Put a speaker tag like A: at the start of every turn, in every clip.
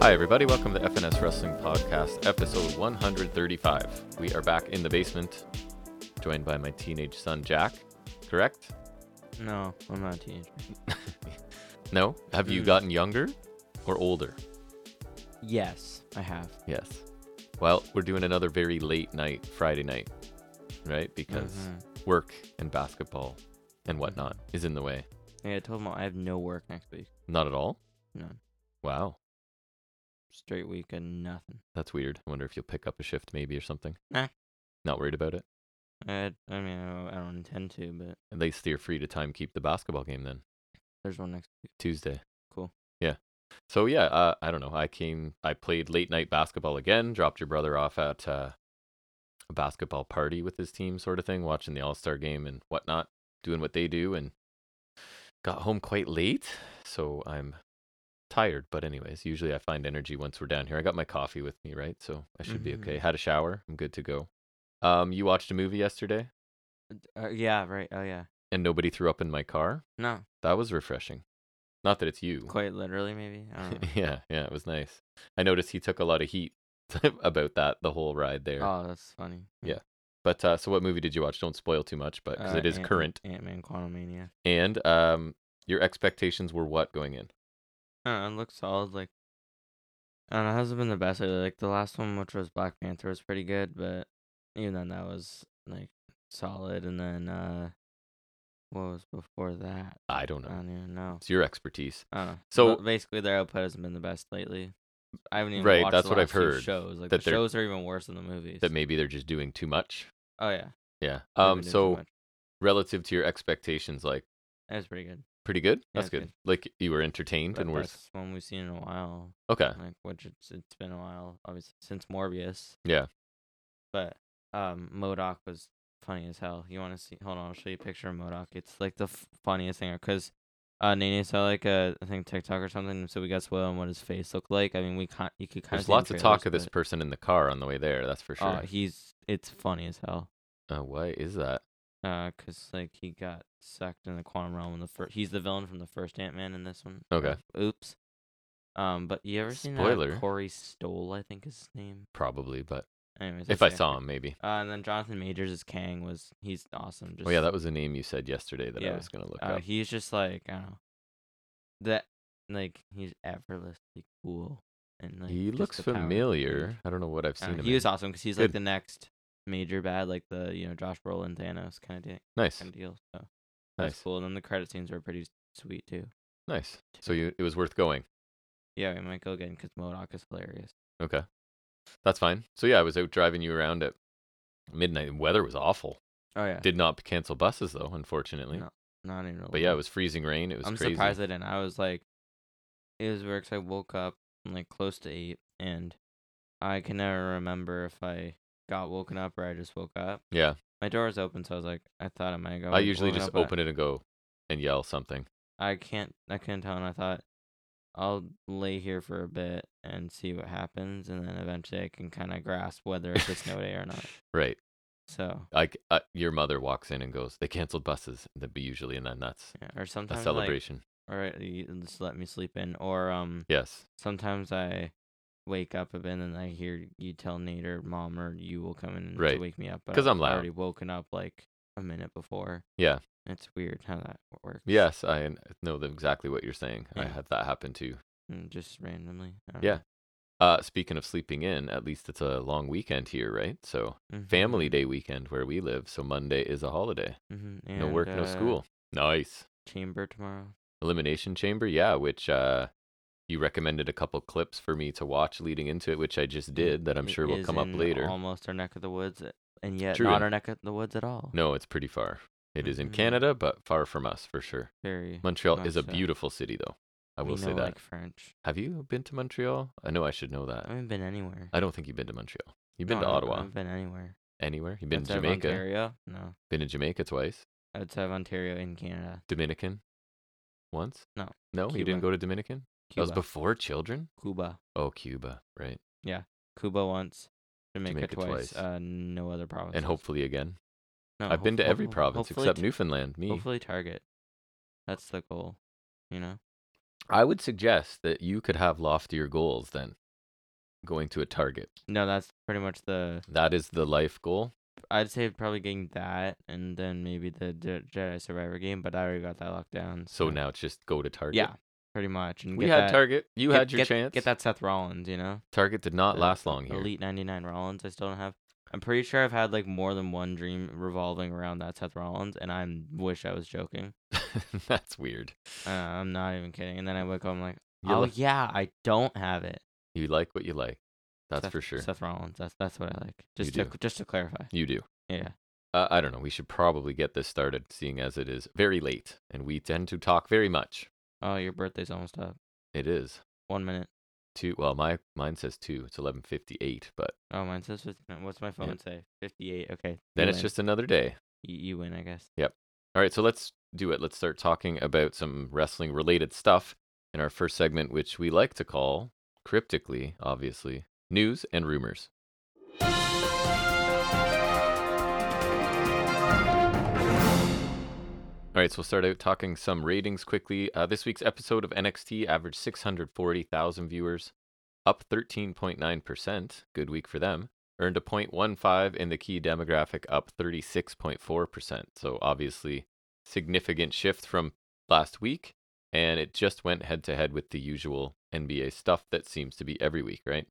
A: Hi, everybody. Welcome to the FNS Wrestling Podcast, episode 135. We are back in the basement, joined by my teenage son, Jack. Correct?
B: No, I'm not a teenager.
A: No? Have you
B: Mm.
A: gotten younger or older?
B: Yes, I have.
A: Yes. Well, we're doing another very late night, Friday night, right? Because
B: Mhm.
A: work and basketball and whatnot
B: Mm.
A: is in the way.
B: Yeah, I told him I have no work next week.
A: Not at all?
B: None.
A: Wow.
B: Straight week and nothing.
A: That's weird. I wonder if you'll pick up a shift maybe or something.
B: Nah.
A: Not worried about it.
B: I, I mean, I don't- I don't intend to, but
A: At least you're free to time keep the basketball game then.
B: there's one next week.
A: Tuesday.
B: Cool.
A: Yeah. So yeah, uh, I don't know. I came. I played late night basketball again. Dropped your brother off at uh, a basketball party with his team, sort of thing. Watching the All Star game and whatnot, doing what they do, and got home quite late. So I'm tired. But anyways, usually I find energy once we're down here. I got my coffee with me, right? So I should be
B: Mhm.
A: okay. Had a shower. I'm good to go. Um, you watched a movie yesterday,
B: Uh, yeah, right. Oh, yeah.
A: and nobody threw up in my car.
B: No,
A: That was refreshing. Not that it's you.
B: quite literally, maybe. I don't know.
A: yeah, yeah, it was nice. I noticed he took a lot of heat about that the whole ride there.
B: Oh, that's funny.
A: Yeah, but uh, so, what movie did you watch? Don't spoil too much, but
B: Uh,
A: because it is current.
B: Ant Man Quantumania.
A: And um, your expectations were what going in?
B: I don't know, Uh, it looks solid. Like, I don't know, it hasn't been the best. lately. Like, the last one, which was Black Panther, was pretty good, but even then, that was, like, solid. And then, uh, what was before that?
A: I don't know.
B: I don't even know.
A: it's your expertise.
B: I don't know.
A: Uh, So-
B: So basically, their output hasn't been the best lately. I haven't even
A: Right,
B: watched
A: that's
B: the
A: what I've
B: last two
A: heard,
B: Shows like
A: that
B: the
A: they're-
B: shows are even worse than the movies.
A: That maybe they're just doing too much.
B: oh yeah.
A: Yeah.
B: they've
A: Um.
B: been doing too
A: So
B: much.
A: relative to your expectations, like
B: that's pretty good.
A: pretty good.
B: Yeah,
A: That's
B: it's good.
A: good. Like you were entertained
B: That-
A: and were s-
B: that's one we've seen in a while.
A: okay.
B: Like which it's it's been a while, obviously since Morbius.
A: Yeah.
B: But um, Modoc was funny as hell. You want to see? Hold on, I'll show you a picture of Modoc. It's like the f- funniest thing because. Uh, Nene saw like a I think TikTok or something, so we got spoiled on what his face looked like. I mean, we can't. You could kind
A: There's lots of talk of this person in the car on the way there. That's for
B: Uh,
A: sure.
B: he's it's funny as hell.
A: Uh, why is that?
B: Uh, cause like he got sucked in the quantum realm in the first. He's the villain from the first Ant Man in this one.
A: Okay.
B: Uh, Oops. Um, but you ever seen
A: Spoiler.
B: That Corey Stoll, I think is his name.
A: Probably, but
B: Anyways,
A: if I saw him, maybe.
B: Uh, and then Jonathan Majors as Kang was he's awesome. Just
A: Oh yeah, that was a name you said yesterday that I
B: Yeah,
A: was gonna look
B: uh,
A: up.
B: he's just like I don't know. That like he's effortlessly cool and like
A: he
B: just
A: looks
B: the power and
A: familiar. I don't know what I've
B: Uh,
A: seen him.
B: he was
A: in.
B: awesome because he's
A: Good.
B: like the next major bad, like the you know Josh Brolin, Thanos kind of
A: nice,
B: kind of deal. So that's
A: nice,
B: cool. And then the credit scenes were pretty s- sweet too.
A: nice. So you, it was worth going.
B: Yeah, we might go again because Modoc is hilarious.
A: Okay, that's fine. So yeah, I was out driving you around at midnight. The weather was awful.
B: Oh yeah,
A: Did not cancel buses though, unfortunately.
B: No, not even. a
A: But yeah, it
B: little.
A: was freezing rain. It was
B: I'm
A: crazy.
B: surprised I didn't. I was like, it was weird 'cause I woke up like close to eight, and I can never remember if I got woken up or I just woke up.
A: Yeah,
B: My door was open, so I was like, I thought I might go.
A: I usually just open it and go and yell something.
B: I can't. I couldn't tell, and I thought I'll lay here for a bit and see what happens, and then eventually I can kind of grasp whether it's a snow day or not.
A: Right.
B: So
A: Like uh, your mother walks in and goes, "They canceled buses." That'd be usually, and then that's
B: yeah, or
A: a
B: sometimes like,
A: celebration.
B: or uh, you just let me sleep in or um
A: yes.
B: sometimes i wake up a bit and i hear you tell nate or mom or you will come in
A: Right.
B: to wake me up but
A: 'Cause I'm
B: I've
A: loud.
B: already woken up like a minute before
A: Yeah.
B: it's weird how that wo- works
A: Yes, I n- know the- exactly what you're saying. I
B: Yeah.
A: had that happen too.
B: Mm, just randomly I don't
A: Yeah. Uh, speaking of sleeping in, at least it's a long weekend here, right? So
B: know. Mhm,
A: family day weekend where we live. So Monday is a holiday.
B: mhm,
A: no work,
B: and,
A: no
B: uh,
A: school. Nice.
B: chamber tomorrow
A: Elimination Chamber, yeah, which uh, you recommended a couple clips for me to watch leading into it, which I just did. That I'm
B: It
A: sure will
B: is
A: come up
B: in
A: later.
B: almost our neck of the woods uh, and yet
A: True,
B: not
A: and-
B: our neck of the woods at all
A: No, it's pretty far. It is in
B: Mhm.
A: Canada, but far from us for sure.
B: very
A: Montreal is a
B: much so.
A: beautiful city, though. I
B: we
A: will say
B: know,
A: that.
B: like french
A: Have you been to Montreal? I know I should know that.
B: i haven't been anywhere
A: I don't think you've been to Montreal. You've been
B: No,
A: to
B: I haven't-
A: Ottawa.
B: i haven't been anywhere
A: Anywhere? You've been to
B: Outside of
A: Jamaica.
B: Ontario? No.
A: Been to Jamaica twice.
B: Outside of Ontario in Canada.
A: Dominican. Once.
B: No,
A: No, you didn't
B: Cuba.
A: go to Dominican. That
B: Cuba.
A: was before children.
B: Cuba.
A: Oh, Cuba, right?
B: Cuba once. Jamaica,
A: Jamaica
B: twice.
A: twice.
B: Uh, no other province.
A: And hopefully again.
B: Oh,
A: I've been to every province except Newfoundland. Me.
B: Hopefully Target. That's the goal. You know?
A: I would suggest that you could have loftier goals than going to a target.
B: No, that's pretty much the.
A: That is the life goal.
B: I'd say probably getting that, and then maybe the Je- Jedi Survivor game. But I already got that locked down.
A: So now it's just go to target.
B: Mm. Yeah, pretty much. And
A: We
B: get
A: had
B: that,
A: target. You
B: get-
A: had your
B: get-
A: chance.
B: Get that Seth Rollins, you know.
A: Target did not
B: the
A: last long here.
B: Elite 99 Rollins, I still don't have. I'm pretty sure I've had like more than one dream revolving around that Seth Rollins, and I wish I was joking.
A: That's weird.
B: Uh, I'm not even kidding. And then I wake up, I'm like,
A: You,
B: oh
A: li-
B: yeah, I don't have it.
A: you like what you like. That's
B: Seth-
A: for sure.
B: Seth Rollins. That's that's what I like. Just to
A: do.
B: just to clarify.
A: You do.
B: Yeah.
A: Uh, I don't know. We should probably get this started, seeing as it is very late and we tend to talk very much.
B: Oh, your birthday's almost up.
A: It is
B: One minute.
A: two. Well, my mine says two. It's eleven fifty eight, but
B: Oh, mine says 59. What's my phone say? 58. Okay.
A: then
B: you
A: it's
B: win.
A: just another day.
B: you, you win, I guess.
A: All right, so let's do it. Let's start talking about some wrestling related stuff in our first segment, which we like to call cryptically, obviously, news and rumors. All right, so we'll start out talking some ratings quickly. Uh, this week's episode of NXT averaged 640,000 viewers, up 13.9%. Good week for them. Earned a 0.15 in the key demographic, up 36.4%. So obviously, significant shift from last week. And it just went head to head with the usual NBA stuff that seems to be every week, right?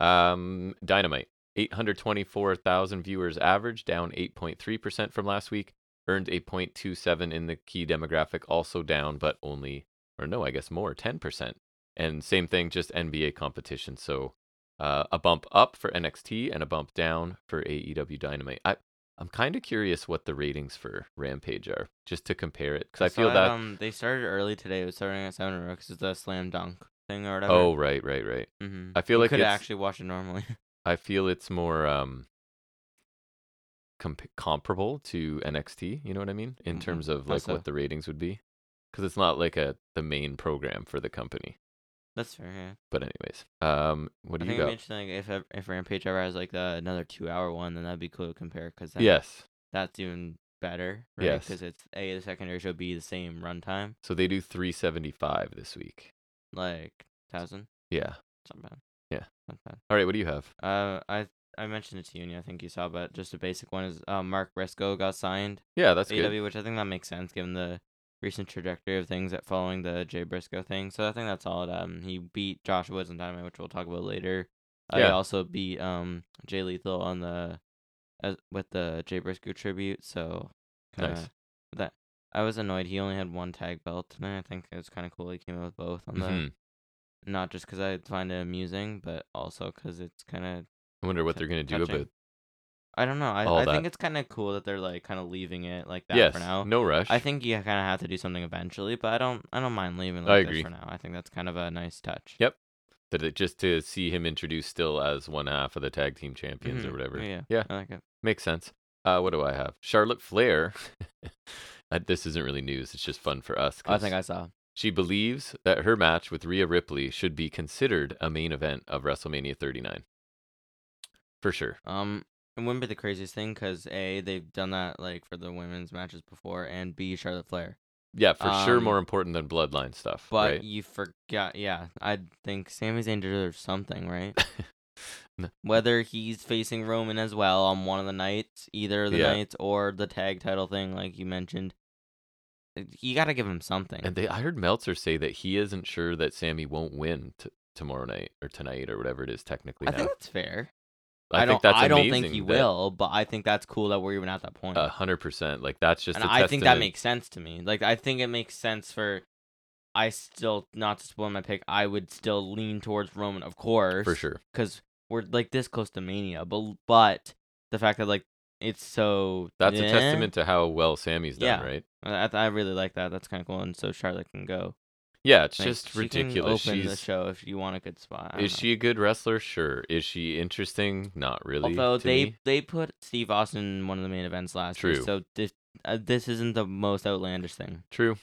A: Um, Dynamite, 824,000 viewers average, down 8.3% from last week earned a 0.27 in the key demographic, also down, but only, or no, I guess more, 10%. And same thing, just NBA competition. So uh, a bump up for NXT and a bump down for AEW Dynamite. I, I'm kind of curious what the ratings for Rampage are, just to compare it, because I,
B: saw
A: feel
B: it,
A: that.
B: um they started early today. It was starting at seven o'clock. It's the slam dunk thing or whatever.
A: oh, right, right, right.
B: hmm
A: I feel
B: you
A: like
B: could
A: it's-
B: actually watch it normally.
A: I feel it's more um, comp- comparable to NXT. You know what I mean in
B: Mhm.
A: terms of
B: How
A: like
B: so?
A: what the ratings would be, because it's not like a the main program for the company.
B: That's fair. Yeah.
A: But anyways, um, what
B: I
A: do
B: think
A: you
B: it'd
A: got?
B: be interesting if ev- if Rampage ever has like uh, another two hour one, then that'd be cool to compare because
A: Yes.
B: that's even better. Right?
A: Yes.
B: Because it's a the secondary show, b the same runtime,
A: So they do 375 this week.
B: like thousand.
A: Yeah.
B: It's not bad.
A: Yeah.
B: Not bad.
A: All right. What do you have?
B: Uh, I I mentioned it to you, and I think you saw, but just a basic one is uh, Mark Briscoe got signed
A: Yeah, that's
B: AW,
A: good.
B: which I think that makes sense given the recent trajectory of things that following the Jay Briscoe thing. So I think that's solid. Um, he beat Josh Woods on Dynamite, which we'll talk about later. Uh, He
A: Yeah.
B: also beat um Jay Lethal on the as with the Jay Briscoe tribute. So kinda-
A: Nice.
B: That I was annoyed. He only had one tag belt, and I think it was kind of cool. He came up with both on the
A: Mhm.
B: not just because I find it amusing, but also because it's kind of
A: I wonder what
B: t-
A: they're gonna do
B: touching.
A: about.
B: I don't know.
A: All
B: I, I think
A: that.
B: it's kind of cool that they're like kind of leaving it like that
A: Yes.
B: for now.
A: No rush.
B: I think you kind of have to do something eventually, but I don't. I don't mind leaving
A: I
B: like this
A: agree.
B: for now. I think that's kind of a nice touch.
A: Yep, that it, just to see him introduced still as one half of the tag team champions
B: Mhm.
A: or whatever.
B: Yeah,
A: Yeah.
B: I like it.
A: Makes sense. Uh, what do I have? Charlotte Flair. Uh, this isn't really news. It's just fun for us.
B: I
A: 'cause
B: think I saw.
A: She believes that her match with Rhea Ripley should be considered a main event of WrestleMania 39. For sure.
B: Um, it wouldn't be the craziest thing because a they've done that like for the women's matches before, and b Charlotte Flair.
A: Yeah, for sure.
B: Um,
A: More important than bloodline stuff.
B: But
A: right?
B: you forgot. Yeah, I think Sami Zayn deserves something, right?
A: No.
B: Whether he's facing Roman as well on one of the nights, either of the
A: Yeah.
B: nights or the tag title thing, like you mentioned, Uh, you got to give him something.
A: and they, I heard Meltzer say that he isn't sure that Sammy won't win t- tomorrow night or tonight or whatever it is technically
B: I
A: now.
B: think that's fair.
A: I,
B: don't.
A: think that's
B: I don't
A: amazing
B: think he
A: that-
B: will, but I think that's cool that we're even at that point.
A: A hundred percent. Like that's just.
B: and
A: a
B: I think that
A: testament-
B: makes sense to me. Like I think it makes sense for. I still not to spoil my pick. I would still lean towards Roman, of course,
A: for sure.
B: because we're like this close to Mania. But but the fact that like it's so
A: That's
B: eh,
A: a testament to how well Sammy's done,
B: Yeah.
A: right?
B: I, I really like that. That's kind of cool, and so Charlotte can go.
A: Yeah, it's
B: Like,
A: just
B: she can
A: ridiculous.
B: Open the
A: She's
B: show if you want a good spot. I don't
A: is
B: know.
A: she a good wrestler? Sure. Is she interesting? Not really.
B: Although
A: to
B: they
A: me.
B: they put Steve Austin in one of the main events last year,
A: True.
B: so this uh, this isn't the most outlandish thing.
A: true.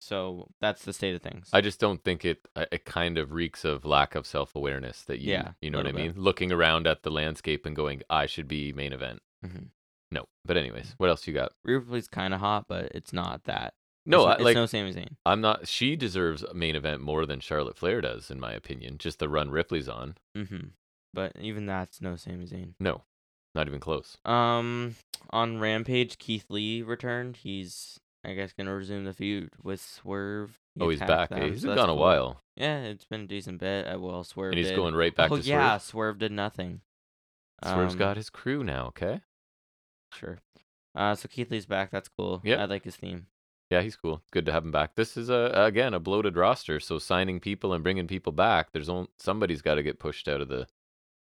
B: So that's the state of things.
A: I just don't think it. I- It kind of reeks of lack of self awareness. That you,
B: Yeah,
A: you know what I
B: little
A: mean.
B: bit.
A: Looking around at the landscape and going, I should be main event.
B: Mhm. Mm-hmm.
A: No, but anyways, what else you got?
B: Rhea Ripley's kind of hot, but it's not that.
A: No,
B: it's,
A: I,
B: it's
A: like
B: no Sami Zayn.
A: I'm not. She deserves a main event more than Charlotte Flair does, in my opinion. Just the run Ripley's on.
B: Mm-hmm. But even that's no Sami Zayn.
A: No, not even close.
B: Um, on Rampage, Keith Lee returned. He's I guess gonna resume the feud with Swerve. He
A: oh, he's back.
B: attacked
A: eh?
B: them,
A: He's
B: so
A: been
B: that's
A: gone a
B: cool.
A: while,
B: Yeah, it's been a decent bit. Uh, well, Swerve.
A: and he's
B: did.
A: going right back
B: oh
A: to Swerve.
B: yeah, Swerve did nothing.
A: Swerve's
B: Um,
A: got his crew now. Okay.
B: Sure. Uh, so Keith Lee's back. That's cool.
A: Yep.
B: I like his theme.
A: Yeah, he's cool. It's good to have him back. This is a again a bloated roster, so signing people and bringing people back, there's only somebody's got to get pushed out of the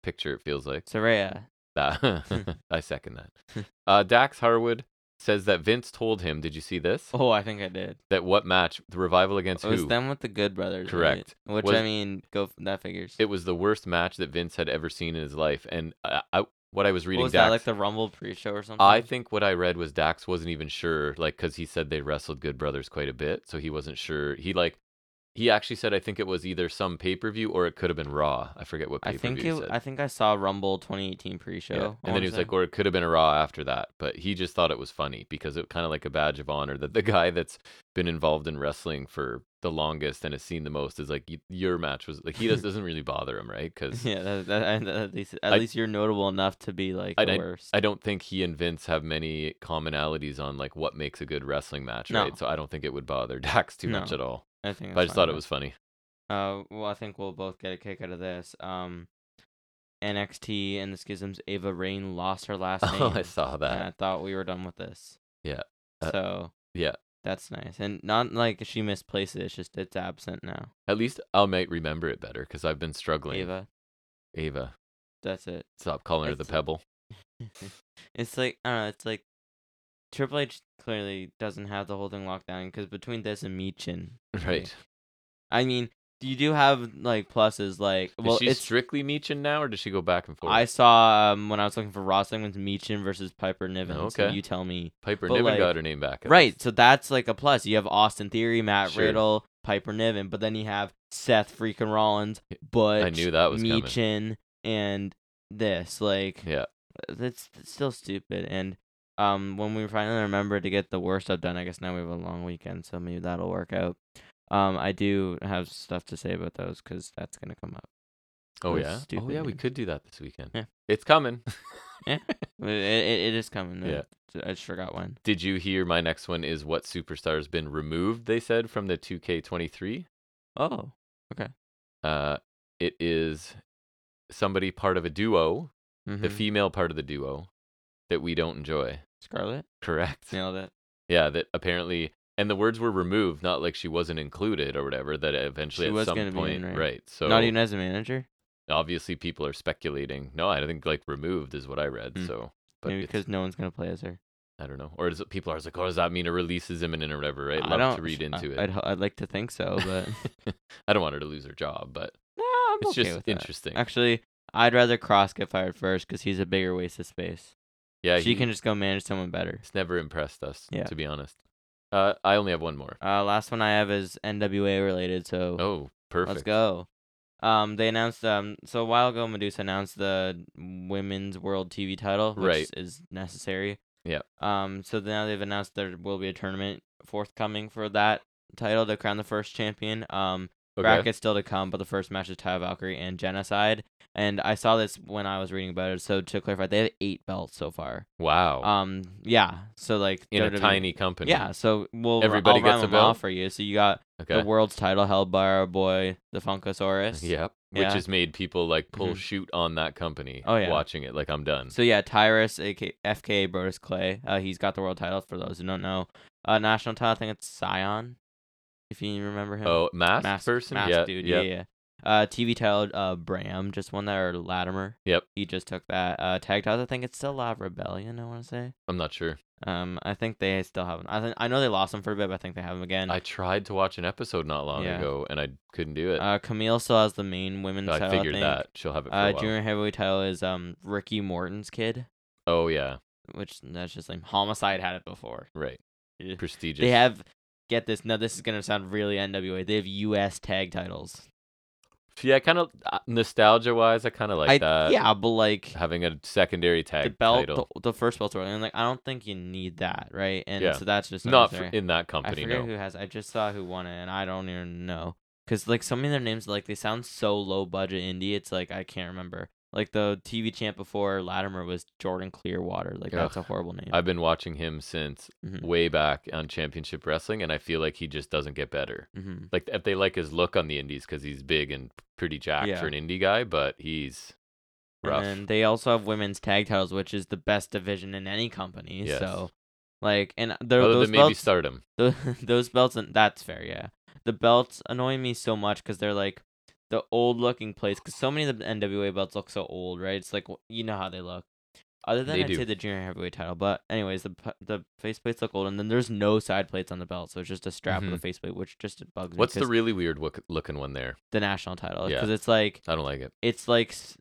A: picture. It feels like
B: Saraya. Hmm.
A: that. I second that. Uh, Dax Harwood says that Vince told him. Did you see this?
B: Oh, I think I did.
A: That what match? The revival against
B: It was
A: who?
B: them with the Good Brothers. right?
A: Correct.
B: Which
A: Was-
B: I mean, go f- that figures.
A: It was the worst match that Vince had ever seen in his life. And I, I what I was
B: What
A: reading,
B: was
A: Dax,
B: that like the Rumble pre-show or something?
A: I think what I read was Dax wasn't even sure, like, because he said they wrestled Good Brothers quite a bit, so he wasn't sure. He like, he actually said I think it was either some pay per view or it could have been Raw. I forget what
B: I
A: pay per
B: think
A: view
B: it,
A: he said.
B: I think I saw Rumble 2018 pre-show.
A: Yeah.
B: I
A: And then
B: wanna
A: he was
B: say.
A: like, or it could have been a Raw after that. But he just thought it was funny because it kind of like a badge of honor that the guy that's been involved in wrestling for the longest and has seen the most is like, y- your match was like, he does, doesn't really bother him, right? Because
B: yeah, that, that, I- that- at least at
A: I-
B: least you're notable enough to be like
A: I-
B: the worst.
A: I don't think he and Vince have many commonalities on like what makes a good wrestling match,
B: No.
A: right? So I don't think it would bother Dax too much
B: No.
A: at all.
B: I, think
A: But I
B: that's
A: just
B: fine,
A: thought it
B: though.
A: was funny.
B: Uh, well, I think we'll both get a kick out of this. Um, NXT and the Schisms. Ava Rain lost her last name.
A: Oh, I saw
B: and
A: that.
B: I thought we were done with this.
A: Yeah, uh,
B: so
A: yeah.
B: that's nice, and not like she misplaced it. It's just it's absent now.
A: At least I might remember it better because I've been struggling.
B: Ava,
A: Ava,
B: that's it.
A: stop calling her the
B: It's-
A: pebble.
B: it's like I don't know. It's like Triple H clearly doesn't have the whole thing locked down because between this and Meechin,
A: Right.
B: I mean, you do have like pluses. Like, well,
A: Is she
B: it's
A: strictly Meechin now or does she go back and forth?
B: I saw um, when I was looking for Raw segments, Meechin versus Piper Niven. So
A: Oh, okay.
B: you tell me,
A: Piper
B: but,
A: Niven
B: like-
A: got her name back. at
B: right?
A: least.
B: So that's like a plus. You have Austin Theory, Matt
A: Sure.
B: Riddle, Piper Niven, but then you have Seth freaking Rollins, but
A: I knew that was coming.
B: Meechin and this like
A: Yeah.
B: that's that's still stupid. And um, when we finally remember to get the worst stuff done, I guess now we have a long weekend, so maybe that'll work out. Um, I do have stuff to say about those because that's gonna come up.
A: Oh,
B: Those
A: yeah. Oh,
B: stupid
A: yeah. We
B: names.
A: could do that this weekend.
B: Yeah.
A: It's coming.
B: Eh, It, it, it is coming.
A: Yeah.
B: uh, I just forgot when.
A: Did you hear my next one is what superstar has been removed, they said, from the 2K23?
B: Oh,
A: Uh, it is somebody part of a duo, the
B: mhm.
A: female part of the duo, that we don't enjoy.
B: Scarlet
A: Correct.
B: nailed it.
A: Yeah, that apparently, and the words were removed, not like she wasn't included or whatever. That eventually
B: She
A: at
B: was
A: some
B: gonna be in,
A: point,
B: right?
A: So
B: Not even as a manager,
A: obviously people are speculating. No, I think like removed is what I read.
B: Hmm.
A: So, but
B: maybe
A: it's-
B: because no one's gonna play as her.
A: I don't know, or is it, people are like, oh, does that mean a release is imminent or whatever? Right? Love
B: I don't
A: to read
B: sh- I-
A: into it.
B: I'd, I'd like to think so, but
A: I don't want her to lose her job, but
B: no, I'm
A: it's
B: okay
A: just
B: with that.
A: interesting.
B: Actually, I'd rather Cross get fired first because he's a bigger waste of space.
A: yeah,
B: she
A: he-
B: can just go manage someone better.
A: It's never impressed us,
B: Yeah.
A: to be honest. Uh, I only have one more.
B: Uh, last one I have is NWA related, so
A: Oh, perfect.
B: let's go. Um, they announced um, so a while ago Medusa announced the women's world TV title, which
A: Right.
B: is necessary.
A: Yep.
B: Um, so now they've announced there will be a tournament forthcoming for that title to crown the first champion. Um,
A: Okay.
B: bracket still to come, but the first match is Ty Valkyrie and Genocide. And I saw this when I was reading about it. So to clarify, they have eight belts so far.
A: Wow.
B: Um, yeah. So like
A: Oh. In a
B: WWE
A: tiny company.
B: Yeah. So we'll
A: Everybody
B: everybody
A: gets
B: gets
A: a
B: them off
A: belt?
B: for you. So you got
A: Okay.
B: the world's title held by our boy, the Funkosaurus.
A: Yep. Which
B: Yeah.
A: has made people like pull
B: Mhm.
A: shoot on that company.
B: Oh, yeah.
A: Watching it, like I'm done.
B: So yeah, Tyrus, aka FKA Brodus Clay. Uh, he's got the world title. For those who don't know, uh, national title. I think it's Scion, if you remember him.
A: oh, masked person.
B: masked
A: yeah.
B: dude.
A: Yep.
B: Yeah, yeah. Uh, TV title. Uh, Bram just won that, or Latimer.
A: Yep.
B: He just took that. Uh, tag titles. I think it's still La Rebellion. I want to say.
A: I'm not sure.
B: Um, I think they still have 'em. I think I know they lost them for a bit, but I think they have them again.
A: I tried to watch an episode not long
B: Yeah.
A: ago and I couldn't do it.
B: uh, Camille still has the main women's
A: I
B: title.
A: figured
B: think.
A: that she'll have it for a
B: Uh,
A: while.
B: junior heavyweight title is um Ricky Morton's kid,
A: Oh yeah,
B: which that's just lame. Homicide had it before.
A: right.
B: Yeah.
A: Prestigious.
B: They have. Get this. No, this is gonna sound really NWA. They have U.S. tag titles.
A: yeah, kind of nostalgia wise, I kind of like
B: I,
A: that.
B: yeah, but like
A: having a secondary tag
B: the belt, the,
A: title,
B: the first belt, and like I don't think you need that, right? And
A: Yeah.
B: so that's just
A: not for,
B: necessary.
A: in that
B: I
A: company.
B: forget
A: No,
B: who has. I just saw who won it, and I don't even know. Cause like some of their names, like they sound so low budget indie. It's like I can't remember. Like the TV champ before Latimer was Jordan Clearwater. Like
A: Ugh.
B: that's a horrible name.
A: I've been watching him since
B: Mhm.
A: way back on Championship Wrestling, and I feel like he just doesn't get better.
B: mm-hmm.
A: Like if they like his look on the indies because he's big and pretty jacked
B: Yeah.
A: for an indie guy, but he's rough.
B: And then they also have women's tag titles, which is the best division in any company.
A: Yes.
B: So, like, and tho-
A: Other
B: those
A: than maybe
B: belts,
A: Stardom.
B: tho- those belts, and that's fair. Yeah, the belts annoy me so much because they're like the old looking plates. Because so many of the NWA belts look so old, right? It's like w- you know how they look. Other than
A: They
B: I'd
A: do.
B: say the junior heavyweight title, but anyways, the p- the face plates look old, and then there's no side plates on the belt, so it's just a strap with a face plate, which just bugs me.
A: Mm-hmm. What's the
B: 'cause
A: really weird look- looking one there?
B: the national title?
A: Yeah.
B: Because it's like
A: I don't like it.
B: it's like s-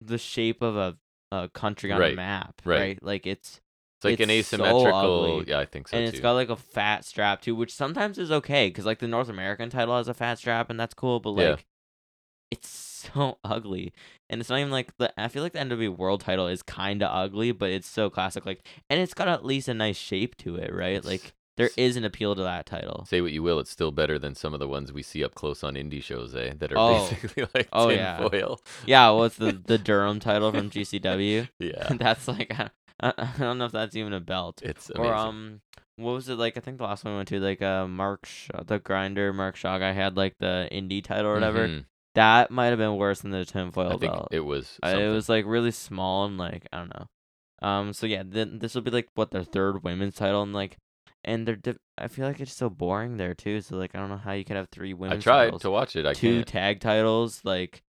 B: the shape of a, a country on
A: Right,
B: a map,
A: right.
B: right? Like it's
A: It's like an
B: It's so
A: asymmetrical.
B: ugly.
A: yeah, I think so
B: and
A: too.
B: it's got like a fat strap too, which sometimes is okay because like the North American title has a fat strap and that's cool, but like
A: Yeah.
B: it's so ugly, and it's not even like the I feel like the NWA World title is kind of ugly, but it's so classic, like and it's got at least a nice shape to it, right?
A: It's-
B: Like there
A: it's-
B: is an appeal to that title.
A: Say what you will, it's still better than some of the ones we see up close on indie shows, eh? That are
B: Oh.
A: basically like
B: Oh, yeah.
A: tinfoil.
B: Yeah, well, it's the the Durham title from GCW.
A: Yeah,
B: that's like I, I I don't know if that's even a belt.
A: it's amazing.
B: Or um, what was it like? I think the last one we went to like uh Mark Sh- the grinder Mark Shaw guy had like the indie title or whatever.
A: Mhm.
B: That might have been worse than the tinfoil
A: I think
B: belt.
A: it was.
B: Uh,
A: something.
B: it was like really small and like I don't know. Um, so yeah, then this will be like what their third women's title and like, and they're diff- I feel like it's so boring there too. So like I don't know how you could have three
A: I
B: women's
A: tried
B: titles,
A: to watch it. I
B: 2
A: can't.
B: tag titles, like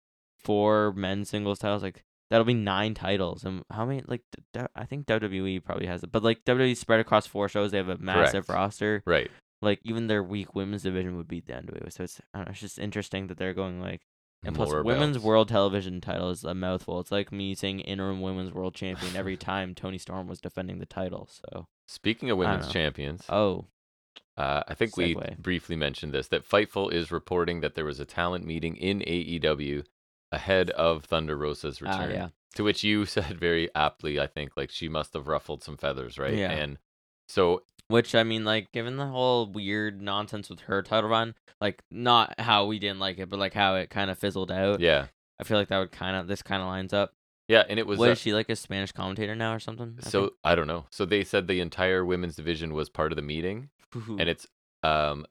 B: four men's singles titles, like. That'll be nine titles, and how many? Like, d- d- I think WWE probably has it, but like WWE spread across four shows. They have a massive
A: Correct.
B: roster.
A: Right.
B: Like, even their weak women's division would beat the NWA. So it's, I don't know, it's just interesting that they're going like and plus,
A: More
B: women's
A: belts.
B: world television title is a mouthful. It's like me saying interim women's world champion every time Tony Storm was defending the title. So,
A: Speaking of women's
B: know.
A: champions,
B: oh,
A: uh, I think we
B: segue.
A: briefly mentioned this that Fightful is reporting that there was a talent meeting in AEW ahead of Thunder Rosa's
B: ah,
A: return.
B: yeah,
A: To which you said very aptly, I think, like she must have ruffled some feathers, right?
B: Yeah.
A: And so
B: which I mean, like, given the whole weird nonsense with her title run, like, not how we didn't like it, but like how it kind of fizzled out.
A: yeah,
B: I feel like that would kind of this kind of lines up.
A: yeah, and it was
B: What
A: uh,
B: is she like a Spanish commentator now or something? I
A: so I don't know. So they said the entire women's division was part of the meeting,
B: think?
A: and it's um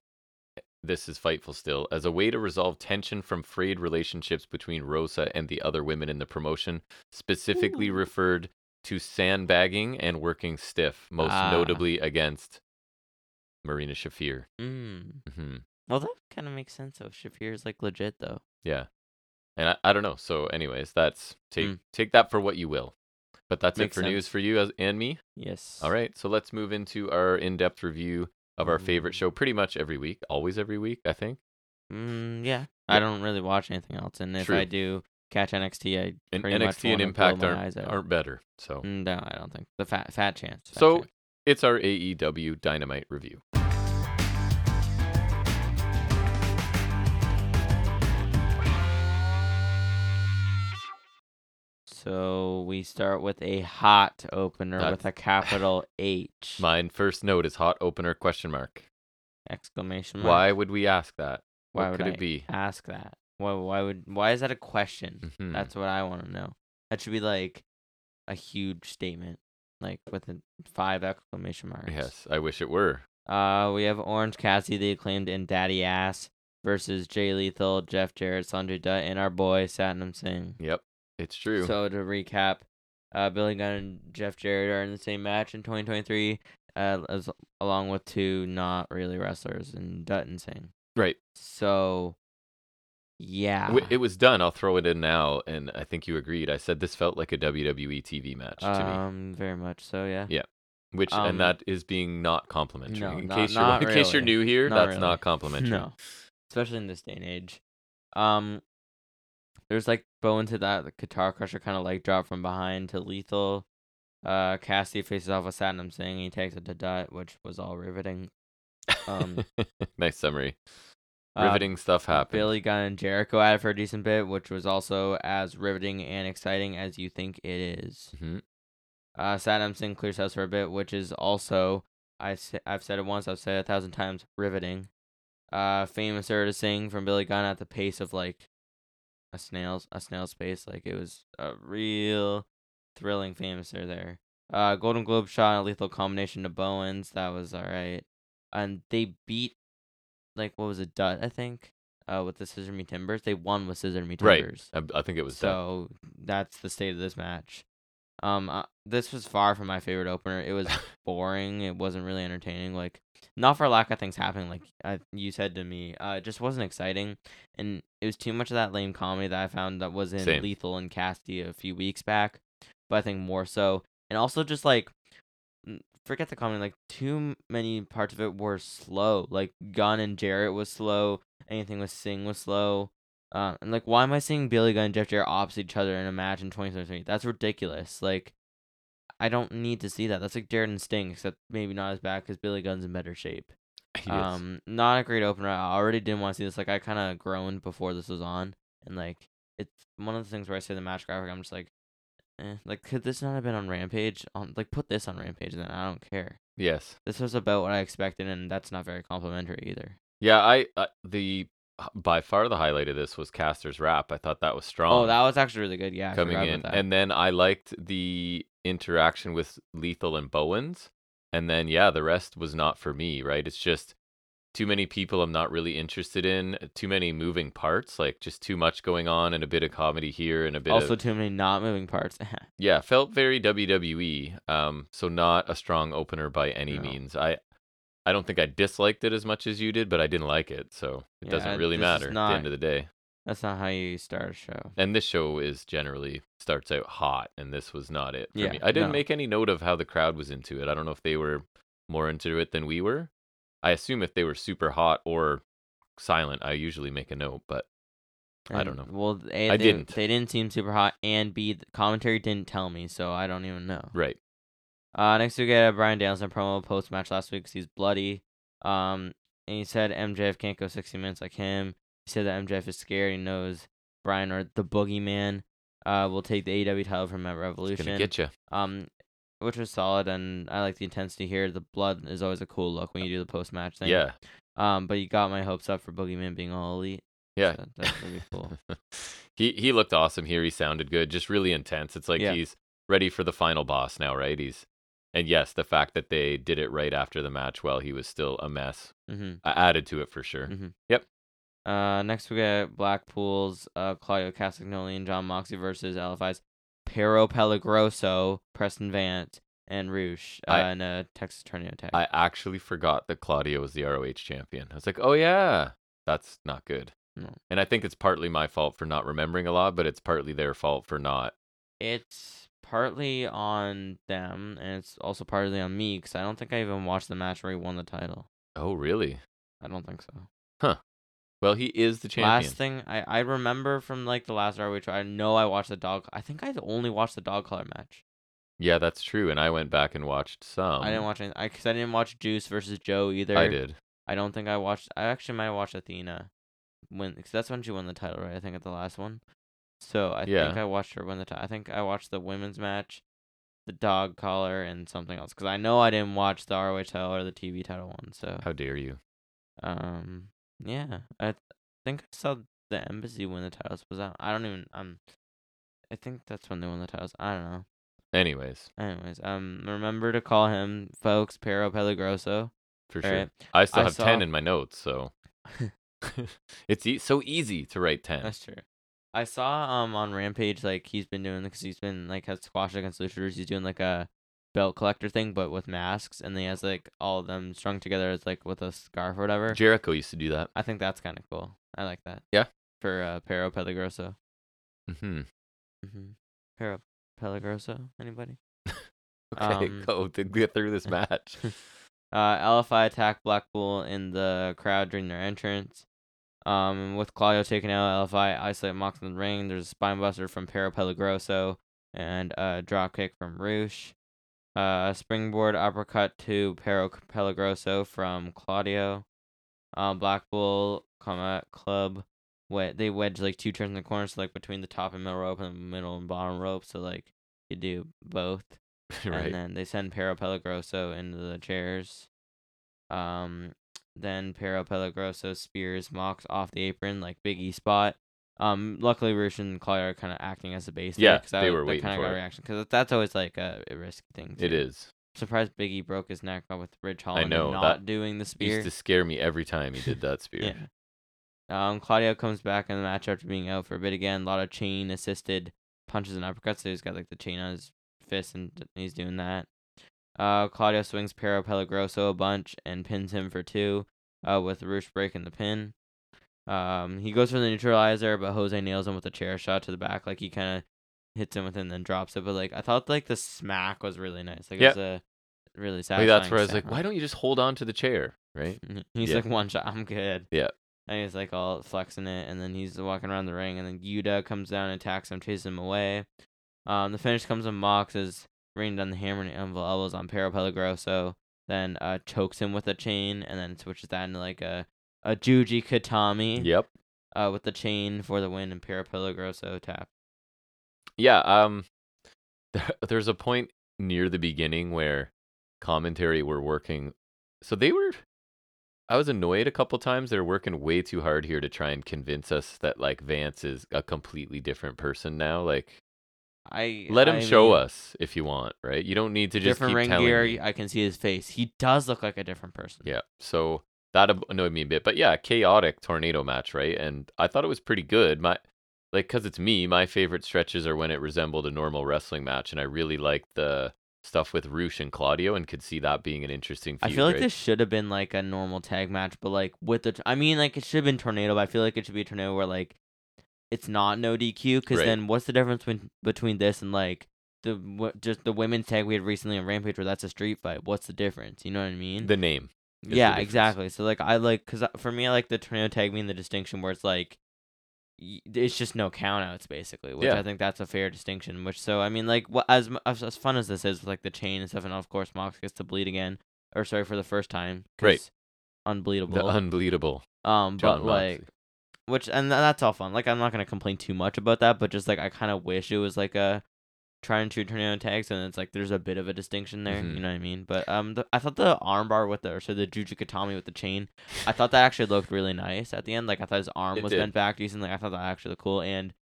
A: this is fightful still as a way to resolve tension from frayed relationships between rosa and the other women in the promotion specifically
B: Ooh.
A: referred to sandbagging and working stiff most
B: Ah.
A: notably against marina shafir
B: Mm.
A: hmm
B: well, that kind of makes sense. though. Shafir is like legit though.
A: yeah and I, I don't know so anyways that's take
B: Mm.
A: take that for what you will but that's
B: Makes
A: it for news
B: sense.
A: for you as, and me
B: Yes.
A: All right, so let's move into our in-depth review of our favorite
B: Ooh.
A: show pretty much every week, always every week, I think.
B: Mm, yeah. I
A: Yeah.
B: don't really watch anything else, and if
A: True.
B: I do catch NXT, I
A: And
B: Pretty much
A: NXT and
B: wanna blow
A: Impact
B: my
A: aren't,
B: eyes out. Mm,
A: aren't better. So,
B: no, I don't think the fat fat chance. fat
A: so
B: chance.
A: it's our AEW Dynamite review.
B: so we start with a hot opener with
A: That's-
B: a capital H
A: Mine first note is hot opener question mark.
B: exclamation mark.
A: Why would we ask that?
B: Mm. Why
A: what
B: would
A: could
B: I
A: it be?
B: ask that? Why? Why would? Why is that a question?
A: Mhm.
B: That's what I want to know. That should be like a huge statement, like with a five exclamation marks.
A: Yes, I wish it were.
B: Uh, we have Orange Cassidy, the acclaimed, and Daddy Ass versus Jay Lethal, Jeff Jarrett, Sanjay Dutt, and our boy Satnam Singh.
A: Yep, it's true.
B: So to recap, uh, Billy Gunn and Jeff Jarrett are in the same match in 2023, uh, as along with two not really wrestlers and Dutt and Singh.
A: right.
B: So, yeah,
A: W- It was done. I'll throw it in now, and I think you agreed. I said this felt like a WWE TV match to me.
B: um, very much so. Yeah,
A: Which
B: Um,
A: and that is being not complimentary.
B: no,
A: in
B: not-
A: case you're
B: not
A: in case you're
B: really.
A: new here,
B: Not
A: that's
B: really.
A: not complimentary.
B: No, especially in this day and age. Um, there's like bow into that the guitar crusher kind of like drop from behind to lethal. Uh, Cassidy faces off with Satnam Singh. He takes it to Dot, which was all riveting. Um,
A: nice summary.
B: Uh,
A: Riveting stuff happened.
B: Billy Gunn and Jericho had it for a decent bit, which was also as riveting and exciting as you think it is.
A: Mhm.
B: Uh, Saddam Sinclair's house for a bit, which is also I've s- I've said it once, I've said it a thousand times, riveting. Uh, famous Erta Singh from Billy Gunn at the pace of like a snail's a snail's pace, like it was a real thrilling famouser there. Uh, Golden Globe shot a lethal combination to Bowens, that was all right, and they beat like what was it, Dutt I think, uh, with the Scissor Me Timbers. They won with Scissor Me
A: Right.
B: Timbers.
A: I, I think it was that.
B: So that's the state of this match. Um, uh, this was far from my favorite opener. It was boring. It wasn't really entertaining. Like, not for lack of things happening. Like I, you said to me, uh, it just wasn't exciting, and it was too much of that lame comedy that I found that was in
A: Same.
B: Lethal and Casty a few weeks back. But I think more so, and also just like, n- forget the comedy. Like too m- many parts of it were slow. Like Gunn and Jarrett was slow. Anything with Singh was slow. Um, and like, why am I seeing Billy Gunn and Jeff Jarrett opposite each other in a match in 2023? That's ridiculous. Like, I don't need to see that. That's like Jared and Sting, except maybe not as bad because Billy Gunn's in better shape.
A: Yes.
B: Um, not a great opener. I already didn't want to see this. Like, I kind of groaned before this was on, and like, it's one of the things where I say the match graphic. I'm just like, eh. like, could this not have been on Rampage? On like, put this on Rampage, then I don't care.
A: yes.
B: This was about what I expected, and that's not very complimentary either.
A: Yeah, I uh, the by far the highlight of this was Caster's rap. I thought that was strong.
B: Oh, that was actually really good. Yeah, I
A: coming
B: forgot
A: in.
B: about that.
A: And then I liked the interaction with Lethal and Bowens. And then, yeah, the rest was not for me, right? It's just too many people I'm not really interested in, too many moving parts, like just too much going on and a bit of comedy here and a bit
B: also
A: of.
B: too many not moving parts.
A: Yeah, felt very WWE. Um, so not a strong opener by any
B: No.
A: means. I. I don't think I disliked it as much as you did, but I didn't like it, so it
B: Yeah,
A: doesn't really
B: this is
A: matter at
B: not-
A: the end of the day.
B: That's not how you start a show.
A: and this show is generally starts out hot and this was not it for
B: Yeah,
A: me i didn't
B: no.
A: make any note of how the crowd was into it i don't know if they were more into it than we were i assume if they were super hot or silent i usually make a note but I don't
B: And-
A: know.
B: Well, A,
A: I
B: they,
A: didn't.
B: They didn't seem super hot, and B, the commentary didn't tell me, so I don't even know.
A: right
B: Uh, next we get a Brian Danielson promo post match last week 'cause he's bloody. Um, and he said MJF can't go 60 minutes like him. He said that MJF is scared. He knows Brian or the boogeyman. Uh, will take the AEW title from at
A: it's
B: Revolution.
A: gonna get you
B: um, which was solid, and I like the intensity here. The blood is always a cool look when you do the post match thing.
A: yeah
B: Um, but you got my hopes up for boogeyman being all elite.
A: yeah
B: So that's gonna be cool.
A: he he looked awesome here he sounded good just really intense it's like
B: Yeah.
A: he's ready for the final boss now right he's and yes the fact that they did it right after the match while he was still a mess
B: Mm-hmm.
A: uh, added to it for sure
B: Mhm.
A: Yep.
B: Uh, next we get Blackpool's uh, Claudio Castagnoli and John Moxley versus LFI's Pero Pelagroso, Preston Vant, and Roosh uh,
A: I-
B: in a Texas Tornado tag.
A: I actually forgot that Claudio was the ROH champion. I was like, oh yeah, that's not good.
B: No.
A: And I think it's partly my fault for not remembering a lot, but it's partly their fault for not.
B: it's partly on them, and it's also partly on me because I don't think I even watched the match where he won the title.
A: Oh really?
B: I don't think so.
A: Well, he is the champion.
B: Last thing I, I remember from like the last hour, which I know I watched the dog. I think I only watched the dog collar match.
A: yeah, that's true. And I went back and watched some.
B: I didn't watch any because I, didn't watch Juice versus Joe either.
A: Um, I did.
B: I don't think I watched. I actually might have watched Athena, when because that's when she won the title, right? I think at the last one. So I think
A: Yeah.
B: I watched her win the title. I think I watched the women's match, the dog collar, and something else. Because I know I didn't watch the ROH title or the TV title one. So
A: How dare you?
B: um, yeah, I th- think I saw the embassy win the titles. Was that? I don't even. Um, I think that's when they won the titles. I don't know.
A: Anyways,
B: Anyways, um, remember to call him, folks, Pero Pelagroso.
A: for
B: All
A: sure.
B: right,
A: I still
B: I
A: have ten
B: saw-
A: in my notes, so it's e- so easy to write ten.
B: That's true. I saw um on Rampage like he's been doing because he's been like has squash against luchadors. He's doing like a belt collector thing, but with masks, and he has like all of them strung together as like with a scarf or whatever.
A: Jericho used to do that.
B: I think that's kind of cool. I like that.
A: Yeah.
B: For uh, Pero Pelagroso.
A: hmm
B: Mm-hmm. Pero Pelagroso. Anybody?
A: Okay,
B: Um,
A: go to get through this match.
B: Uh, LFI attack Blackpool in the crowd during their entrance. Um, with Claudio taken out, LFI isolate Mox in the ring. There's a spinebuster from Pero Peligroso and a dropkick from Roosh. Uh, a springboard uppercut to Pero Peligroso from Claudio. uh, Black Bull, Combat Club, wet they wedge like two turns in the corner, so like between the top and middle rope and the middle and bottom rope, so like you do both.
A: right.
B: And then they send Pero Pelagroso into the chairs. Um, then Pero Pelagroso spears Mox off the apron like Big E spot. Um, luckily Russian and Collier are kind of acting as a base.
A: Yeah,
B: that,
A: they
B: was-
A: were
B: that
A: waiting
B: kinda
A: for
B: got
A: it.
B: a reaction because that's always like a, a risky thing.
A: it
B: too.
A: is.
B: Surprised Big E broke his neck with Ridge Holland
A: know,
B: not
A: that
B: doing the
A: It
B: spear.
A: Used to scare me every time he did that spear.
B: Yeah. Um, Claudio comes back in the match after being out for a bit again. A lot of chain assisted punches and uppercuts. So he's got like the chain on his fist and d- he's doing that. Uh, Claudio swings Pero Pelagroso a bunch and pins him for two, uh, with Roosh breaking the pin. Um, he goes for the neutralizer, but Jose nails him with a chair shot to the back. Like he kind of hits him with it and then drops it. But like I thought, like the smack was really nice. Like
A: Yeah.
B: it was a really
A: Like,
B: satisfying.
A: that's where I was like,
B: sound.
A: why don't you just hold on to the chair, right?
B: Mhm. He's
A: Yeah.
B: like one shot. I'm good.
A: Yeah.
B: And he's like all flexing it, and then he's walking around the ring, and then Yuta comes down and attacks him, chases him away. Um, the finish comes when Mox is rained on the hammer and anvil elbows on Pero Pelagroso, then uh chokes him with a chain, and then switches that into like a a Juji Katami
A: Yep.
B: uh with the chain for the win, and Pero Pelagroso tap.
A: Yeah. Um, there, there's a point near the beginning where commentary were working. So they were. I was annoyed a couple times. They're working way too hard here to try and convince us that like Vance is a completely different person now. Like,
B: I
A: let him
B: I
A: show
B: mean,
A: us if you want, right? You don't need to just
B: different
A: keep
B: ring
A: telling
B: gear.
A: me.
B: I can see his face. He does look like a different person.
A: Yeah. So that ab- annoyed me a bit. But yeah, chaotic tornado match, right? And I thought it was pretty good. My like cuz it's me, my favorite stretches are when it resembled a normal wrestling match and I really liked the stuff with Roosh and Claudio and could see that being an interesting feud.
B: I feel like
A: right?
B: this should have been like a normal tag match, but like with the, I mean, like it should have been tornado, but I feel like it should be a tornado where like it's not no DQ, because
A: Right.
B: then what's the difference between between this and like the what just the women's tag we had recently on Rampage, where that's a street fight? What's the difference? You know what I mean?
A: the name. is the
B: yeah,
A: difference.
B: exactly. So like I like because for me, I like the tornado tag being the distinction where it's like y- it's just no countouts basically, which
A: Yeah.
B: I think that's a fair distinction. Which so I mean, like wha- as mu- as, as fun as this is with like the chain and stuff, and of course Mox gets to bleed again, or sorry for the first time,
A: Right.
B: 'cause unbleedable.
A: The unbelievable.
B: um,
A: John
B: but like
A: Moxley.
B: which and tha- that's all fun. Like I'm not gonna complain too much about that, but just like I kind of wish it was like a try and true tornado tags, and it's like there's a bit of a distinction there.
A: Mhm.
B: You know what I mean? But um, the, I thought the armbar with the or so the Jujikatami with the chain, I thought that actually looked really nice at the end. Like I thought his arm
A: It
B: was
A: did.
B: bent back decently. I thought that actually looked cool, and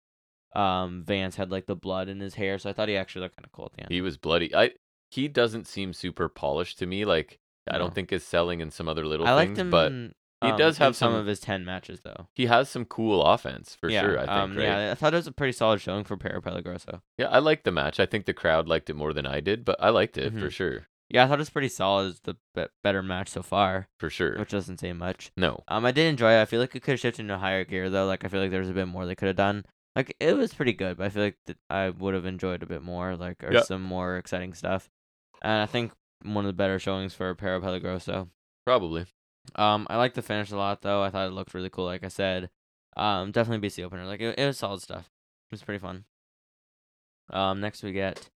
B: um, Vance had like the blood in his hair, so I thought he actually looked kind of cool at the end.
A: He was bloody. I he doesn't seem super polished to me like I don't
B: No.
A: think his selling and some other little
B: I liked
A: things,
B: him.
A: but he
B: um,
A: does
B: in
A: have
B: some
A: some-
B: of his ten matches though.
A: he has some cool offense for
B: yeah,
A: sure. I think.
B: um,
A: right?
B: yeah, I thought it was a pretty solid showing for Para Pelagroso.
A: Yeah, I liked the match. I think the crowd liked it more than I did, but I liked it for
B: Mhm.
A: sure.
B: Yeah, I thought it was pretty solid. It's the be- better match so far,
A: For sure.
B: which doesn't say much.
A: no.
B: Um, I did enjoy it. I feel like it could have shifted into higher gear though. Like I feel like there was a bit more they could have done. Like it was pretty good, but I feel like th- I would have enjoyed a bit more, like or
A: Yeah.
B: some more exciting stuff. And I think one of the better showings for Pero Peligroso.
A: Probably.
B: Um, I like the finish a lot though. I thought it looked really cool. Like I said, um, definitely beats the opener. Like it, it was solid stuff. It was pretty fun. Um, next we get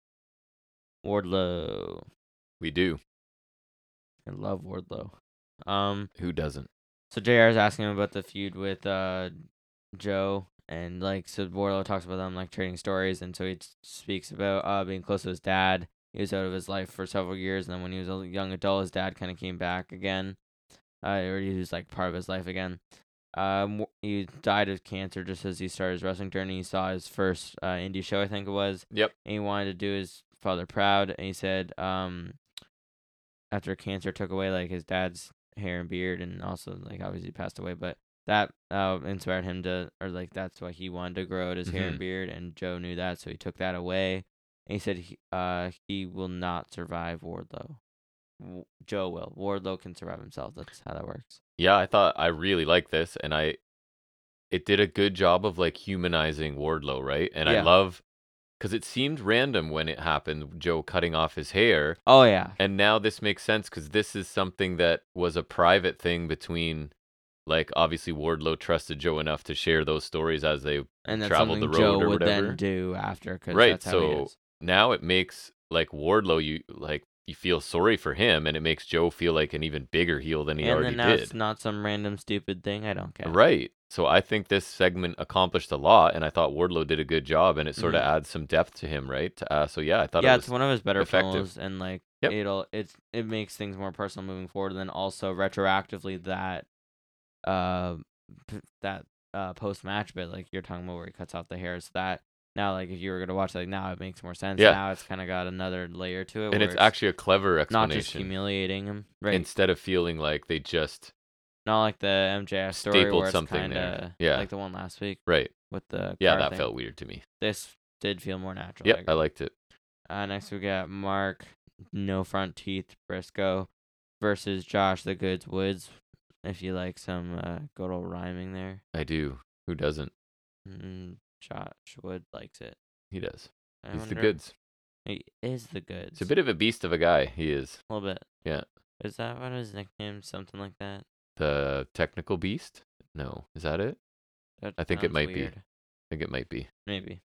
B: Wardlow.
A: We do.
B: I love Wardlow. Um,
A: Who doesn't?
B: so JR is asking him about the feud with uh Joe and like so Wardlow talks about them like trading stories and so he s- speaks about uh being close to his dad. He was out of his life for several years and then when he was a young adult his dad kind of came back again. Uh or he was like part of his life again. Um w- he died of cancer just as he started his wrestling journey. He saw his first uh indie show I think it was
A: Yep.
B: and he wanted to do his father proud and he said um after cancer took away like his dad's hair and beard and also like obviously passed away but that uh, inspired him to or like that's why he wanted to grow out his hair and
A: Mhm.
B: beard and joe knew that so he took that away and he said he, uh, he will not survive wardlow W- joe will wardlow can survive himself that's how that works
A: Yeah, I thought I really liked this and I it did a good job of like humanizing Wardlow, right? And I
B: Yeah.
A: love cuz it seemed random when it happened, Joe cutting off his hair,
B: oh yeah
A: and now this makes sense cuz this is something that was a private thing between like obviously Wardlow trusted Joe enough to share those stories as they
B: and that's
A: traveled
B: something
A: the
B: joe
A: road or
B: would
A: whatever.
B: then do after because
A: Right,
B: that's how he
A: so
B: is.
A: now it makes like Wardlow you like you feel sorry for him, and it makes Joe feel like an even bigger heel than he
B: and
A: already
B: then now
A: did.
B: it's not some random stupid thing. I don't care.
A: Right. So I think this segment accomplished a lot, and I thought Wardlow did a good job, and it sort
B: Mhm.
A: of adds some depth to him, right? Uh, so yeah, I thought
B: yeah,
A: it was
B: it's one of his better
A: effective.
B: promos, and like
A: Yep.
B: it'll it's it makes things more personal moving forward. And then also retroactively that, uh, p- that uh post match bit like you're talking about where he cuts off the hairs that now like if you were gonna watch like now it makes more sense.
A: Yeah.
B: Now it's kind of got another layer to it,
A: and
B: where
A: it's actually a clever
B: not just
A: explanation
B: humiliating him, right?
A: instead of feeling like they just
B: not like the MJF story
A: stapled
B: where it's
A: something
B: kinda,
A: there. Yeah.
B: like the one last week
A: right.
B: with the
A: Yeah,
B: car
A: that
B: thing.
A: felt weird to me.
B: this did feel more natural. I
A: Yep,
B: agree.
A: I liked it.
B: Uh, next we got Mark, no front teeth, Briscoe, versus Josh the Goods Woods. If you like some uh, good old rhyming there,
A: I do. Who doesn't?
B: mm, Josh Wood likes it.
A: He does.
B: I
A: He's the
B: wonder-
A: goods.
B: He is the goods.
A: It's a bit of a beast of a guy. He is
B: a little bit.
A: Yeah.
B: Is that what his nickname? Something like that.
A: the technical beast. No, is that it?
B: That
A: I think it
B: sounds
A: might be.
B: weird.
A: I think it might be.
B: Maybe.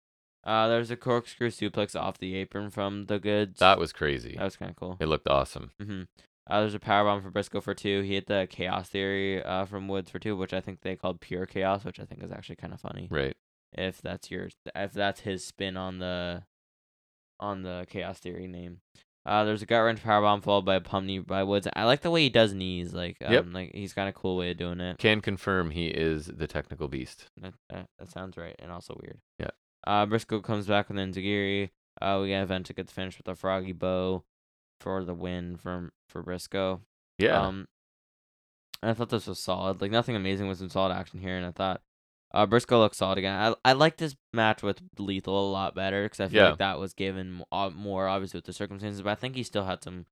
B: Uh, there's a corkscrew suplex off the apron from the goods.
A: That was crazy.
B: that was kind of cool.
A: It looked awesome.
B: Mm-hmm. Uh, there's a powerbomb for Briscoe for two. He hit the Chaos Theory uh, from Woods for two, which I think they called Pure Chaos, which I think is actually kind of funny.
A: Right.
B: If that's your, if that's his spin on the, on the Chaos Theory name. Uh, there's a gut wrench powerbomb followed by a pump knee by Woods. I like the way he does knees. Like, um,
A: Yep.
B: like he's got a cool way of doing it.
A: Can confirm he is the technical beast.
B: That, that, that sounds right and also weird.
A: Yeah.
B: Uh, Briscoe comes back with Enzigiri. Uh, we got Venta gets finished with a froggy bow for the win from for Briscoe.
A: Yeah.
B: Um, I thought this was solid. Like nothing amazing with some solid action here, and I thought uh, Briscoe looks solid again. I I like this match with Lethal a lot better because I feel
A: Yeah.
B: like that was given mo- uh, more obviously with the circumstances, but I think he still had some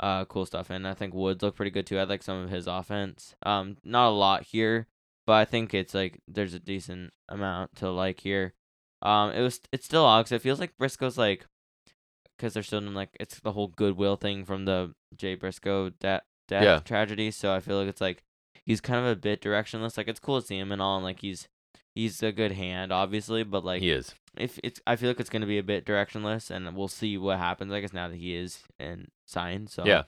B: uh cool stuff, and I think Woods looked pretty good too. I like some of his offense. Um, not a lot here, but I think it's like there's a decent amount to like here. Um, it was it's still odd 'cause it feels like Briscoe's like because they're still in like it's the whole goodwill thing from the Jay Briscoe de- death
A: Yeah.
B: tragedy. So I feel like it's like he's kind of a bit directionless. Like it's cool to see him and all, and like he's he's a good hand, obviously, but like
A: he is.
B: if it's I feel like it's gonna be a bit directionless, and we'll see what happens. I guess now that he is and signed, so
A: Yeah.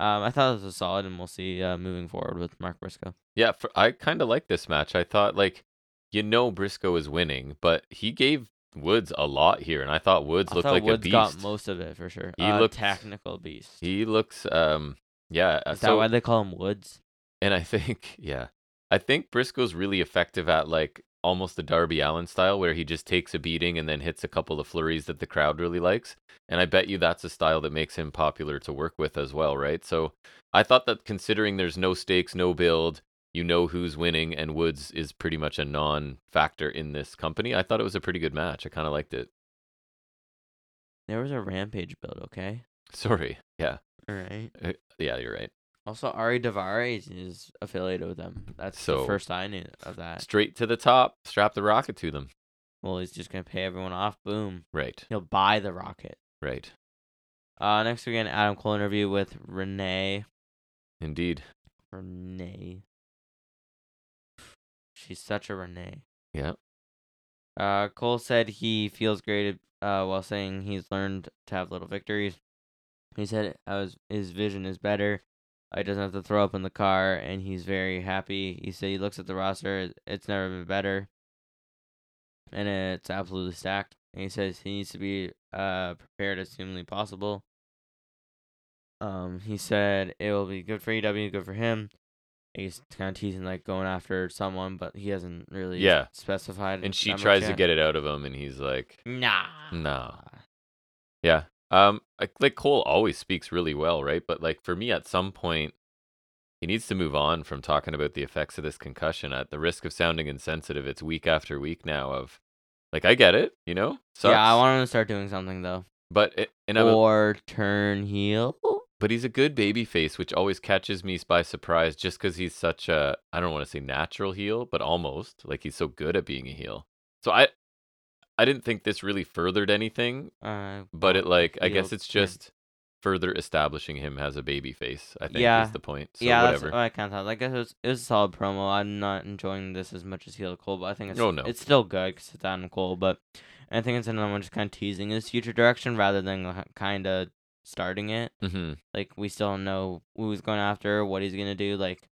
B: Um, I thought this was solid, and we'll see uh, moving forward with Mark Briscoe.
A: Yeah, for, I kind of like this match. I thought like you know Briscoe is winning, but he gave Woods a lot here, and I thought Woods
B: I
A: looked
B: thought
A: like
B: Woods
A: a beast.
B: got most of it for sure.
A: He
B: uh,
A: looked-
B: technical beast.
A: he looks um yeah. uh,
B: Is that
A: so-
B: why they call him Woods?
A: And I think, yeah, I think Briscoe's really effective at like almost the Darby Allen style, where he just takes a beating and then hits a couple of flurries that the crowd really likes. And I bet you that's a style that makes him popular to work with as well, right? So I thought that considering there's no stakes, no build, you know who's winning, and Woods is pretty much a non factor in this company, I thought it was a pretty good match. I kind of liked it.
B: There was a rampage build, okay?
A: Sorry. Yeah.
B: All right.
A: Yeah, you're right.
B: Also, Ari Davari is, is affiliated with them. That's the
A: So-
B: first I knew of that.
A: Straight to the top, strap the rocket to them.
B: Well, he's just gonna pay everyone off. Boom.
A: Right.
B: He'll buy the rocket.
A: Right.
B: Uh, next weekend, Adam Cole interview with Renee.
A: Indeed.
B: Renee. She's such a Renee.
A: Yeah.
B: Uh, Cole said he feels great uh, while saying he's learned to have little victories. He said I was, his vision is better. He doesn't have to throw up in the car, and he's very happy. He said he looks at the roster; it- it's never been better, and it's absolutely stacked. And he says he needs to be uh, prepared as humanly possible. Um, he said it will be good for EW, good for him. He's kind of teasing like going after someone, but he hasn't really
A: Yeah.
B: specified.
A: and she
B: that much
A: tries to
B: yet.
A: get Mm, it out of him and he's like
B: Nah.
A: Nah.
B: Ah.
A: yeah um like, like cole always speaks really well right but like for me at some point he needs to move on from talking about the effects of this concussion at the risk of sounding insensitive it's week after week now of like i get it you know Sucks,
B: Yeah, I want him to start doing something though.
A: but it, and I'm a-
B: or turn heel.
A: but he's a good baby face which always catches me by surprise just because he's such a i don't want to say natural heel but almost like he's so good at being a heel so i i didn't think this really furthered anything
B: Uh,
A: but it like I guess
B: field
A: it's
B: turn.
A: just further establishing him as a baby face. I think
B: Yeah.
A: is the point. So
B: yeah, that's uh,
A: whatever.
B: what I kind of thought. Like, it was, it was a solid promo. I'm not enjoying this as much as heel Cole, but I think it's
A: Oh, no.
B: it's still good because it's Adam Cole. But I think it's another one just kind of teasing his future direction rather than kind of starting it.
A: Mm-hmm.
B: Like we still don't know who's going after, what he's gonna do. Like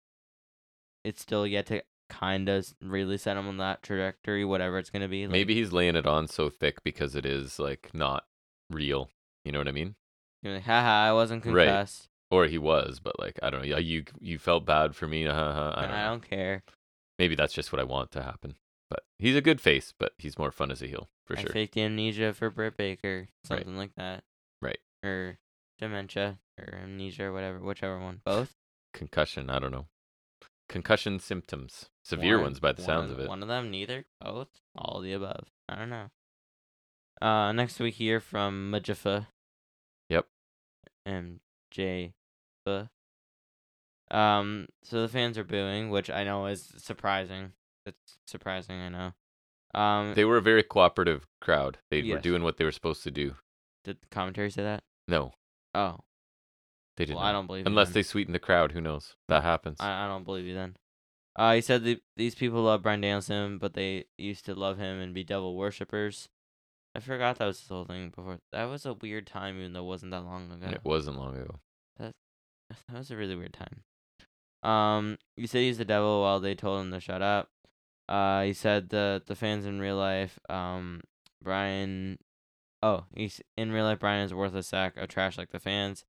B: it's still yet to kind of really set him on that trajectory, whatever it's gonna be. Like,
A: Maybe he's laying it on so thick because it is like not real. You know what I mean?
B: you're like, haha, I wasn't
A: Right.
B: concussed,
A: Or he was, but like I don't know. Yeah, You you felt bad for me. Uh, uh, I
B: and
A: don't
B: I
A: know.
B: don't care.
A: Maybe that's just what I want to happen. But he's a good face, but he's more fun as a heel for
B: I
A: sure.
B: faked amnesia for Britt Baker,
A: Right.
B: something like that.
A: Right.
B: Or dementia, or amnesia, or whatever, whichever one. Both.
A: Concussion. I don't know. Concussion symptoms, severe
B: One-
A: ones by the
B: one
A: sounds of it.
B: One of them, neither, both, all of the above. I don't know. Uh, next we hear from Majifa.
A: Yep.
B: MJ. Um, so the fans are booing, which I know is surprising. It's surprising, I know. Um,
A: They were a very cooperative crowd. They were
B: Yes.
A: doing what they were supposed to do.
B: did the commentary say that?
A: No,
B: Oh,
A: they didn't.
B: well, I
A: know.
B: don't believe.
A: Unless
B: they.
A: they sweeten the crowd, who knows? That happens.
B: I, I don't believe you then. Uh, he said that these people love Brian Danielson, but they used to love him and be devil worshippers. I forgot that was this whole thing before. That was a weird time, even though it wasn't that long ago.
A: and it wasn't long ago.
B: That was a really weird time. Um, he said he's the devil while they told him to shut up. Uh, he said the the fans in real life, um, Brian, oh, he's in real life. Brian is a worthless sack of trash like the fans.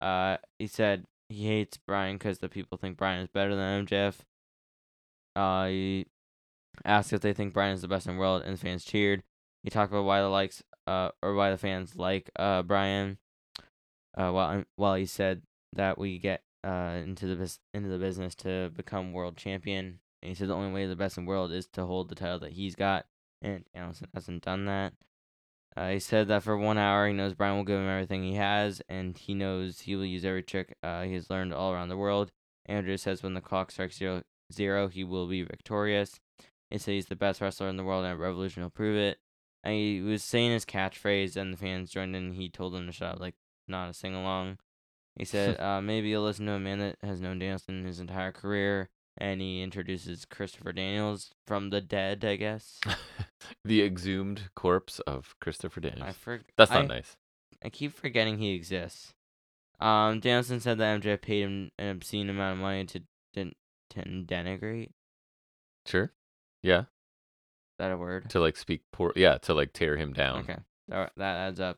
B: Uh, he said he hates Brian because the people think Brian is better than MJF. Uh, he asked if they think Brian is the best in the world, and the fans cheered. He talked about why the likes, uh, or why the fans like uh Brian. Uh, while while he said that we get uh into the bus- into the business to become world champion. And he said the only way the best in the world is to hold the title that he's got, and Allison hasn't done that. Uh, he said that for one hour, he knows Brian will give him everything he has, and he knows he will use every trick uh, he has learned all around the world. Andrew says when the clock strikes zero, zero he will be victorious. He said he's the best wrestler in the world, and at Revolution will prove it. And he was saying his catchphrase, and the fans joined in. And he told them to shut up, like not a sing along. He said, uh, maybe you'll listen to a man that has known Danielson his entire career. And he introduces Christopher Daniels from the dead, I guess.
A: the exhumed corpse of Christopher Daniels.
B: I forg
A: That's not
B: I,
A: nice.
B: I keep forgetting he exists. Um, Danielson said that MJF paid him an obscene amount of money to, den- to denigrate. Is
A: Sure. Yeah.
B: that a word?
A: To like speak poor. Yeah. To like tear him down.
B: Okay, that, that adds up.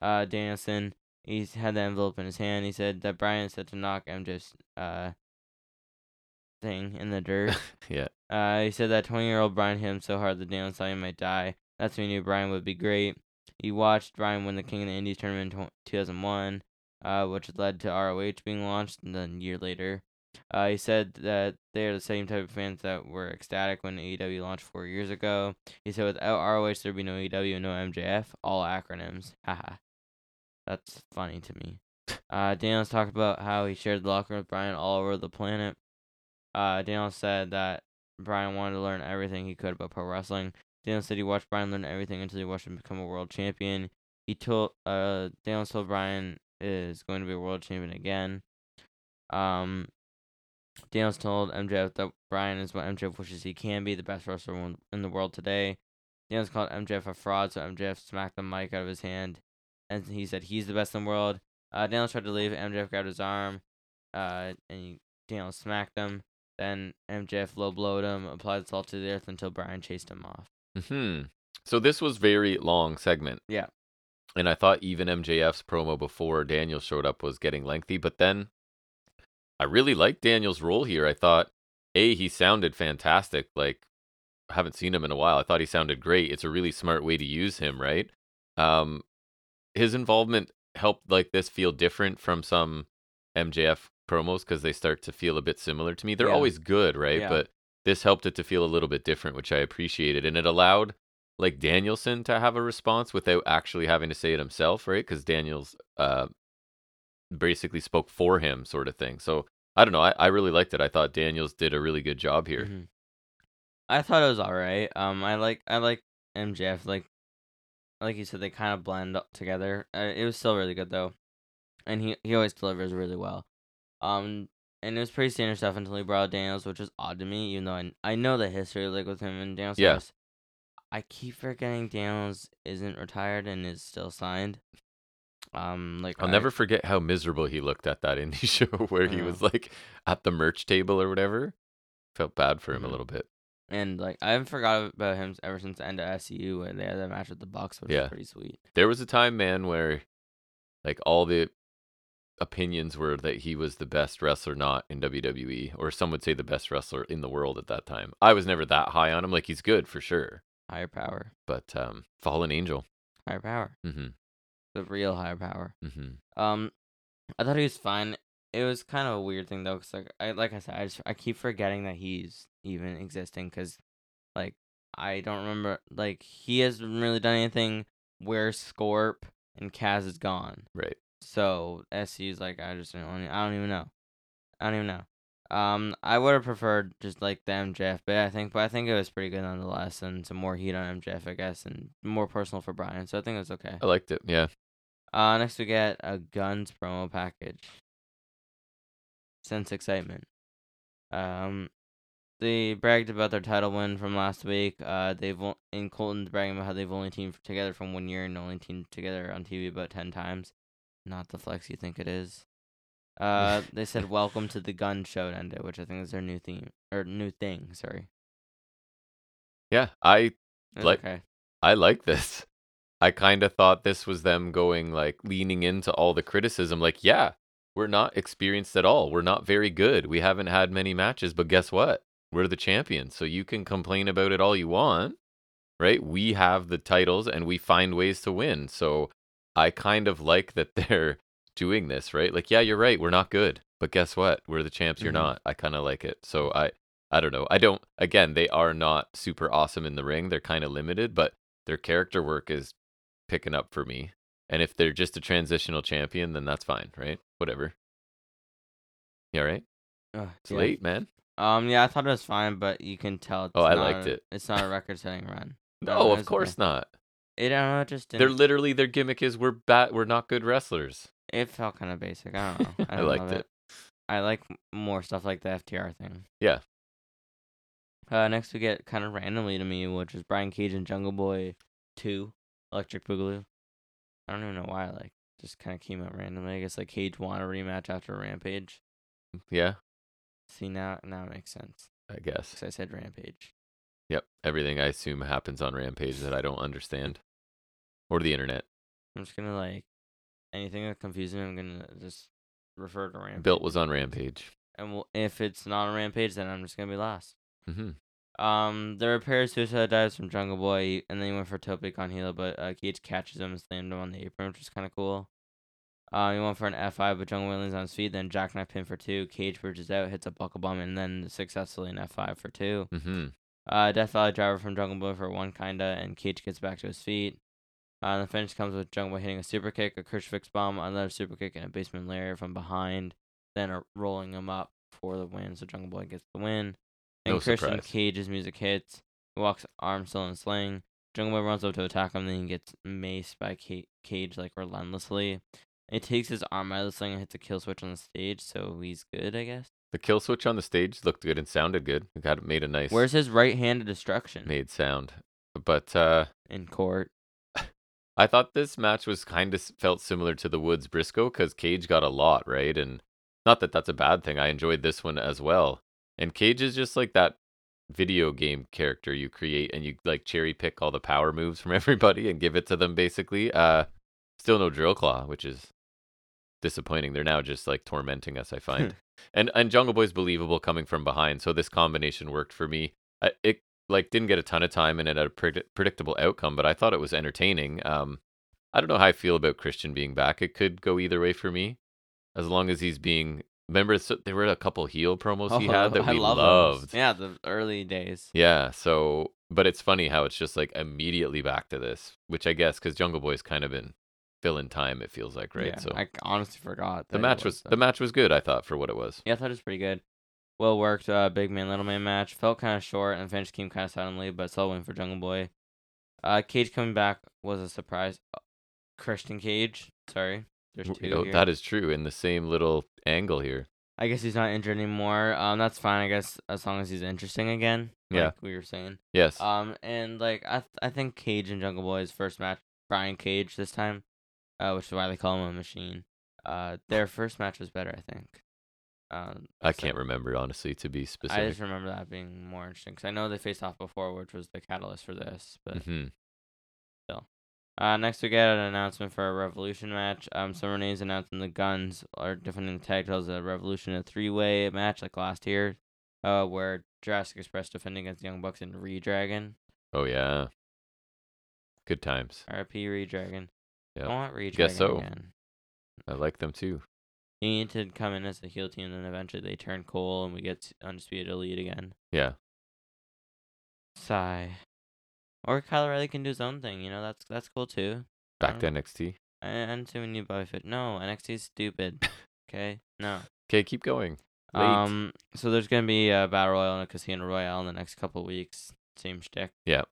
B: Uh, Danielson, he had the envelope in his hand. He said that Brian said to knock MJ's uh thing in the dirt.
A: Yeah.
B: Uh, he said that 20 year old Brian hit him so hard that Danielson thought he might die. That's when he knew Brian would be great. He watched Brian win the King of the Indies tournament in tw- 2001, uh, which led to ROH being launched, and then a year later. Uh, he said that they are the same type of fans that were ecstatic when AEW launched four years ago. He said, without ROH, there'd be no AEW and no MJF, all acronyms. Haha. That's funny to me. Uh, Daniels talked about how he shared the locker room with Brian all over the planet. Uh, Daniels said that Brian wanted to learn everything he could about pro wrestling. Daniels said he watched Brian learn everything until he watched him become a world champion. He told uh Daniels told Brian is going to be a world champion again. Um, Daniels told MJF that Brian is what MJF wishes he can be, the best wrestler in- in the world today. Daniels called MJF a fraud, so MJF smacked the mic out of his hand, and he said he's the best in the world. Uh, Daniels tried to leave. MJF grabbed his arm, uh, and he, Daniels smacked him. Then MJF low blowed him, applied salt to the earth until Brian chased him off.
A: Hmm. So this was very long segment.
B: Yeah.
A: And I thought even MJF's promo before Daniel showed up was getting lengthy, but then I really liked Daniel's role here. I thought a he sounded fantastic. Like I haven't seen him in a while. I thought he sounded great. It's a really smart way to use him, right? Um, his involvement helped like this feel different from some MJF promos because they start to feel a bit similar to me. They're
B: Yeah.
A: always good, right?
B: Yeah.
A: But this helped it to feel a little bit different, which I appreciated. And it allowed like Danielson to have a response without actually having to say it himself, right? Because Daniels uh, basically spoke for him, sort of thing. So I don't know. I, I really liked it. I thought Daniels did a really good job here.
B: Mhm. I thought it was alright. Um, I like I like MJF. Like, like you said, they kind of blend up together. Uh, it was still really good though, and he he always delivers really well. Um, and it was pretty standard stuff until he brought out Daniels, which was odd to me, even though I, I know the history like with him and Daniels.
A: Yeah.
B: Yes. I keep forgetting Daniels isn't retired and is still signed. Um, like
A: I'll
B: I- Uh-huh.
A: never forget how miserable he looked at that indie show where he
B: Yeah.
A: was like at the merch table or whatever. Felt bad for him a
B: Mhm.
A: little bit.
B: and like I haven't forgot about him s- ever since end of SU where they had that match with the Bucks, which
A: Yeah.
B: is pretty sweet.
A: There was a time, man, where like all the opinions were that he was the best wrestler not in WWE, or some would say the best wrestler in the world at that time. I was never that high on him. Like he's good for sure,
B: Higher power,
A: but um, fallen angel.
B: higher power,
A: Mm-hmm,
B: the real higher power.
A: mm-hmm.
B: Um, I thought he was fine. It was kind of a weird thing though, cause like I like I said, I just I keep forgetting that he's even existing, cause like I don't remember like he hasn't really done anything where Scorp and Kaz is gone.
A: Right.
B: So SU's like I just don't wanna- I don't even know. I don't even know. Um, I would have preferred just like the MJF bit, I think, but I think it was pretty good nonetheless, and some more heat on MJF, I guess, and more personal for Brian. So I think it was okay.
A: I liked it. Yeah.
B: Uh, next we get a guns promo package. Sense excitement. Um, they bragged about their title win from last week. Uh, they've o- in Colton's bragging about how they've only teamed together from one year and only teamed together on TV about ten times. Not the flex you think it is. Uh, they said welcome to the gun show to end it, which I think is their new theme or new thing. Sorry.
A: Yeah. I
B: It's
A: Like-
B: okay.
A: I like this. I kind of thought this was them going like leaning into all the criticism like, yeah, we're not experienced at all. We're not very good. We haven't had many matches, but guess what? We're the champions. So you can complain about it all you want, right? We have the titles and we find ways to win. So I kind of like that they're doing this, right? Like, yeah, you're right. We're not good, but guess what? We're the champs. You're
B: Mhm.
A: not. I kind of like it. So I I don't know. I don't again, they are not super awesome in the ring. They're kind of limited, but their character work is picking up for me. And if they're just a transitional champion, then that's fine, right? Whatever. You all right?
B: Ugh,
A: It's
B: yeah.
A: late, man.
B: Um, yeah, I thought it was fine, but you can tell. It's
A: Oh, I
B: not
A: liked
B: a-
A: it.
B: It's not a record-setting run.
A: No,
B: no,
A: of
B: it's
A: course
B: okay.
A: not.
B: It, I don't know, it just didn't.
A: They're literally their gimmick is we're bat we're not good wrestlers.
B: it felt kind of basic. I don't know. I,
A: I
B: don't
A: liked
B: love
A: it.
B: I like m- more stuff like the FTR thing.
A: Yeah.
B: Uh, next we get kind of randomly to me, which is Brian Cage and Jungle Boy Two, Electric Boogaloo. I don't even know why. Like, just kind of came up randomly. I guess like Cage won a rematch after Rampage.
A: Yeah,
B: See now, now it makes sense.
A: I guess.
B: 'cause I said Rampage.
A: Yep. Everything I assume happens on Rampage that I don't understand. Or the internet.
B: I'm just gonna like anything that confuses me. I'm gonna just refer to Rampage.
A: Built was on Rampage.
B: and we'll, if it's not a Rampage, then I'm just gonna be lost.
A: hmm
B: Um, the repair suicide dives from Jungle Boy, and then he went for Topic on Hilo, but uh, Gage catches him and slammed him on the apron, which is kind of cool. Um, he went for an F5, but Jungle Boy lands on his feet, then Jackknife pin for two. Cage bridges out, hits a buckle bomb, and then successfully an F5 for two.
A: hmm
B: Uh, Death Valley driver from Jungle Boy for one, kinda, and Cage gets back to his feet. Uh, the finish comes with Jungle Boy hitting a super kick, a crucifix bomb, another super kick, and a basement layer from behind, then a rolling him up for the win. So Jungle Boy gets the win. And
A: No
B: Christian
A: surprise.
B: Cage's music hits. He walks arm still in sling. Jungle Boy runs up to attack him, then he gets maced by Ca- Cage like relentlessly. It takes his arm out of the sling and hits a kill switch on the stage, so he's good, I guess.
A: The kill switch on the stage looked good and sounded good. It got made a nice
B: Where's his right hand of destruction?
A: made sound. But uh
B: In court.
A: I thought this match was kind of felt similar to the Woods Briscoe because Cage got a lot, right? And not that that's a bad thing. I enjoyed this one as well. And Cage is just like that video game character you create and you like cherry pick all the power moves from everybody and give it to them basically. Uh still no drill claw, which is disappointing. They're now just like tormenting us,
B: Hmm.
A: I find. and and Jungle Boy's believable coming from behind, so this combination worked for me. I, it like didn't get a ton of time and it had a predi- predictable outcome, but I thought it was entertaining. Um, I don't know how I feel about Christian being back. It could go either way for me, as long as he's being. Remember, so, there were a couple heel promos he had that
B: Oh, I
A: we
B: love those.
A: loved.
B: Yeah, the early days.
A: Yeah. So, but it's funny how it's just like immediately back to this, which I guess because Jungle Boy's kind of been filling time. It feels like, right?
B: Yeah,
A: so
B: I c- honestly forgot.
A: the
B: that it
A: match was
B: that.
A: the match was good. I thought for what it was.
B: Yeah, I thought it was pretty good. Well worked, uh, big man, little man match. Felt kind of short and finish came kind of suddenly, but still win for Jungle Boy. Uh, Cage coming back was a surprise. Uh, Christian Cage, sorry, there's two.
A: W- oh,
B: here.
A: that is true in the same little angle here.
B: I guess he's not injured anymore. Um, that's fine. I guess as long as he's interesting again.
A: Yeah.
B: like we were saying.
A: Yes.
B: Um, and like I, th- I think Cage and Jungle Boy's first match, Brian Cage this time, uh, which is why they call him a machine. Uh, their first match was better, I think. Um,
A: I
B: so
A: can't remember honestly to be
B: I
A: specific.
B: just remember that being more interesting because I know they faced off before, which was the catalyst for this. But
A: hmm Mm-hmm.
B: uh, next we get an announcement for a Revolution match. Um, so Renee's announcing the Guns are defending the tag titles at Revolution, a three-way match like last year, uh, where Jurassic Express defending against Young Bucks and Redragon.
A: Oh yeah. Good times.
B: RIP Redragon.
A: Yep.
B: I want Redragon
A: so.
B: again.
A: I like them too.
B: They need to come in as a heel team, then eventually they turn Cole and we get Undisputed Elite again.
A: Yeah.
B: Sigh. Or Kyle O'Reilly can do his own thing, you know, that's that's cool too.
A: Back to
B: Oh.
A: NXT.
B: I, I'm assuming you Bobby Fit. No, NXT's stupid. Okay? No.
A: Okay, keep going. Late.
B: Um so there's gonna be a battle royal and a casino royale in the next couple weeks. Same shtick.
A: Yeah.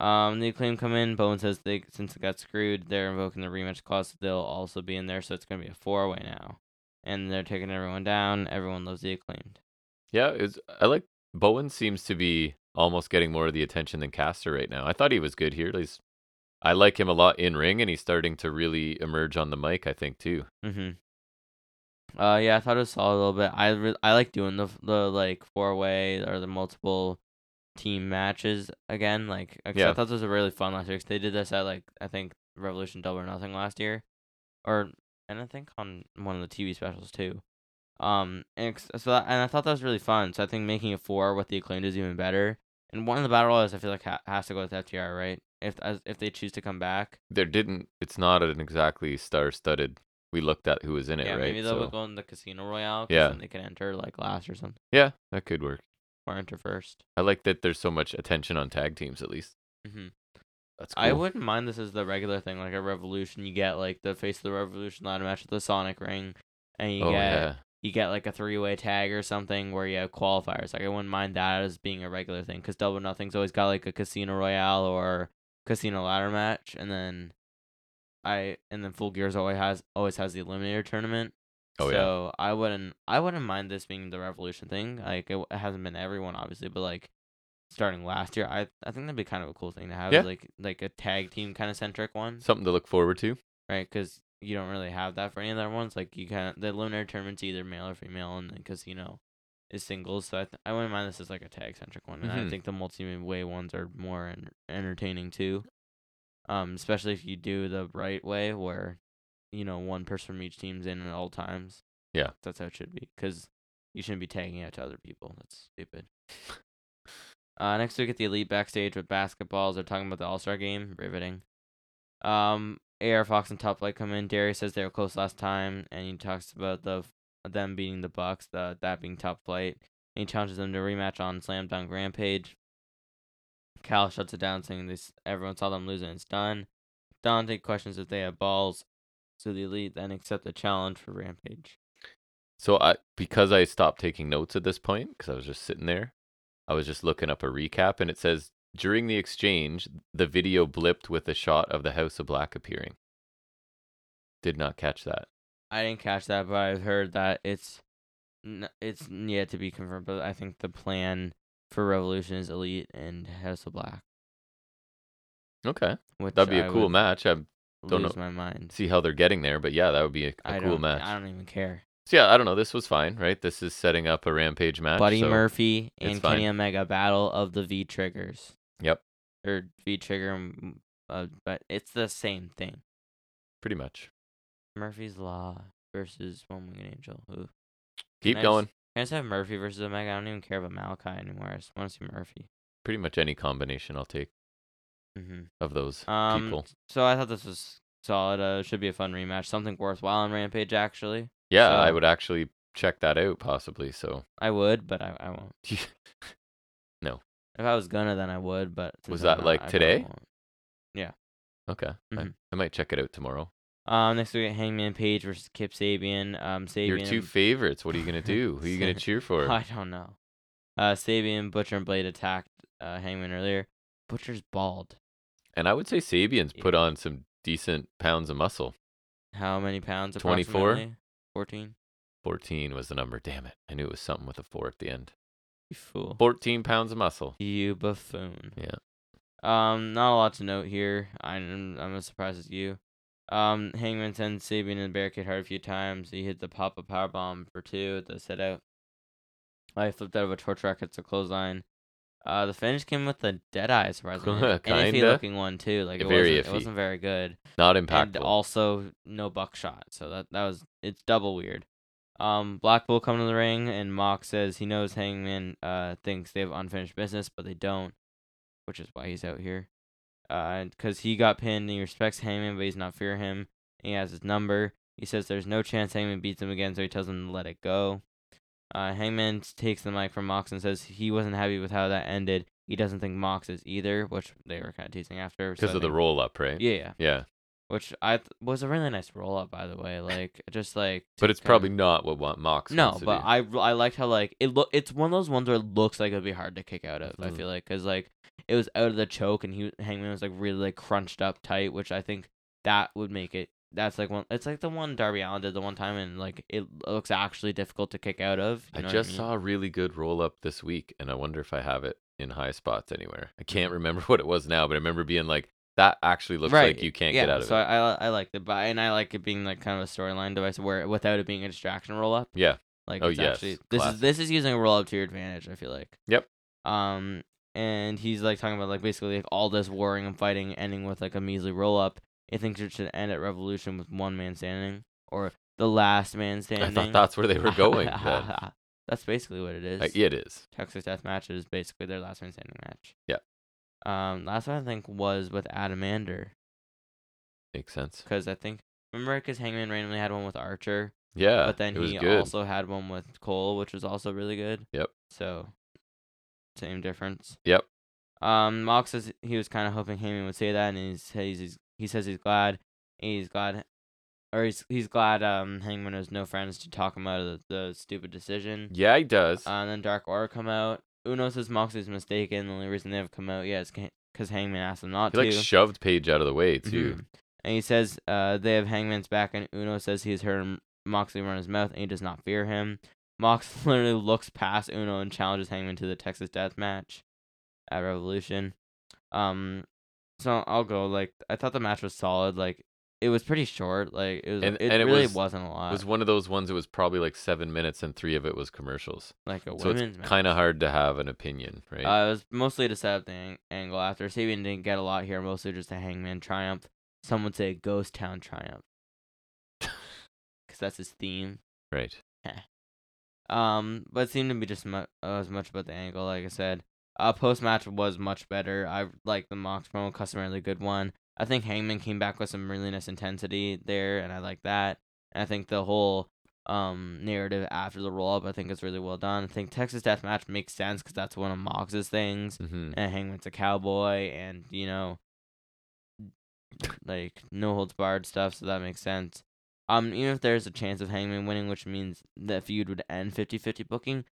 B: Um the acclaim come in, Bowen says they since it got screwed, they're invoking the rematch clause, they'll also be in there, so it's gonna be a four way now. And they're taking everyone down, everyone loves the acclaimed.
A: Yeah, it's I like Bowen seems to be almost getting more of the attention than Caster right now. I thought he was good here. He's I like him a lot in ring and he's starting to really emerge on the mic, I think too.
B: Mm-hmm. Uh, yeah, I thought it was solid a little bit. I re- I like doing the f- the like four way or the multiple team matches again. Like, 'cause I
A: Yeah.
B: thought this was really fun last year. 'cause they did this at like I think Revolution Double or Nothing last year, or and I think on one of the TV specials too. Um, and ex- so that, and I thought that was really fun. So I think making a four with the acclaimed is even better. And one of the battle royals I feel like ha- has to go with FTR, right? If as, if they choose to come back,
A: There didn't it's not an exactly star studded we looked at who was in it,
B: yeah,
A: right?
B: maybe they'll
A: So-
B: go in the casino royale. 'cause
A: Yeah.
B: then they can enter like last or something.
A: yeah, that could work.
B: or enter 1st
A: I like that there's so much attention on tag teams at least.
B: Mm-hmm.
A: That's cool.
B: I wouldn't mind this as the regular thing, like a revolution. You get like the face of the revolution ladder match with the Sonic ring, and you
A: oh
B: get
A: yeah.
B: you get like a three way tag or something where you have qualifiers. Like I wouldn't mind that as being a regular thing because Double or Nothing's always got like a casino royale or casino ladder match, and then I and then Full Gears always has always has the eliminator tournament.
A: Oh, yeah.
B: so I wouldn't I wouldn't mind this being the revolution thing. Like it, w- it hasn't been everyone obviously, but like starting last year, I I think that'd be kind of a cool thing to have. is,
A: Yeah.
B: like like a tag team kind of centric one
A: Something to look forward to.
B: right? Because you don't really have that for any other ones. Like you kind of the eliminator tournament's either male or female, and then casino is singles. So I, th- I wouldn't mind this as like a tag centric one, and I
A: Mhm.
B: think the multi way ones are more en- entertaining too. Um, especially if you do the right way, where you know one person from each team's in at all times.
A: Yeah.
B: that's how it should be. Because you shouldn't be tagging out to other people. That's stupid. Uh, next we get the elite backstage with basketballs. They're talking about the All Star game. Riveting. Um, AR Fox and Top Flight come in. Darius says they were close last time, and he talks about the them beating the Bucks, the that being Top Flight. And he challenges them to a rematch on Slam Dunk Rampage. Cal shuts it down, saying this everyone saw them losing. It's done. Dante questions if they have balls, so the elite then accept the challenge for Rampage.
A: So I because I stopped taking notes at this point because I was just sitting there, I was just looking up a recap and it says during the exchange the video blipped with a shot of the House of Black appearing. Did not catch that.
B: I didn't catch that, but I've heard that it's n- it's yet to be confirmed. But I think the plan for Revolution is Elite and House of Black.
A: Okay,
B: Which
A: that'd be
B: I
A: a cool
B: would
A: match. I Don't
B: lose
A: know-
B: my mind.
A: see how they're getting there, but yeah, that would be a,
B: I
A: a cool
B: don't,
A: match.
B: I don't even care.
A: So yeah, I don't know. This was fine, right? This is setting up a rampage match.
B: Buddy
A: so-
B: Murphy
A: it's
B: and Kenny
A: fine.
B: Omega battle of the V triggers.
A: Yep.
B: Or V trigger, mm, uh, but it's the same thing.
A: pretty much.
B: Murphy's Law versus One Winged Angel. Ooh.
A: Keep
B: Nice.
A: going.
B: Can I just have Murphy versus Omega? I don't even care about Malachi anymore. I just want to see Murphy.
A: Pretty much any combination I'll take
B: Mm-hmm.
A: of those
B: Um,
A: people.
B: So I thought this was solid. Uh, it should be a fun rematch. Something worthwhile on Rampage, actually.
A: Yeah, I
B: so-
A: would actually check that out possibly. So
B: I would, but I, I won't. If I was gonna, then I would, but. since
A: Was
B: I'm
A: that,
B: not,
A: like,
B: I probably
A: today?
B: won't.
A: Okay. I-
B: Mhm.
A: I, might check it out tomorrow.
B: Um, next we get Hangman Page versus Kip Sabian. Um, Sabian.
A: Your two favorites. What are you gonna do? Who are you gonna cheer for?
B: I don't know. Uh, Sabian, Butcher, and Blade attacked uh, Hangman earlier. Butcher's bald.
A: And I would say Sabian's
B: Yeah.
A: put on some decent pounds of muscle.
B: How many pounds?
A: 24?
B: approximately? 14?
A: Fourteen was the number. Damn it! I knew it was something with a four at the end.
B: You fool.
A: Fourteen pounds of muscle.
B: You buffoon.
A: Yeah.
B: Um, not a lot to note here. I'm I'm as surprised as you. Um, Hangman sends Sabian in the barricade hard a few times. He hit the pop up power bomb for two at the set out. I flipped out of a torch rocket to clothesline. Uh, the finish came with a dead eye, surprisingly. An iffy
A: Kinda.
B: looking one too. Like it
A: Very
B: wasn't,
A: iffy.
B: it wasn't very good.
A: Not
B: And
A: impactful.
B: also no buckshot. So that that was it's double weird. Um, Black Bull come to the ring and Mock says he knows Hangman uh thinks they have unfinished business, but they don't, which is why he's out here. Uh, because he got pinned and he respects Hangman, but he's not fear him. And he has his number. He says there's no chance Hangman beats him again, so he tells him to let it go. Uh, Hangman s- takes the mic from Mox and says he wasn't happy with how that ended. He doesn't think Mox is either, which they were kind of teasing after. so
A: because
B: I
A: of the
B: think-
A: roll up, right?
B: Yeah, yeah
A: Yeah.
B: which I th- was a really nice roll up, by the way. Like just like,
A: But
B: to
A: it's
B: kinda-
A: probably not what want Mox.
B: no.
A: wants to
B: But
A: do.
B: I I liked how like it look. It's one of those ones where it looks like it'd be hard to kick out of. I
A: Mhm.
B: feel like because like it was out of the choke and he Hangman was like really like crunched up tight, which I think that would make it. That's like one. It's like the one Darby Allen did the one time, and like it looks actually difficult to kick out of. you
A: I
B: know what
A: just
B: mean?
A: saw a really good roll up this week, and I wonder if I have it in high spots anywhere. I can't remember what it was now, but I remember being like, "That actually looks like you can't get
B: yeah,
A: out of
B: so
A: it."
B: I, I I like it, but and I like it being like kind of a storyline device where without it being a distraction roll up.
A: Yeah.
B: Like
A: Oh,
B: it's
A: yes,
B: actually this
A: classic.
B: is this is using a roll up to your advantage, I feel like.
A: Yep.
B: Um and he's like talking about like basically like all this warring and fighting ending with like a measly roll up. I think it should end at revolution with one man standing or the last man
A: I,
B: standing.
A: thought that's where they were going. then. Uh,
B: that's basically what it is.
A: Like, it is.
B: Texas Death Match is basically their last man standing match.
A: Yeah.
B: Um, last one I think was with Adamander
A: Makes sense.
B: because I think remember because Hangman randomly had one with Archer,
A: Yeah,
B: but then
A: it was
B: he
A: good.
B: also had one with Cole, which was also really good.
A: Yep.
B: So same difference.
A: Yep.
B: Um, Mox says he was kind of hoping Hangman would say that, and he says he's he says he's glad he's glad, or he's he's glad um Hangman has no friends to talk him out of the, the stupid decision.
A: yeah, he does.
B: Uh, and then Dark Aura come out. Uno says Moxley's mistaken. The only reason they have come out, yeah, is because Hangman asked them not
A: he like
B: to.
A: shoved Paige out of the way too.
B: Mhm. And he says uh, they have Hangman's back, and Uno says he's heard M- Moxley run his mouth, and he does not fear him. Mox literally looks past Uno and challenges Hangman to the Texas Death Match at Revolution. Um, so I'll go. Like I thought the match was solid. Like it was pretty short. Like it was.
A: And-
B: it
A: and it
B: really
A: was-
B: was, not a
A: It
B: lot.
A: was one of those ones that was probably like seven minutes, and three of it was commercials.
B: like a
A: So
B: women's
A: it's
B: match.
A: kind of hard to have an opinion, right?
B: Uh, it was mostly to set up the ang- angle after. Sabian didn't get a lot here, mostly just a hangman triumph. Some would say a ghost town triumph. Because that's his theme.
A: right.
B: Um, but it seemed to be just mu- uh, as much about the angle, like I said. Uh, Post match was much better. I like the Mox promo, customarily good one. I think Hangman came back with some really nice intensity there, and I like that. And I think the whole um narrative after the roll up, I think is really well done. I think Texas Death Match makes sense because that's one of Mox's things
A: hmm
B: and Hangman's a cowboy, and you know, like no holds barred stuff. So that makes sense. Um, even if there's a chance of Hangman winning, which means the feud would end 50-50 booking,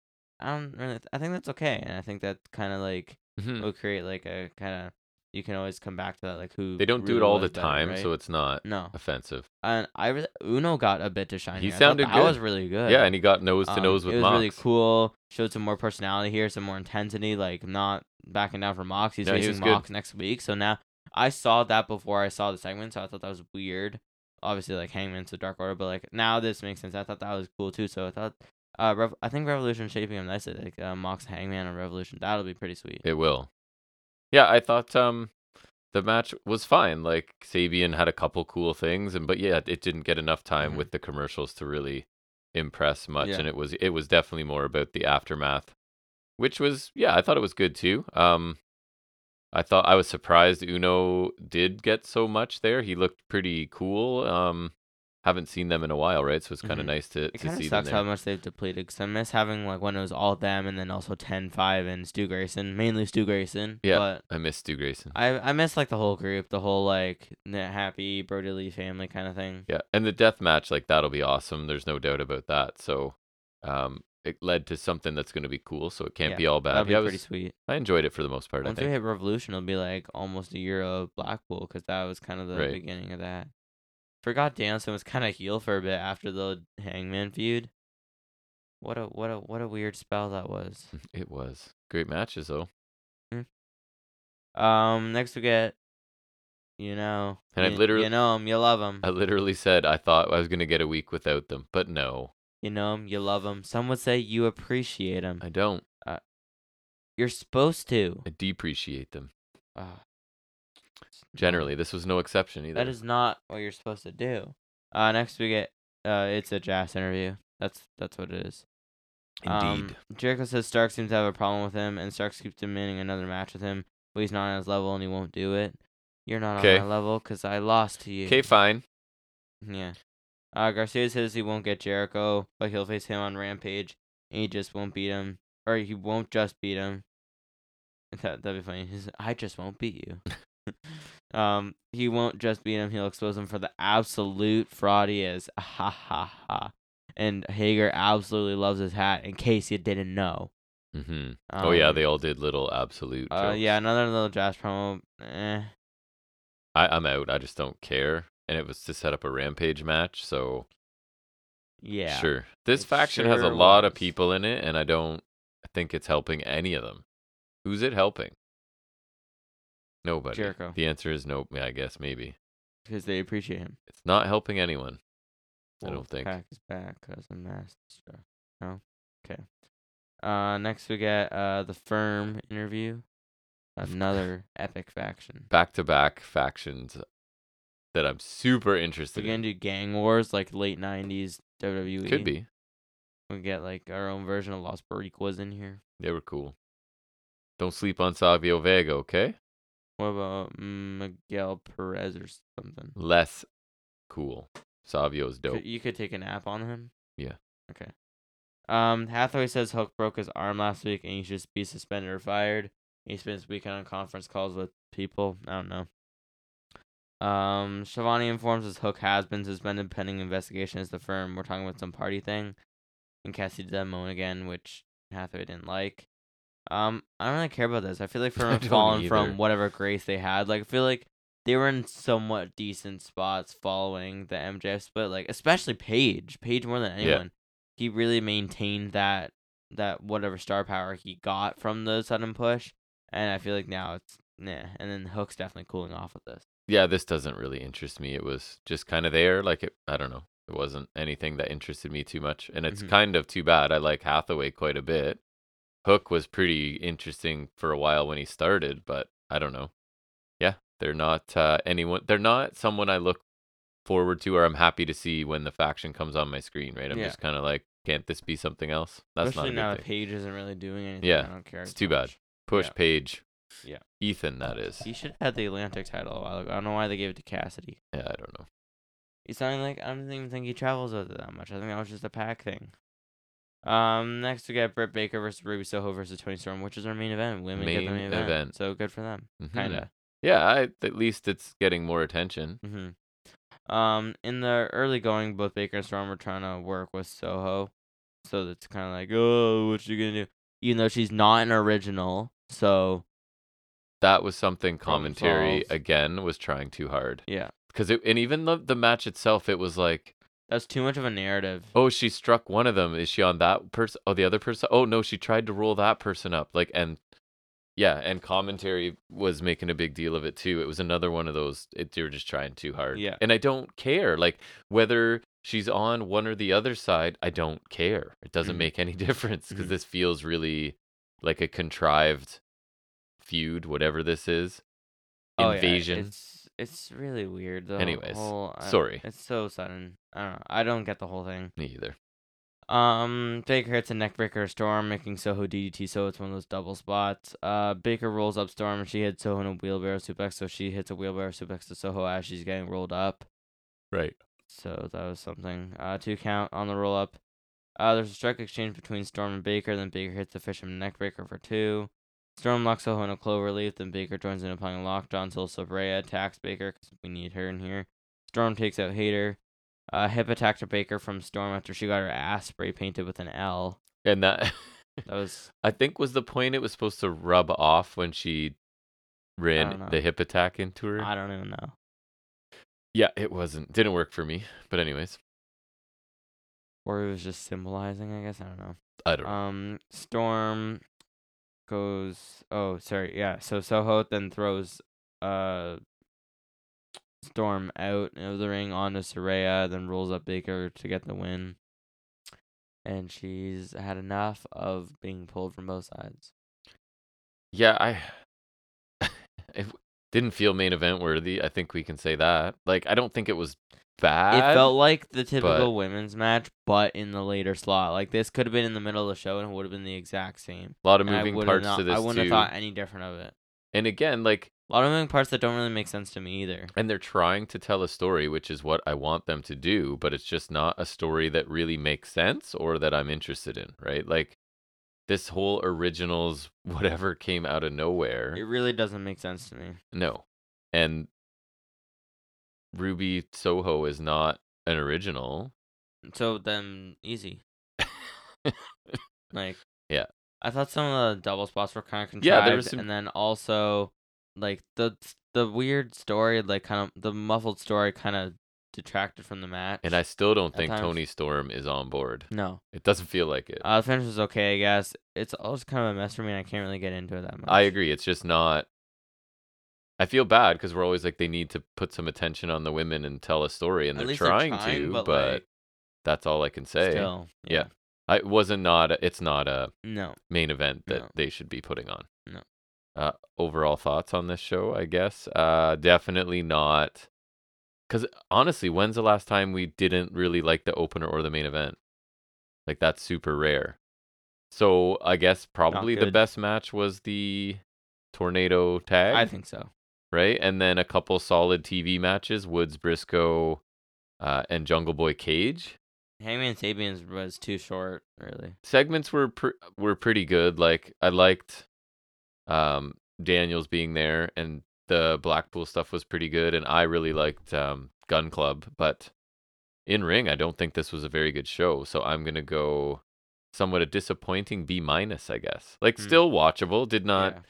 B: I don't really. I think that's okay, and I think that kind of like
A: hmm
B: will create like a kind of you can always come back to that like who
A: They don't do
B: really
A: it all the
B: was better,
A: time, so
B: right?
A: it's not
B: no.
A: offensive.
B: And I re- Uno got a bit to shine.
A: He
B: here. I thought
A: sounded
B: that was
A: good.
B: really good.
A: Yeah, and he got nose to
B: Um,
A: nose with
B: It was
A: Mox.
B: really cool. Showed some more personality here, some more intensity. Like not backing down from Mox. He's
A: No, he
B: facing
A: was good.
B: Mox next week. So now I saw that before I saw the segment, so I thought that was weird. Obviously, like Hangman's the Dark Order, but like now this makes sense. I thought that was cool too. So I thought, uh, Rev- I think Revolution shaping him nicely. Like uh, Mox Hangman and Revolution, that'll be pretty sweet.
A: It will. Yeah, I thought um the match was fine. Like Sabian had a couple cool things and but yeah, it didn't get enough time
B: Mhm.
A: with the commercials to really impress much
B: Yeah.
A: and it was it was definitely more about the aftermath, which was yeah, I thought it was good too. Um I thought I was surprised Uno did get so much there. He looked pretty cool. Um haven't seen them in a while, right? So it's kind of
B: Mhm.
A: nice to,
B: It
A: to
B: kind of
A: see them
B: sucks
A: there.
B: how much they've depleted. Cause I miss having like when it was all them, and then also 10-5 and Stu Grayson, mainly Stu Grayson.
A: Yeah.
B: but
A: I miss Stu Grayson.
B: I I miss like the whole group, the whole like net happy Brody Lee family kind of thing.
A: Yeah, and the death match, like that'll be awesome. There's no doubt about that. So, um, it led to something that's going to be cool. So it can't
B: Yeah,
A: be all
B: That'd
A: bad.
B: be
A: Yeah, I,
B: pretty
A: was-
B: sweet.
A: I enjoyed it for the most part. I
B: Once we
A: think.
B: hit Revolution, it'll be like almost a year of Blackpool because that was kind of the
A: Right.
B: beginning of that. Forgot Danielson was kind of heel for a bit after the Hangman feud. What a what a what a weird spell that was.
A: It
B: Mm-hmm.
A: was great matches though.
B: Um, next we get you know.
A: And I
B: you,
A: literally-
B: you know 'em, you love 'em.
A: I literally said I thought I was gonna get a week without them, but no,
B: You know 'em, you love 'em. Some would say you appreciate 'em.
A: I don't.
B: Uh, You're supposed to.
A: I depreciate them.
B: Ugh. uh, It's not-
A: Generally, this was no exception either.
B: that is not what you're supposed to do. Uh, next we get uh, it's a Jazz interview. That's that's what it is. Um,
A: indeed.
B: Jericho says Stark seems to have a problem with him, and Stark keeps demanding another match with him, but he's not on his level and he won't do it. You're not
A: Okay.
B: on my level because I lost to you.
A: Okay, fine.
B: Yeah. Uh, Garcia says he won't get Jericho, but he'll face him on Rampage, and he just won't beat him, or he won't just beat him. That that'd be funny. He says, I just won't beat you. um, he won't just beat him. He'll expose him for the absolute fraud he is. Ha ha ha. And Hager absolutely loves his hat. In case you didn't know.
A: hmm oh yeah,
B: Um,
A: they all did little absolute.
B: Uh,
A: jokes.
B: yeah, another little Josh promo. Eh.
A: I, I'm out. I just don't care. And it was to set up a rampage match, so
B: Yeah.
A: sure. This
B: It
A: faction has a
B: sure
A: lot of
B: was.
A: people in it, and I don't think it's helping any of them. Who's it helping? Nobody.
B: Jericho.
A: The answer is nope. Yeah, I guess maybe
B: Because they appreciate him.
A: it's not helping anyone. I don't think.
B: Pack is back because of mass destruction. No? Okay. Uh, next we got uh, the firm interview. Another epic faction.
A: Back to back factions that I'm super interested
B: We're gonna do gang wars like late nineties
A: in.
B: WWE.
A: Could be.
B: We get like our own version of Los Barriquas in here.
A: They were cool. Don't sleep on Savio Vega, okay?
B: What about Miguel Perez or something?
A: Less cool. Savio's
B: Could-
A: dope.
B: You could take a nap on him.
A: Yeah.
B: Okay. Um, Hathaway says Hulk broke his arm last week and he should be suspended or fired. He spends weekend on conference calls with people. I don't know. Um, Shivani informs us Hook has been suspended pending investigation as the firm. We're talking about some party thing. And Cassidy did that moan again, which Hathaway didn't like. Um, I don't really care about this. I feel like
A: I
B: Firm have
A: don't
B: fallen from
A: either.
B: whatever grace they had. Like I feel like they were in somewhat decent spots following the MJF split. Like especially Paige, Paige more than
A: Yeah.
B: anyone, he really maintained that that whatever star power he got from the sudden push. And I feel like now it's nah. And then Hook's definitely cooling off with this.
A: yeah, this doesn't really interest me. It was just kind of there. Like, it, I don't know. It wasn't anything that interested me too much. And it's
B: Mhm.
A: kind of too bad. I like Hathaway quite a bit. Hook was pretty interesting for a while when he started, but I don't know. Yeah, they're not uh, anyone. They're not someone I look forward to or I'm happy to see when the faction comes on my screen, right? I'm
B: Yeah.
A: just kind of like, can't this be something else? That's
B: Especially
A: not
B: now
A: a
B: that
A: good thing.
B: Paige isn't really doing anything.
A: Yeah,
B: I don't care.
A: it's
B: so
A: too bad.
B: much.
A: Push
B: yeah.
A: page.
B: Yeah.
A: Ethan, that is.
B: He should have had the Atlantic title a while ago. I don't know why they gave it to Cassidy.
A: Yeah, I don't know.
B: It's not like I don't even think he travels with it that much. I think that was just a pack thing. Um, next we got Britt Baker versus Ruby Soho versus Tony Storm, which is our main event. Women get the
A: Main
B: main event,
A: event.
B: so good for them.
A: Mhm.
B: Kinda.
A: Yeah, I, at least it's getting more attention.
B: Mm-hmm. Um, in the early going, both Baker and Storm were trying to work with Soho, so it's kind of like, oh, what you gonna do? Even though she's not an original, so
A: that was something
B: Problem
A: commentary
B: solved.
A: again was trying too hard
B: yeah,
A: because it and even the, the match itself it was like
B: that's too much of a narrative.
A: oh she struck one of them is she on that person oh the other person oh no she tried to roll that person up like and yeah and commentary was making a big deal of it too it was another one of those it, they were just trying too hard
B: Yeah.
A: and i don't care like whether she's on one or the other side i don't care it doesn't
B: Mhm.
A: make any difference because
B: Mhm.
A: this feels really like a contrived feud whatever this is
B: Oh, yeah,
A: invasion
B: it's it's really weird. The
A: Anyways,
B: whole, I-
A: sorry.
B: it's so sudden. I don't know. I don't get the whole thing.
A: Me either.
B: Um, Baker hits a neckbreaker storm, making Soho DDT. So it's one of those double spots. Uh, Baker rolls up Storm, and she hits Soho in a wheelbarrow suplex. So she hits a wheelbarrow suplex to Soho as she's getting rolled up.
A: Right.
B: So that was something. Uh, two count on the roll up. Uh, there's a strike exchange between Storm and Baker. Then Baker hits the fisherman neckbreaker for two. Storm locks Soho in a clover leaf. Then Baker joins in applying lockdown until Sabrea attacks Baker 'cause we need her in here. Storm takes out Hater. Uh, hip attack to Baker from Storm after she got her ass spray painted with an L.
A: And that
B: That was
A: I think was the point it was supposed to rub off when she
B: don't know.
A: ran the hip attack into her.
B: I don't even know.
A: yeah, it wasn't. Didn't work for me. But anyways,
B: Or it was just symbolizing, I guess. I don't know.
A: I don't know.
B: Um, Storm goes. Oh, sorry. Yeah. So Soho then throws uh Storm out of the ring onto Soraya, then rolls up Baker to get the win. And she's had enough of being pulled from both sides.
A: Yeah, I it didn't feel main event worthy. I think we can say that. Like, I don't think it was bad.
B: it felt like the typical women's match, but in the later slot. Like this could have been in the middle of the show and it would have been the exact same.
A: a lot of
B: And I
A: moving
B: would've
A: parts
B: not-
A: to this
B: I wouldn't
A: too.
B: have thought any different of it.
A: And again, like,
B: A lot of moving parts that don't really make sense to me either.
A: and they're trying to tell a story, which is what I want them to do, but it's just not a story that really makes sense or that I'm interested in, right? Like, this whole originals whatever came out of nowhere.
B: It really doesn't make sense to me.
A: No. And Ruby Soho is not an original.
B: So then easy. like
A: Yeah.
B: I thought some of the double spots were kind of contrived,
A: Yeah, there was some-
B: and then also like the the weird story, like kind of the muffled story, kind of detracted from the match.
A: And I still don't think
B: times-
A: Tony Storm is on board.
B: no,
A: It doesn't feel like it.
B: uh, the finish was okay, I guess. It's all just kind of a mess for me, and I can't really get into it that much.
A: I agree. It's just not. I feel bad because we're always like they need to put some attention on the women and tell a story, and
B: At
A: they're
B: least
A: trying, to, but,
B: but, like,
A: that's all I can say.
B: still,
A: yeah. I it wasn't not. a- It's not a
B: no,
A: main event that
B: No.
A: they should be putting on.
B: No.
A: Uh, overall thoughts on this show, I guess. Uh, definitely not. Because honestly, when's the last time we didn't really like the opener or the main event? Like that's super rare. So I guess probably the
B: good.
A: best match was the tornado tag,
B: I think so.
A: right? And then a couple solid TV matches: Woods, Briscoe, uh, and Jungle Boy Cage
B: Hangman Sabian's was too short, really.
A: segments were pr- were pretty good. Like I liked um Daniels being there and the Blackpool stuff was pretty good and I really liked um Gun Club, but in ring I don't think this was a very good show, so I'm going to go somewhat a disappointing B minus, I guess. Like
B: Hmm.
A: still watchable, did not
B: Yeah.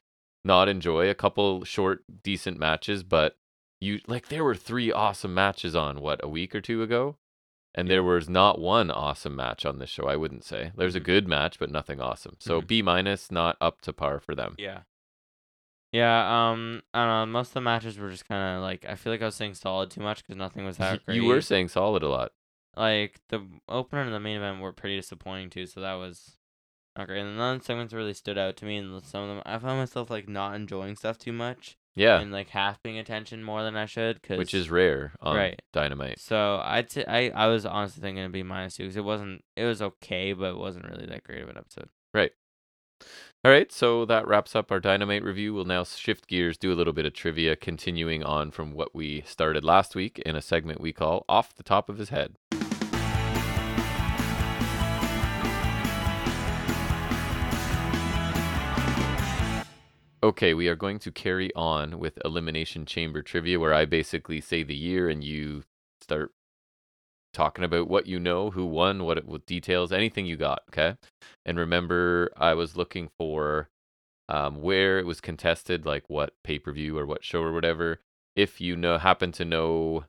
A: not enjoy a couple short decent matches, but you like there were three awesome matches on what a week or two ago, and there was not one awesome match on this show. I wouldn't say there's a
B: Mhm.
A: good match, but nothing awesome. So
B: Mhm.
A: B minus, not up to par for them.
B: Yeah. Yeah, um, I don't know. Most of the matches were just kind of like I feel like I was saying solid too much because nothing was that great.
A: you were saying solid a lot.
B: like the opener and the main event were pretty disappointing too, so that was not great. And none of the segments really stood out to me, and some of them I found myself like not enjoying stuff too much
A: Yeah,
B: and like half paying attention more than I should. Cause
A: which is rare on
B: Right.
A: Dynamite.
B: so I'd say I I was honestly thinking it'd be minus two because it wasn't it was okay, but it wasn't really that great of an episode.
A: All right, so that wraps up our Dynamite review. We'll now shift gears, do a little bit of trivia, continuing on from what we started last week in a segment we call Off the Top of His Head. Okay, we are going to carry on with Elimination Chamber trivia, where I basically say the year and you start talking about what you know, who won, what, it, what details, anything you got, okay? And remember, I was looking for um, where it was contested, like what pay per view or what show or whatever. If you know, happen to know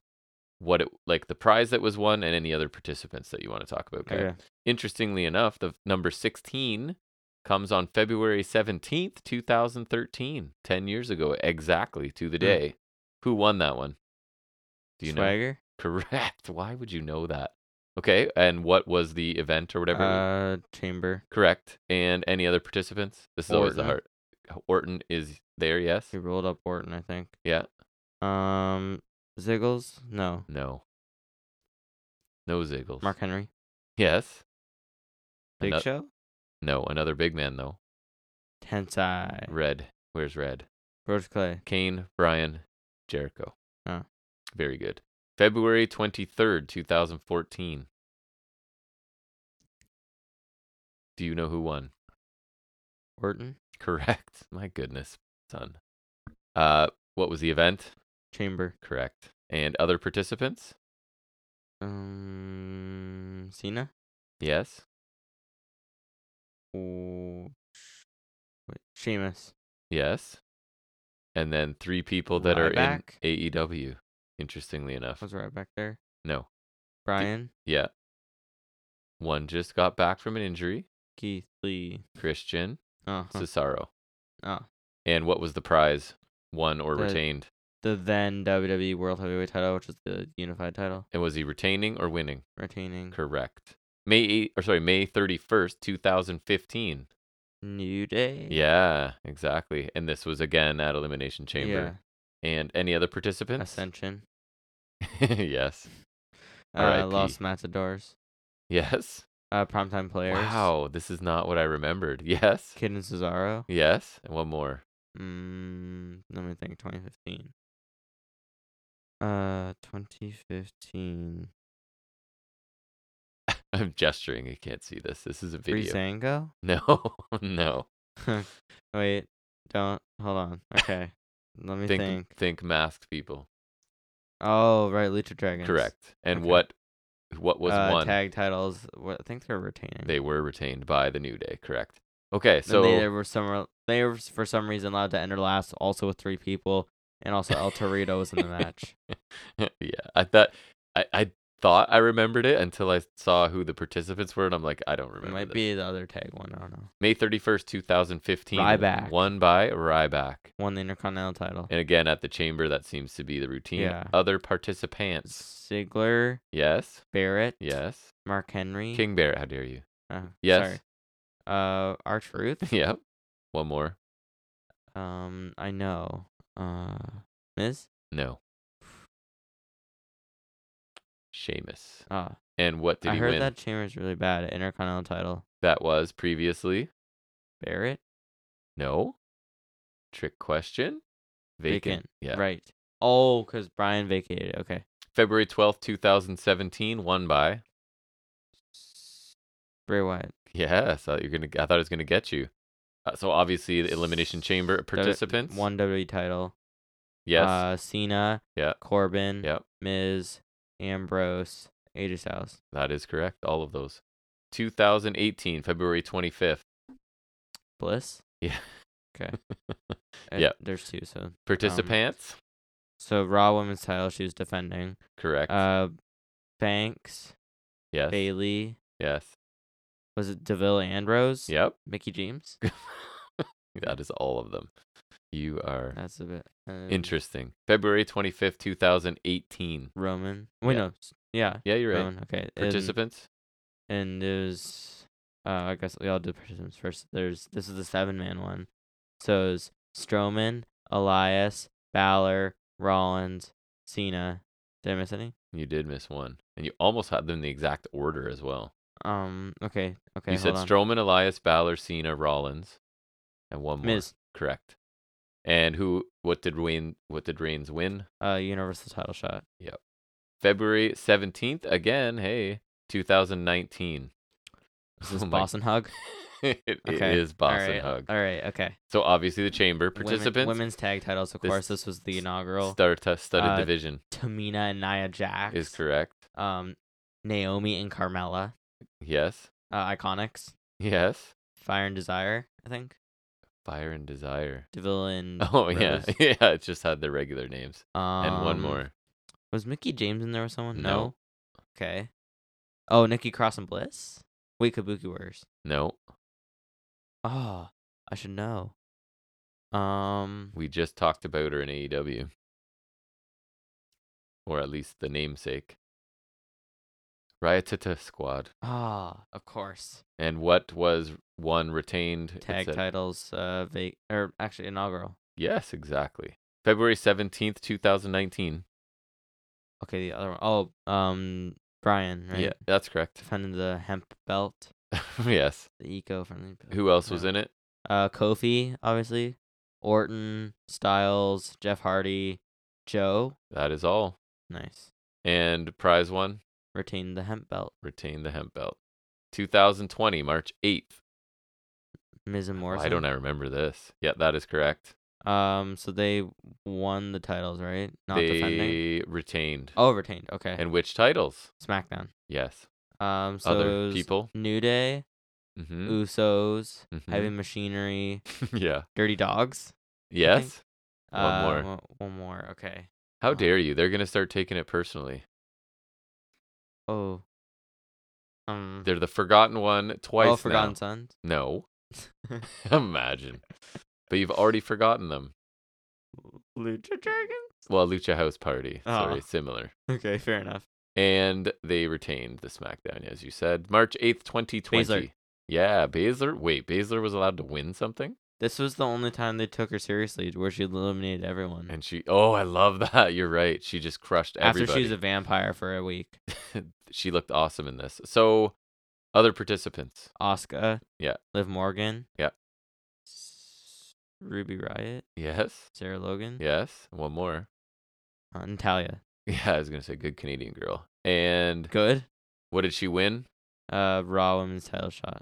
A: what it like the prize that was won and any other participants that you want to talk about. Okay. Interestingly enough, the number 16 comes on February 17th, 2013, 10 years ago exactly to the
B: Hmm.
A: day. Who won that one? Do you know?
B: Swagger?
A: Correct. Why would you know that? Okay. And what was the event or whatever? it was?
B: Uh, chamber.
A: Correct. And any other participants? This is always the
B: Orton.
A: heart. uh, Orton is there, yes?
B: He rolled up Orton, I think.
A: Yeah.
B: Um, Ziggles? No.
A: No. No Ziggles.
B: Mark Henry?
A: Yes.
B: Big
A: Ano-
B: Show?
A: No, another big man though.
B: Tensai.
A: Red. Where's Red?
B: Roach Clay.
A: Kane, Brian, Jericho.
B: Huh.
A: Very good. February 23rd, 2014. Do you know who won?
B: Orton?
A: Correct. My goodness, son. Uh, what was the event?
B: Chamber.
A: Correct. And other participants?
B: Um, Cena?
A: Yes.
B: Oh, sh- wait, Sheamus.
A: Yes. And then three people that are in
B: Ryback?
A: AEW, interestingly enough.
B: Was right back there.
A: No.
B: Brian?
A: Yeah. One just got back from an injury,
B: Keith Lee.
A: Christian
B: Oh, huh.
A: Cesaro.
B: oh.
A: And what was the prize? Won or
B: The-
A: retained?
B: the then WWE World Heavyweight title, which is the unified title,
A: And was he retaining or winning?
B: Mm-hmm. retaining.
A: Correct. May 8 or sorry, May 31st, 2015.
B: New Day.
A: Yeah, exactly. And this was again at Elimination Chamber. And any other
B: Yeah.
A: participants?
B: Ascension.
A: yes.
B: Uh,
A: RIP.
B: Los Matadors.
A: Yes.
B: Uh, Primetime Players.
A: Wow, this is not what I remembered. Yes.
B: Kid and Cesaro.
A: Yes. And one more.
B: Mm, let me think. 2015. Uh, 2015.
A: I'm gesturing. You can't see this. This is a video.
B: Breezango?
A: No. no.
B: Wait, don't. Hold on. Okay. Let me think.
A: Think think masked people.
B: Oh, right. Lucha Dragons.
A: Correct. And
B: Okay.
A: what what was
B: uh,
A: one?
B: Tag titles. wha- I think they're retaining.
A: They were retained by the New Day. Correct. Okay,
B: so
A: so
B: they were some they were for some reason allowed to enter last, also with three people, and also El Torito was in the match.
A: yeah, I thought I, I thought I remembered it until I saw who the participants were, and I'm like, I don't
B: It
A: remember.
B: might
A: this.
B: be the other tag one. I don't know.
A: May 31st, 2015.
B: Ryback.
A: Won by Ryback.
B: Won the Intercontinental title.
A: And again, at the chamber, that seems to be the routine.
B: Yeah.
A: Other participants.
B: Ziggler,
A: Yes.
B: Barrett,
A: Yes.
B: Mark Henry,
A: King Barrett, how dare you?
B: Uh,
A: Yes.
B: Sorry. Uh, our truth.
A: yep. One more.
B: um, I know. Uh, Miz.
A: No. Seamus.
B: Ah,
A: And what did
B: I
A: he
B: heard
A: win?
B: that Chamber's really bad at Intercontinental title.
A: that was previously?
B: Barrett.
A: No. Trick question? Vacant.
B: Vacant,
A: Yeah.
B: Right. Oh, cause Brian vacated. Okay.
A: February 12th, 2017, won by.
B: Bray Wyatt.
A: Yes, I thought you're gonna. I thought it was gonna get you. Uh, so obviously, the elimination chamber
B: W-
A: participants.
B: One WWE title.
A: Yes.
B: Uh, Cena.
A: Yeah.
B: Corbin.
A: yep.
B: Miz. Ambrose. AJ Styles.
A: That is correct. All of those. 2018, February 25th.
B: Um, Bliss.
A: Yeah.
B: Okay. Uh,
A: Yep.
B: There's two. So
A: Participants.
B: so Raw Women's title she was defending.
A: correct.
B: Uh, Banks.
A: yes.
B: Bailey.
A: Yes.
B: Was it Deville Andros?
A: Yep.
B: Mickey James.
A: That is all of them. You are
B: That's a bit um,
A: interesting. February 25th, 2018.
B: Roman. Wait,
A: Yeah.
B: no. s- Yeah.
A: Yeah, you're right.
B: Roman. Okay. And-
A: Participants.
B: and there's uh, I guess we all did participants first. There's this is the seven man one. So it's Strowman, Elias, Balor, Rollins, Cena. Did I miss any?
A: You did miss one. And you almost had them in the exact order as well.
B: Um. Okay. Okay.
A: you
B: hold
A: said
B: on.
A: Strowman, Elias, Balor, Cena, Rollins, and one more.
B: Miz.
A: Correct. And who? What did Wayne? What did Reigns win?
B: Uh, Universal title shot.
A: February seventeenth again. Hey, two thousand nineteen.
B: Is this
A: Oh my-
B: Boston hug?
A: it it
B: Okay,
A: is Boston
B: Alright,
A: Hug.
B: All right. Okay.
A: So obviously the chamber
B: Women-
A: participants,
B: women's tag titles, of
A: This
B: course. This was the
A: s-
B: inaugural.
A: star t- studded
B: uh,
A: division
B: Tamina and Nia Jax.
A: is correct.
B: Um, Naomi and Carmella.
A: Yes,
B: Uh, Iconics.
A: yes.
B: Fire and Desire. I think.
A: Fire and Desire.
B: Deville and
A: Oh yeah,
B: Rose.
A: yeah. It just had their regular names and one
B: Um,
A: more.
B: Was Mickey James in there with someone?
A: No.
B: Okay. Oh, Nikki Cross and Bliss? Wait, Kabuki Warriors.
A: No,
B: Oh, I should know. Um,
A: we just talked about her in AEW, or at least the namesake. Riotita Squad.
B: ah, of course.
A: And what was one retained? It
B: Tag
A: said-
B: titles, uh, vac- or actually inaugural.
A: Yes, exactly. February 17th, 2019.
B: Okay, the other one. Oh, um, Brian, right?
A: Yeah, that's correct.
B: Defending the hemp belt,
A: yes.
B: the eco-friendly. belt.
A: Who else was
B: Yeah.
A: in it?
B: Uh, Kofi, obviously. Orton, Styles, Jeff Hardy, Joe.
A: That is all.
B: Nice.
A: And prize one,
B: Retained the hemp belt.
A: retain the hemp belt. 2020, March 8th.
B: Miz and Morrison.
A: Why don't I remember this? Yeah, that is correct.
B: Um, so they won the titles, right? Not
A: they
B: defending.
A: retained.
B: Oh, retained. Okay.
A: And which titles?
B: SmackDown.
A: Yes.
B: Um, so it
A: Other
B: was
A: people?
B: New Day,
A: Mm-hmm.
B: Usos,
A: Mhm.
B: Heavy Machinery,
A: yeah.
B: Dirty Dogs.
A: Yes. One
B: Uh,
A: more.
B: one- One more. Okay.
A: How
B: Oh.
A: dare you? They're going to start taking it personally.
B: Oh. Um.
A: They're the forgotten one twice
B: oh,
A: now.
B: Forgotten Sons.
A: No. Imagine. But you've already forgotten them.
B: Lucha Dragons.
A: well, Lucha House Party.
B: Oh.
A: Sorry, similar.
B: Okay, fair enough.
A: And they retained the SmackDown, as you said. March 8th, 2020.
B: Baszler.
A: Yeah, Baszler. Wait, Baszler was allowed to win something?
B: This was the only time they took her seriously, where she eliminated everyone.
A: And she, oh, I love that. You're right. She just crushed
B: Mm. After
A: everybody.
B: she was a vampire for a week,
A: she looked awesome in this. So, other participants.
B: Oscar.
A: Yeah.
B: Liv Morgan.
A: Yeah.
B: S- Ruby Riot,
A: Yes.
B: Sarah Logan,
A: Yes. One more.
B: uh, Natalia.
A: Yeah, I was going to say good Canadian girl. And
B: Good.
A: what did she win
B: Uh, Raw Women's Title shot,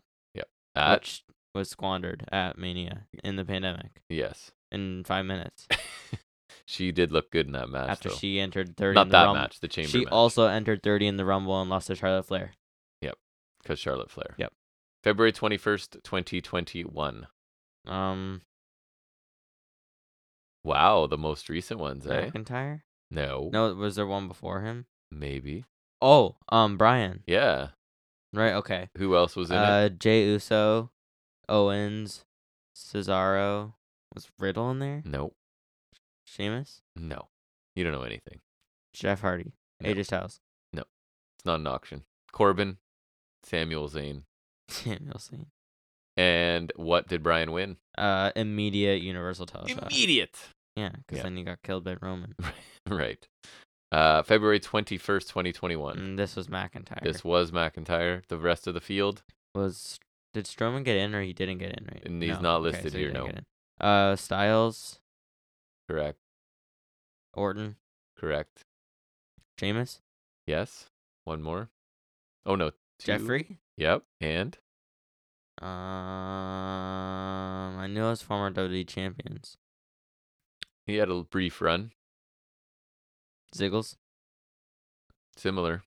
A: at?
B: which was squandered at Mania in the pandemic
A: Yes.
B: in five minutes
A: She did look good in that match.
B: after
A: though.
B: she entered thirty.
A: Not
B: in the
A: that
B: Rumble.
A: match, the chamber
B: She
A: match.
B: also entered thirty in the Rumble and lost to Charlotte Flair.
A: Because Charlotte Flair.
B: Yep.
A: February 21st, 2021.
B: Um,
A: Wow, the most recent ones, eh?
B: McIntyre.
A: No.
B: No, was there one before him?
A: Maybe.
B: Oh, um, Brian.
A: Yeah.
B: Right. Okay.
A: Who else was in it?
B: Uh, Jay Uso, Owens, Cesaro. Was Riddle in there?
A: No.
B: Sheamus,
A: No. You don't know anything.
B: Jeff Hardy,
A: No.
B: AJ Styles,
A: It's not an auction. Corbin, Samuel Zane.
B: Samuel Sane.
A: And what did Brian win?
B: Uh, immediate Universal title shot.
A: Immediate.
B: Yeah, because
A: Yeah.
B: then you got killed by Roman.
A: right. Uh, February 21st, 2021.
B: And this was McIntyre.
A: This was McIntyre. The rest of the field,
B: was did Strowman get in or he didn't get in? Right?
A: And he's not
B: Okay,
A: listed
B: he
A: here,
B: didn't
A: no.
B: get in. Uh, Styles,
A: correct.
B: Orton,
A: Correct.
B: Sheamus,
A: Yes. One more. Oh, no. two.
B: Jeffrey.
A: Yep. And
B: Um, I knew I was former WWE champions.
A: he had a brief run.
B: Ziggles,
A: Similar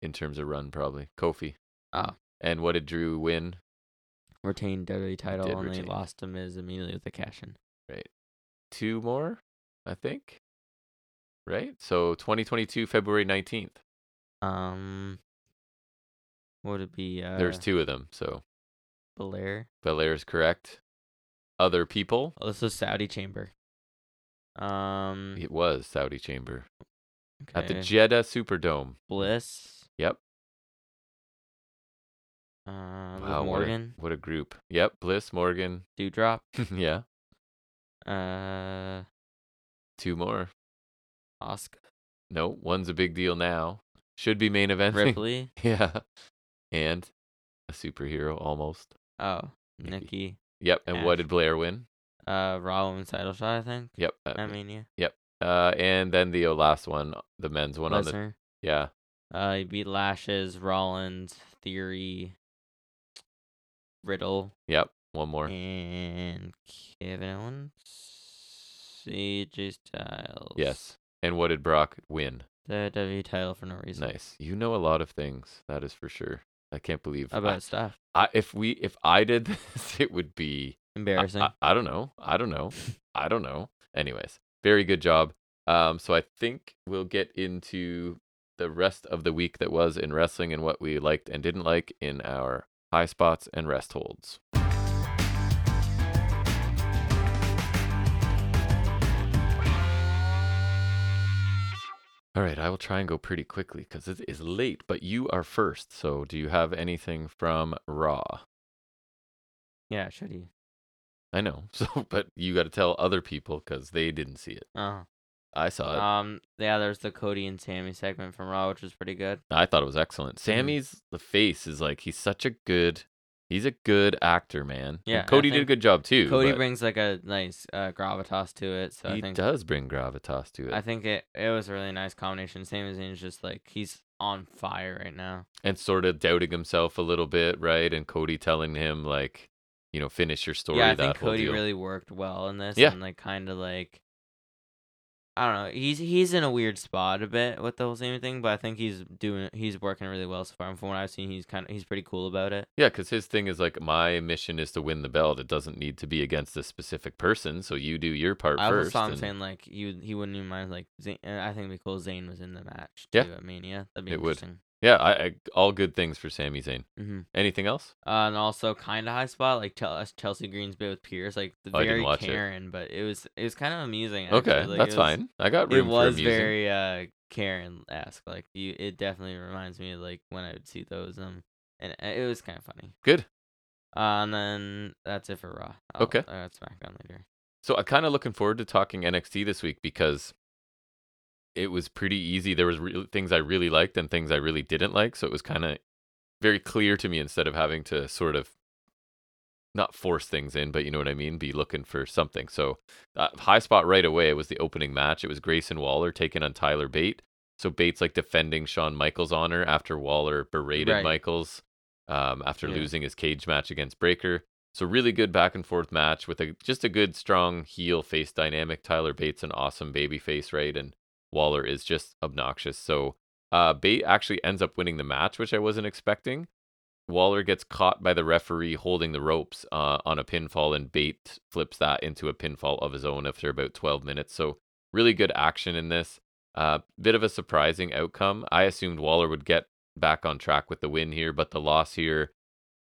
A: in terms of run, probably. Kofi.
B: Oh.
A: And what did Drew win?
B: retained WWE title,
A: did
B: and
A: retain.
B: they lost to Miz immediately with the cash in.
A: Two more, I think. Right? So 2022, February 19th.
B: Um, would it be uh,
A: There's two of them. So
B: Belair?
A: Belair is correct. Other people?
B: Oh, this was Saudi Chamber. Um,
A: It was Saudi Chamber at the
B: okay.
A: Jeddah Superdome.
B: Bliss.
A: Yep.
B: Uh,
A: Wow,
B: wow,
A: what a-
B: Morgan,
A: What a group. Yep. Bliss, Morgan.
B: Dewdrop.
A: yeah.
B: Uh,
A: Two more.
B: Oscar,
A: No, one's a big deal now. Should be main event.
B: Ripley.
A: yeah. And a superhero almost.
B: Oh,
A: Nikki.
B: Nikki.
A: Yep. And what
B: Ash.
A: did Blair win?
B: Uh, Raw Women's Title shot, I think.
A: Yep. uh,
B: At Mania.
A: uh, and then the uh, last one, the men's one on the
B: Lesnar.
A: yeah.
B: Uh, he beat Lashes, Rollins, Theory, Riddle,
A: Yep. One more.
B: and Kevin Owens, AJ Styles.
A: Yes. And what did Brock win?
B: The WWE title for no reason.
A: Nice. You know a lot of things. That is for sure. I can't believe I-
B: About stuff.
A: I, if we if I did this, it would be I-
B: Embarrassing.
A: I, I don't know. I don't know. I don't know. Anyways, very good job. Um, so I think we'll get into the rest of the week that was in wrestling and what we liked and didn't like in our high spots and rest holds. All right, I will try and go pretty quickly because it is late, but you are first. So, do you have anything from Raw?
B: yeah, should he?
A: I know. So, but you got to tell other people because they didn't see it.
B: Oh.
A: I saw it.
B: Um. Yeah, there's the Cody and Sammy segment from Raw, which was pretty good.
A: I thought it was excellent.
B: Mm-hmm.
A: Sammy's the face is like he's such a good, he's a good actor, man. And
B: Yeah, I
A: Cody did a
B: think
A: good job too.
B: Cody
A: but
B: brings like a nice uh, gravitas to it, so
A: he
B: I think
A: does bring gravitas to it,
B: I think it it was a really nice combination. Same as he's just like he's on fire right now.
A: and sort of doubting himself a little bit, right? And Cody telling him like, you know, finish your story.
B: yeah, I
A: that
B: think
A: whole
B: Cody
A: deal.
B: really worked well in this.
A: Yeah.
B: and like kind of like I don't know. He's he's in a weird spot a bit with the whole same thing, but I think he's doing he's working really well so far. And from what I've seen, he's kind of he's pretty cool about it.
A: Yeah, because his thing is like my mission is to win the belt. It doesn't need to be against a specific person. So you do your part
B: I also
A: first.
B: saw him
A: and
B: saying like he would- he wouldn't even mind like Zayn, I think it'd be cool. if Zayn was in the match too
A: Yeah.
B: at Mania. That'd be
A: It would.
B: interesting.
A: Yeah, I, I all good things for Sami Zayn.
B: Mm-hmm.
A: Anything else?
B: Uh, and also kind of high spot like Chel- Chelsea Green's bit with Pierce, like the
A: Oh, I didn't
B: very
A: watch it.
B: Karen, but it was it was kind of amusing.
A: okay,
B: actually, like,
A: that's
B: it was-
A: fine. I got room
B: It was
A: for amusing.
B: very uh Karen esque. Like you, it definitely reminds me of like when I would see those um, and uh, it was kind of funny.
A: good.
B: Uh, and then that's it for Raw. I'll- uh,
A: Okay.
B: I got SmackDown later.
A: So I'm kind of looking forward to talking NXT this week because it was pretty easy. There was real things I really liked and things I really didn't like, so it was kind of very clear to me instead of having to sort of not force things in, but you know what I mean, be looking for something. So uh, high spot right away was the opening match. It was Grayson Waller taking on Tyler Bate. So Bates like defending Shawn Michaels' honor after Waller berated
B: Right.
A: Michaels um, after
B: Yeah.
A: losing his cage match against Breaker. So really good back and forth match with a just a good strong heel face dynamic. Tyler Bates an awesome baby face, right? And Waller is just obnoxious. So uh, Bate actually ends up winning the match, which I wasn't expecting. Waller gets caught by the referee holding the ropes uh, on a pinfall, and Bate flips that into a pinfall of his own after about 12 minutes. So, really good action in this. Uh, bit of a surprising outcome. I assumed Waller would get back on track with the win here, but the loss here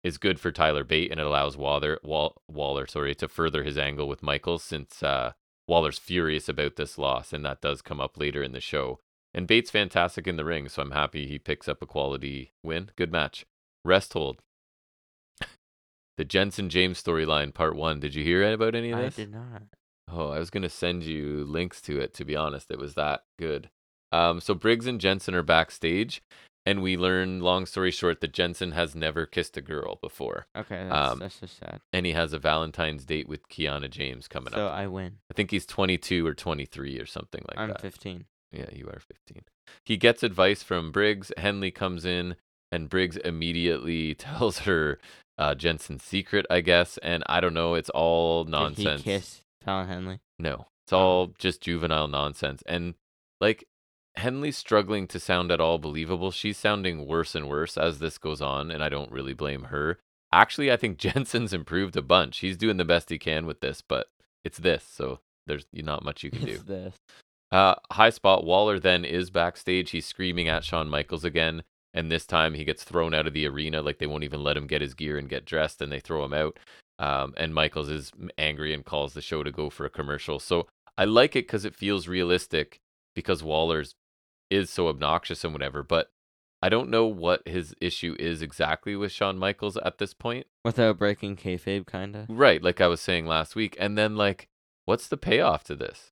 A: is good for Tyler Bate, and it allows Waller, Wall, Waller, sorry, to further his angle with Michaels since uh, Waller's furious about this loss, and that does come up later in the show. And Bate's fantastic in the ring, so I'm happy he picks up a quality win. Good match. Rest hold. The Jensen James storyline, part one. Did you hear about any of
B: I
A: this?
B: did not.
A: Oh, I was gonna send you links to it. To be honest, it was that good. Um, so Briggs and Jensen are backstage, and we learn, long story short, that Jensen has never kissed a girl before,
B: Okay, that's,
A: Um,
B: that's just sad.
A: and he has a Valentine's date with Kiana James coming
B: So
A: up.
B: I win.
A: I think he's 22 or 23 or something like
B: I'm
A: that.
B: 15.
A: Yeah, you are 15. He gets advice from Briggs. Henley comes in, and Briggs immediately tells her uh, Jensen's secret, I guess. And I don't know, it's all nonsense.
B: Did he kiss Fallon Henley?
A: No, it's all just juvenile nonsense. And like Henley's struggling to sound at all believable. She's sounding worse and worse as this goes on, and I don't really blame her. Actually, I think Jensen's improved a bunch. He's doing the best he can with this, but it's this, so there's not much you can do.
B: It's this.
A: Uh, high spot Waller then is backstage. He's screaming at Shawn Michaels again, and this time he gets thrown out of the arena. Like they won't even let him get his gear and get dressed, and they throw him out. Um, and Michaels is m- angry and calls the show to go for a commercial. So I like it because it feels realistic because Waller's is so obnoxious and whatever. But I don't know what his issue is exactly with Shawn Michaels at this point.
B: Without breaking kayfabe, kind of.
A: Right, like I was saying last week. And then like, what's the payoff to this?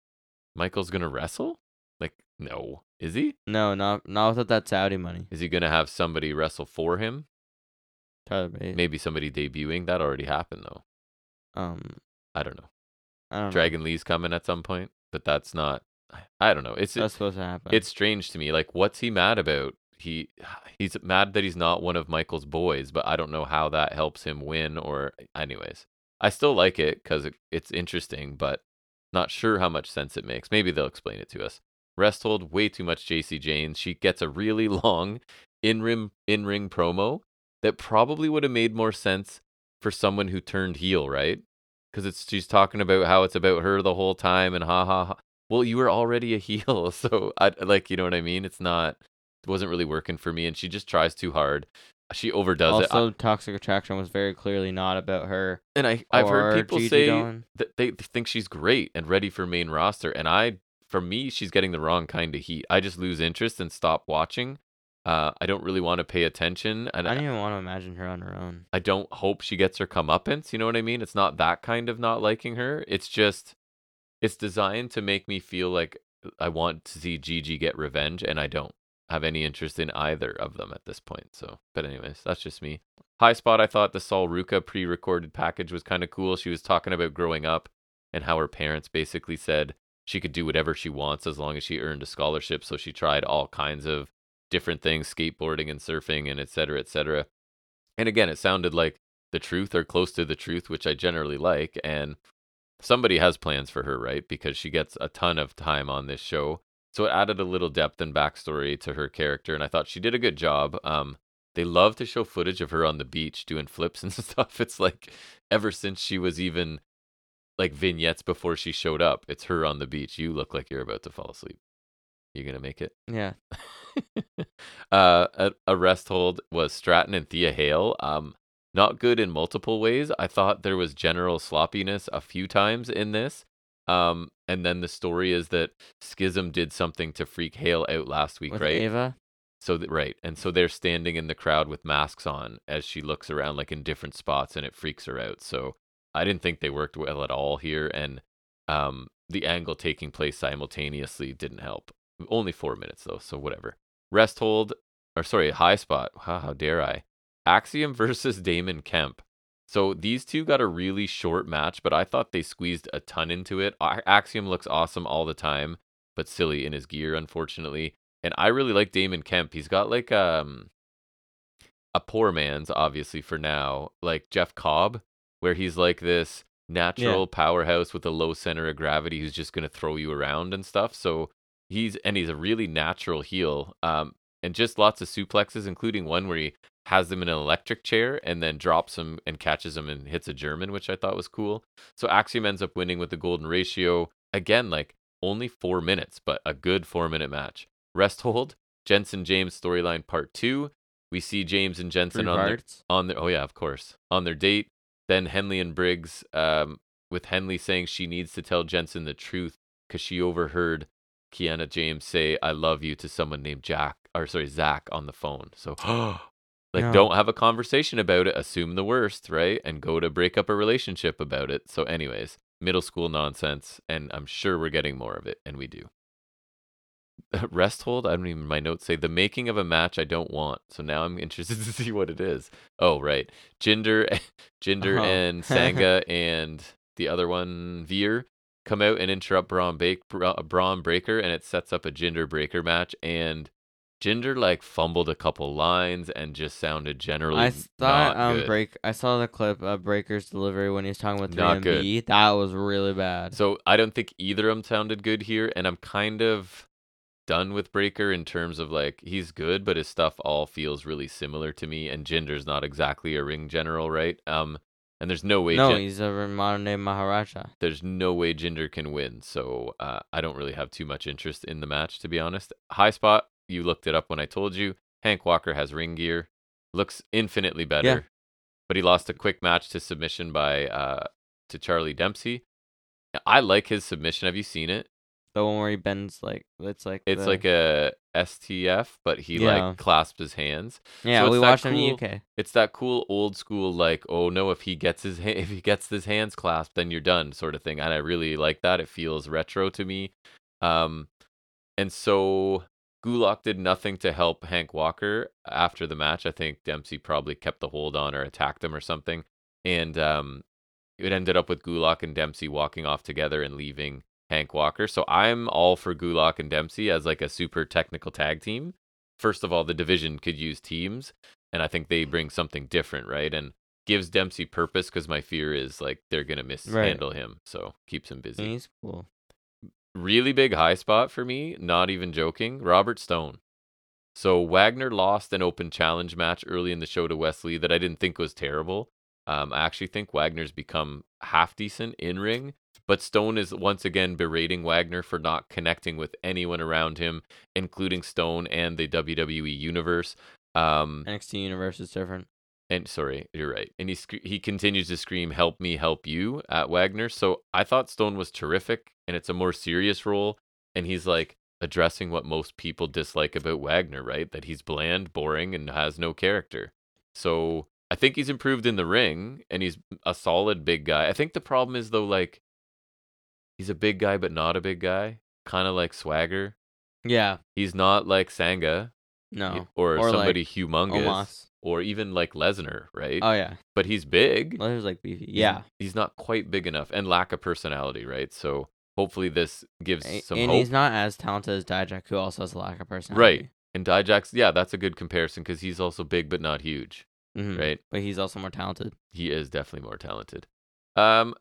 A: Michael's gonna wrestle? Like, no. Is he?
B: No, not not without that Saudi money.
A: Is he gonna have somebody wrestle for him?
B: Tyler Bate.
A: Maybe somebody debuting. That already happened though.
B: Um,
A: I don't know.
B: I don't know.
A: Dragon Lee's coming at some point, but that's not I- I don't know. It's
B: That's supposed to happen.
A: it's strange to me. Like, what's he mad about? He he's mad that he's not one of Michael's boys, but I don't know how that helps him win. Or, anyways, I still like it because it, it's interesting, but not sure how much sense it makes. Maybe they'll explain it to us. Rest hold way too much. JC Janes. She gets a really long in rim in ring promo that probably would have made more sense for someone who turned heel, right? Because it's she's talking about how it's about her the whole time and ha ha ha. Well, you were already a heel, so I like you know what I mean. It's not it wasn't really working for me, and she just tries too hard. She overdoes it, I-
B: also, Toxic Attraction was very clearly not about her.
A: and I I've heard
B: or
A: people
B: Gigi
A: say
B: Dolan.
A: that they think she's great and ready for main roster, and I for me she's getting the wrong kind of heat. I just lose interest and stop watching. Uh, I don't really want to pay attention, and
B: I don't even want to imagine her on her own.
A: I don't hope she gets her comeuppance. You know what I mean? It's not that kind of not liking her. It's just, it's designed to make me feel like I want to see Gigi get revenge, and I don't have any interest in either of them at this point. So, but anyways, that's just me. High spot. I thought the Sol Ruka pre-recorded package was kind of cool. She was talking about growing up and how her parents basically said she could do whatever she wants as long as she earned a scholarship. So she tried all kinds of different things, skateboarding and surfing, and et cetera, et cetera. And again, it sounded like the truth or close to the truth, which I generally like. And somebody has plans for her, right? Because she gets a ton of time on this show. So it added a little depth and backstory to her character. And I thought she did a good job. Um, they love to show footage of her on the beach doing flips and stuff. It's like ever since she was even like vignettes before she showed up, it's her on the beach. You look like you're about to fall asleep. You gonna make it?
B: Yeah.
A: uh, a, a rest hold was Stratton and Thea Hale. Um, not good in multiple ways. I thought there was general sloppiness a few times in this. Um, and then the story is that Schism did something to freak Hale out last week,
B: with
A: right?
B: Ava.
A: So th- right, and so they're standing in the crowd with masks on as she looks around like in different spots, and it freaks her out. So I didn't think they worked well at all here, and um, the angle taking place simultaneously didn't help. Only four minutes though, so whatever. Rest hold, or sorry, high spot. Wow, how dare I? Axiom versus Damon Kemp. So these two got a really short match, but I thought they squeezed a ton into it. A- Axiom looks awesome all the time, but silly in his gear, unfortunately and I really like Damon Kemp. He's got like um a poor man's obviously for now, like Jeff Cobb, where he's like this natural powerhouse with a low center of gravity who's just gonna throw you around and stuff. So he's and he's a really natural heel. Um and just lots of suplexes, including one where he has them in an electric chair and then drops him and catches him and hits a German, which I thought was cool. So Axiom ends up winning with the golden ratio. Again, like only four minutes, but a good four minute match. Rest hold, Jensen James storyline part two. We see James and Jensen
B: Three
A: on their,
B: parts.
A: on their oh yeah, of course. On their date. Then Henley and Briggs, um, with Henley saying she needs to tell Jensen the truth because she overheard Kiana James say "I love you" to someone named Jack or sorry Zach on the phone. So, like,
B: No.
A: don't have a conversation about it. Assume the worst, right? And go to break up a relationship about it. So, anyways, middle school nonsense, and I'm sure we're getting more of it, and we do. Rest hold. I don't even. My notes say the making of a match I don't want. So now I'm interested to see what it is. Oh right, Jinder, Jinder
B: Oh.
A: and Sangha and the other one Veer come out and interrupt Braun, Bake, Bra- Braun Breaker, and it sets up a Jinder Breaker match. And Jinder like fumbled a couple lines and just sounded generally
B: I saw
A: not
B: um
A: good.
B: break. I saw the clip of Breaker's delivery when he was talking about
A: Not good.
B: 3MB. That was really bad.
A: So I don't think either of them sounded good here, and I'm kind of done with Breaker in terms of like he's good, but his stuff all feels really similar to me. And Jinder's not exactly a ring general, right? Um, and there's no way
B: no,
A: Jin-
B: he's a modern day Maharaja.
A: there's no way Jinder can win. So uh, I don't really have too much interest in the match, to be honest. High spot, you looked it up when I told you. Hank Walker has ring gear, looks infinitely better, but he lost a quick match to submission by uh, to Charlie Dempsey. I like his submission. Have you seen it?
B: The one where he bends like it's like
A: It's
B: the-
A: like a STF, but he
B: Yeah.
A: like clasps his hands.
B: yeah
A: so
B: we
A: it's that
B: watched him in
A: cool-
B: the UK.
A: It's that cool old school like, oh no, if he gets his ha- if he gets his hands clasped, then you're done sort of thing. And I really like that. It feels retro to me. Um, and so Gulak did nothing to help Hank Walker after the match. I think Dempsey probably kept the hold on or attacked him or something. And um, it ended up with Gulak and Dempsey walking off together and leaving Hank Walker. So I'm all for Gulak and Dempsey as like a super technical tag team. First of all, the division could use teams, and I think they bring something different, right? And gives Dempsey purpose because my fear is like they're gonna mishandle him, so keeps him busy
B: And he's cool.
A: really big high spot for me, not even joking, Robert Stone. So Wagner lost an open challenge match early in the show to Wesley that I didn't think was terrible. Um, I actually think Wagner's become half decent in ring, but Stone is once again berating Wagner for not connecting with anyone around him, including Stone and the WWE universe. Um,
B: NXT universe is different.
A: and sorry, you're right. And he sc- he continues to scream, "Help me, help you!" at Wagner. So I thought Stone was terrific, and it's a more serious role, and he's like addressing what most people dislike about Wagner, right? That he's bland, boring, and has no character. So I think he's improved in the ring, and he's a solid big guy. I think the problem is though, like he's a big guy but not a big guy, kind of like Swagger.
B: Yeah.
A: He's not like Sangha y-
B: No.
A: or,
B: Or, like,
A: somebody humongous.
B: Omos.
A: Or even like Lesnar, right?
B: Oh yeah.
A: but he's big.
B: Well, was like beefy.
A: He's-
B: Yeah.
A: He's not quite big enough and lack of personality, right? So hopefully this gives
B: A-
A: some
B: and
A: hope.
B: he's not as talented as Dijak, who also has a lack of personality.
A: right. And Dijax, yeah, that's a good comparison because he's also big but not huge,
B: Mhm.
A: right?
B: But he's also more talented.
A: He is definitely more talented. Um,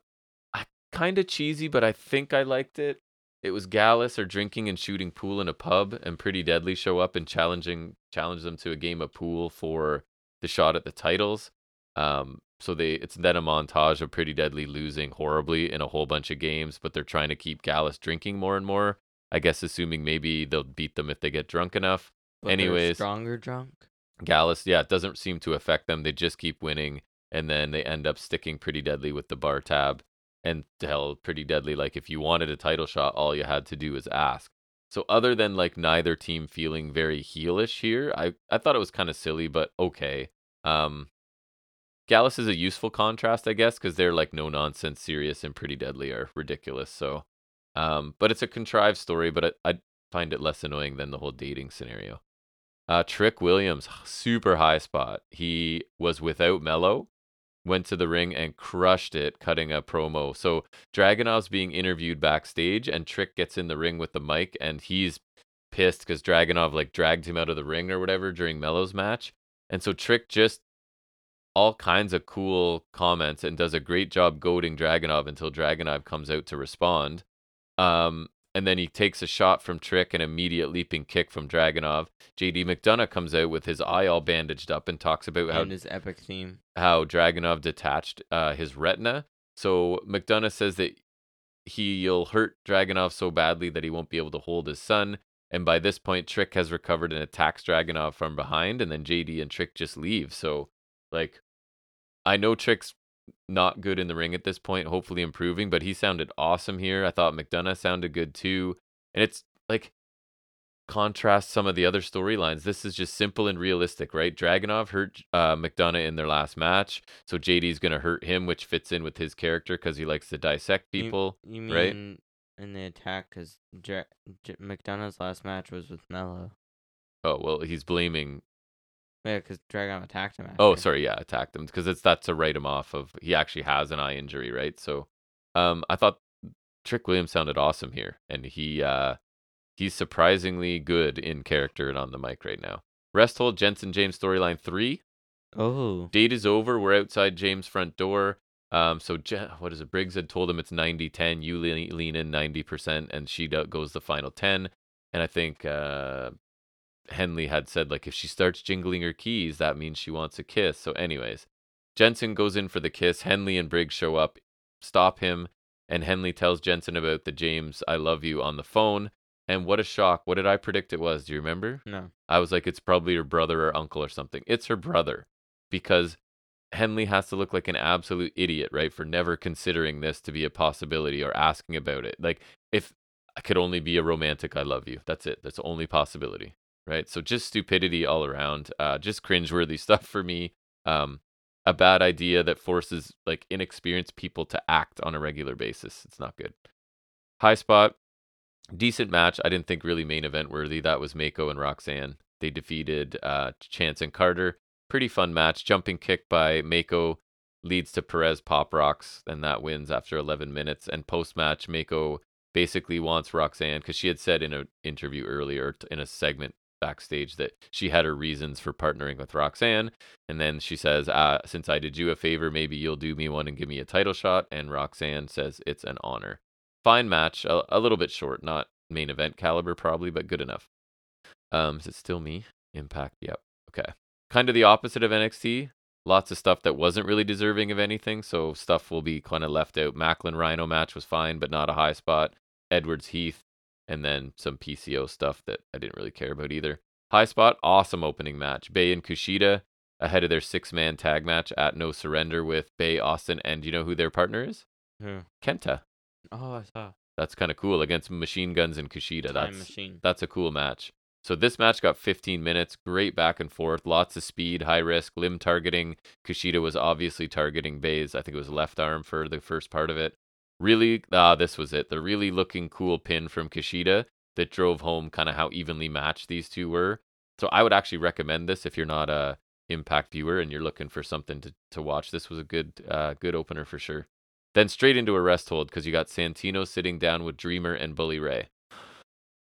A: I kind of cheesy, but I think I liked it. It was Gallus are drinking and shooting pool in a pub, and Pretty Deadly show up and challenging challenge them to a game of pool for the shot at the titles. Um, so they it's then a montage of Pretty Deadly losing horribly in a whole bunch of games, but they're trying to keep Gallus drinking more and more. I guess assuming maybe they'll beat them if they get drunk enough.
B: But they're
A: Anyways.
B: stronger drunk.
A: Gallus, yeah, it doesn't seem to affect them. They just keep winning, and then they end up sticking pretty deadly with the bar tab. And hell, pretty deadly. Like if you wanted a title shot, all you had to do was ask. So other than like neither team feeling very heelish here, I I thought it was kind of silly, but okay. Um, Gallus is a useful contrast, I guess, because they're like no nonsense, serious, and pretty deadly are ridiculous. So, um, but it's a contrived story, but I, I find it less annoying than the whole dating scenario. Uh, Trick Williams, super high spot. He was without Mello, went to the ring and crushed it, cutting a promo. So Dragonov's being interviewed backstage, and Trick gets in the ring with the mic, and he's pissed because Dragonov like dragged him out of the ring or whatever during Mello's match. And so Trick just all kinds of cool comments and does a great job goading Dragonov until Dragonov comes out to respond. Um, and then he takes a shot from Trick and immediate leaping kick from Dragonov. JD McDonough comes out with his eye all bandaged up and talks about how
B: And his epic theme.
A: how Dragonov detached uh, his retina. So McDonough says that he'll hurt Dragonov so badly that he won't be able to hold his son. And by this point, Trick has recovered and attacks Dragonov from behind, and then JD and Trick just leave. So, like, I know Trick's not good in the ring at this point, hopefully improving, but he sounded awesome here. I thought McDonough sounded good too. And it's like, contrast some of the other storylines. This is just simple and realistic, right? Dragonov hurt uh, McDonough in their last match, so JD's gonna hurt him, which fits in with his character because he likes to dissect
B: You-
A: people.
B: You mean
A: right?
B: in the attack? Because J- J- McDonough's last match was with Mello.
A: Oh well, he's blaming.
B: Yeah, because Dragon attacked him. After.
A: Oh, sorry, yeah, attacked him because it's that's to write him off of. He actually has an eye injury, right? So, um, I thought Trick Williams sounded awesome here, and he uh, he's surprisingly good in character and on the mic right now. Rest hold Jensen James storyline three.
B: Oh,
A: date is over. We're outside James' front door. Um, so Je- what is it? Briggs had told him it's 90 10. You lean, lean in 90%, and she do- goes the final 10. And I think uh, Henley had said, like, if she starts jingling her keys, that means she wants a kiss. So, anyways, Jensen goes in for the kiss. Henley and Briggs show up, stop him, and Henley tells Jensen about the James I love you on the phone. And what a shock. What did I predict it was? Do you remember?
B: no.
A: I was like, it's probably her brother or uncle or something. It's her brother because Henley has to look like an absolute idiot, right? For never considering this to be a possibility or asking about it. Like, if I could only be a romantic, I love you. That's it. That's the only possibility, right? So just stupidity all around, uh, just cringeworthy stuff for me. Um, a bad idea that forces like inexperienced people to act on a regular basis. It's not good. High spot, decent match. I didn't think really main event worthy. That was Mako and Roxanne. They defeated uh, Chance and Carter. Pretty fun match. Jumping kick by Mako leads to Perez pop rocks, and that wins after 11 minutes. And post match, Mako basically wants Roxanne because she had said in an interview earlier t- in a segment backstage that she had her reasons for partnering with Roxanne. And then she says, uh, "Since I did you a favor, maybe you'll do me one and give me a title shot." And Roxanne says, "It's an honor." Fine match, a, a little bit short, not main event caliber probably, but good enough. Um, is it still me? Impact. Yep. Okay. Kind of the opposite of NXT. Lots of stuff that wasn't really deserving of anything, so stuff will be kind of left out. Macklin Rhino match was fine, but not a high spot. Edwards Heath, and then some PCO stuff that I didn't really care about either. High spot, awesome opening match. Bay and Kushida ahead of their six man tag match at No Surrender with Bay, Austin, and do you know who their partner is?
B: Who?
A: Kenta.
B: Oh, I saw.
A: That's kind of cool against Machine Guns and Kushida.
B: Time
A: That's
B: machine.
A: Mm-hmm. that's a cool match. So this match got 15 minutes, great back and forth, lots of speed, high risk, limb targeting. Kushida was obviously targeting Bay's, I think it was left arm for the first part of it. Really, ah, this was it. The really looking cool pin from Kushida that drove home kind of how evenly matched these two were. So I would actually recommend this if you're not a impact viewer and you're looking for something to, to watch. This was a good uh, good opener for sure. Then straight into a rest hold because you got Santino sitting down with Dreamer and Bully Ray.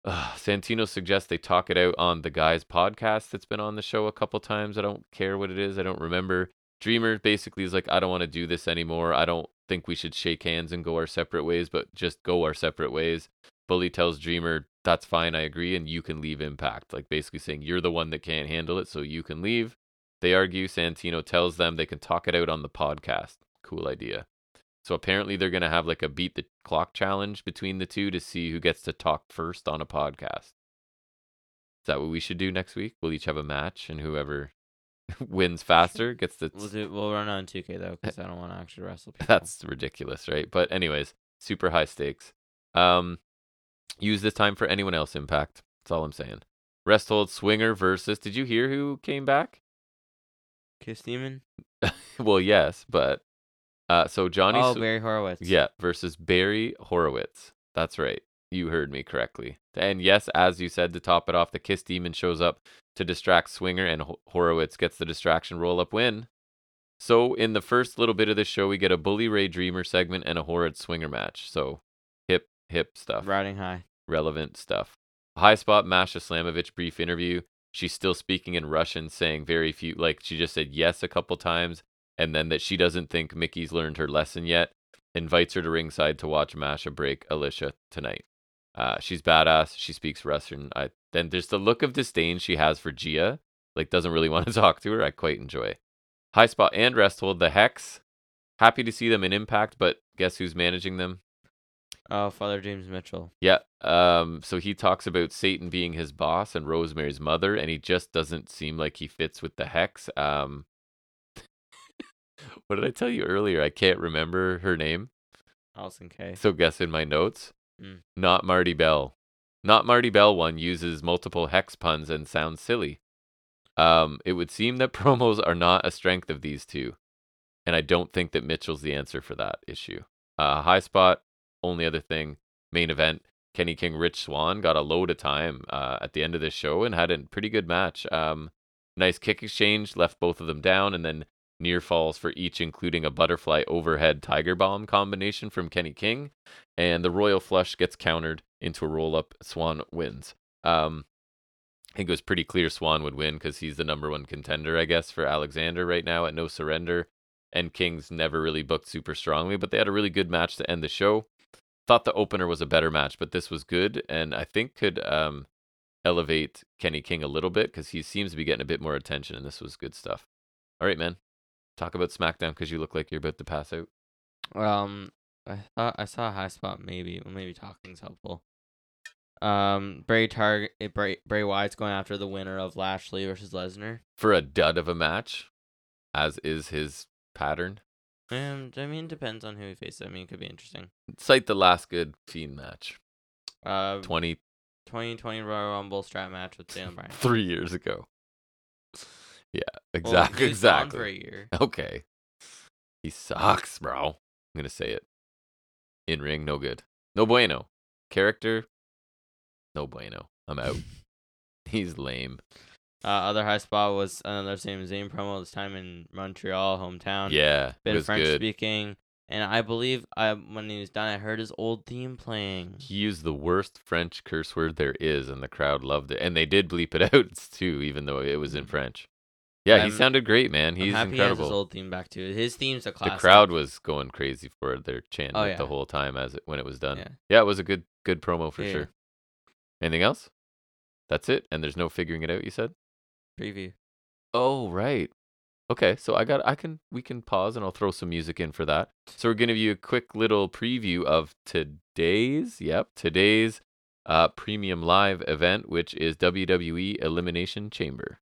A: Ugh, Santino suggests they talk it out on the guy's podcast that's been on the show a couple times. I don't care what it is. I don't remember. Dreamer basically is like, I don't want to do this anymore. I don't think we should shake hands and go our separate ways, but just go our separate ways. Bully tells Dreamer, that's fine. I agree. And you can leave Impact. Like basically saying, you're the one that can't handle it, so you can leave. They argue. Santino tells them they can talk it out on the podcast. Cool idea. So apparently they're going to have like a beat the clock challenge between the two to see who gets to talk first on a podcast. that what we should do next week? We'll each have a match, and whoever wins faster gets the.
B: We'll do. We'll run on 2K though, because I don't want to actually wrestle. People.
A: That's ridiculous, right? But anyways, super high stakes. Um, use this time for anyone else impact. That's all I'm saying. Rest hold swinger versus. Did you hear who came back?
B: Kiss Demon.
A: well, yes, but uh, so Johnny.
B: Oh,
A: Sw-
B: Barry Horowitz.
A: Yeah, versus Barry Horowitz. That's right. You heard me correctly. And yes, as you said, to top it off, the Kiss Demon shows up to distract Swinger, and Ho- Horowitz gets the distraction roll up win. So, in the first little bit of this show, we get a Bully Ray Dreamer segment and a Horowitz Swinger match. So, hip, hip stuff
B: Riding high.
A: relevant stuff. High spot Masha Slamovich brief interview. She's still speaking in Russian, saying very few, like she just said yes a couple times, and then that she doesn't think Mickey's learned her lesson yet. Invites her to ringside to watch Masha break Alicia tonight. Uh, she's badass. She speaks Russian. I, then there's the look of disdain she has for Gia, like doesn't really want to talk to her. I quite enjoy. High spot and rest hold the hex. Happy to see them in Impact, but guess who's managing them?
B: Oh, Father James Mitchell.
A: Yeah. Um, so he talks about Satan being his boss and Rosemary's mother, and he just doesn't seem like he fits with the hex. Um, what did I tell you earlier? I can't remember her name.
B: Allison K.
A: So guess in my notes.
B: Mm.
A: Not Marty Bell. Not Marty Bell one uses multiple hex puns and sounds silly. Um, it would seem that promos are not a strength of these two. And I don't think that Mitchell's the answer for that issue. Uh, high spot, only other thing, main event. Kenny King Rich Swan got a load of time uh, at the end of this show and had a pretty good match. Um, nice kick exchange, left both of them down, and then near falls for each, including a butterfly overhead tiger bomb combination from Kenny King. And the Royal Flush gets countered into a roll up. Swan wins. Um, I think it was pretty clear Swan would win because he's the number one contender, I guess, for Alexander right now at No Surrender. And King's never really booked super strongly, but they had a really good match to end the show. Thought the opener was a better match, but this was good and I think could um, elevate Kenny King a little bit because he seems to be getting a bit more attention, and this was good stuff. All right, man talk about SmackDown because you look like you're about to pass out.
B: Um, I thought I saw a high spot. Maybe well, maybe talking's helpful. Um, Bray Target Bray Bray Wyatt's going after the winner of Lashley versus Lesnar.
A: For a dud of a match, as is his pattern,
B: Um, I mean, depends on who he faces. I mean, it could be interesting.
A: cite the last good Fiend match
B: Uh,
A: 23
B: 2020 Royal Rumble strap match with Daniel Bryan.
A: years ago. Yeah,
B: Well,
A: exactly.
B: he was gone For a
A: exactly.
B: year.
A: Okay. He sucks, bro. I'm going to say it. In ring, no good. No bueno. Character, no bueno. I'm out. He's lame.
B: Uh, other high spot was another same Zayn promo. This time in Montreal, hometown.
A: Yeah, it
B: been
A: was
B: French
A: good.
B: speaking, and I believe I when he was done, I heard his old theme playing.
A: He used the worst French curse word there is, and the crowd loved it. And they did bleep it out too, even though it was in
B: Mhm.
A: French. Yeah,
B: I'm-
A: he sounded great, man.
B: I'm
A: He's
B: happy He has his
A: incredible.
B: old theme back too. His theme's a
A: the
B: classic.
A: crowd was going crazy for it. They're chanting
B: Oh,
A: it the
B: yeah.
A: whole time as it when it was done. Yeah,
B: Yeah.
A: it was a good good promo for
B: Yeah, yeah.
A: sure. Anything else? That's it. And there's no figuring it out. You said.
B: preview.
A: Oh right. Okay, so I got I can we can pause and I'll throw some music in for that. So we're gonna give you a quick little preview of today's yep today's uh, premium live event, which is WWE Elimination Chamber.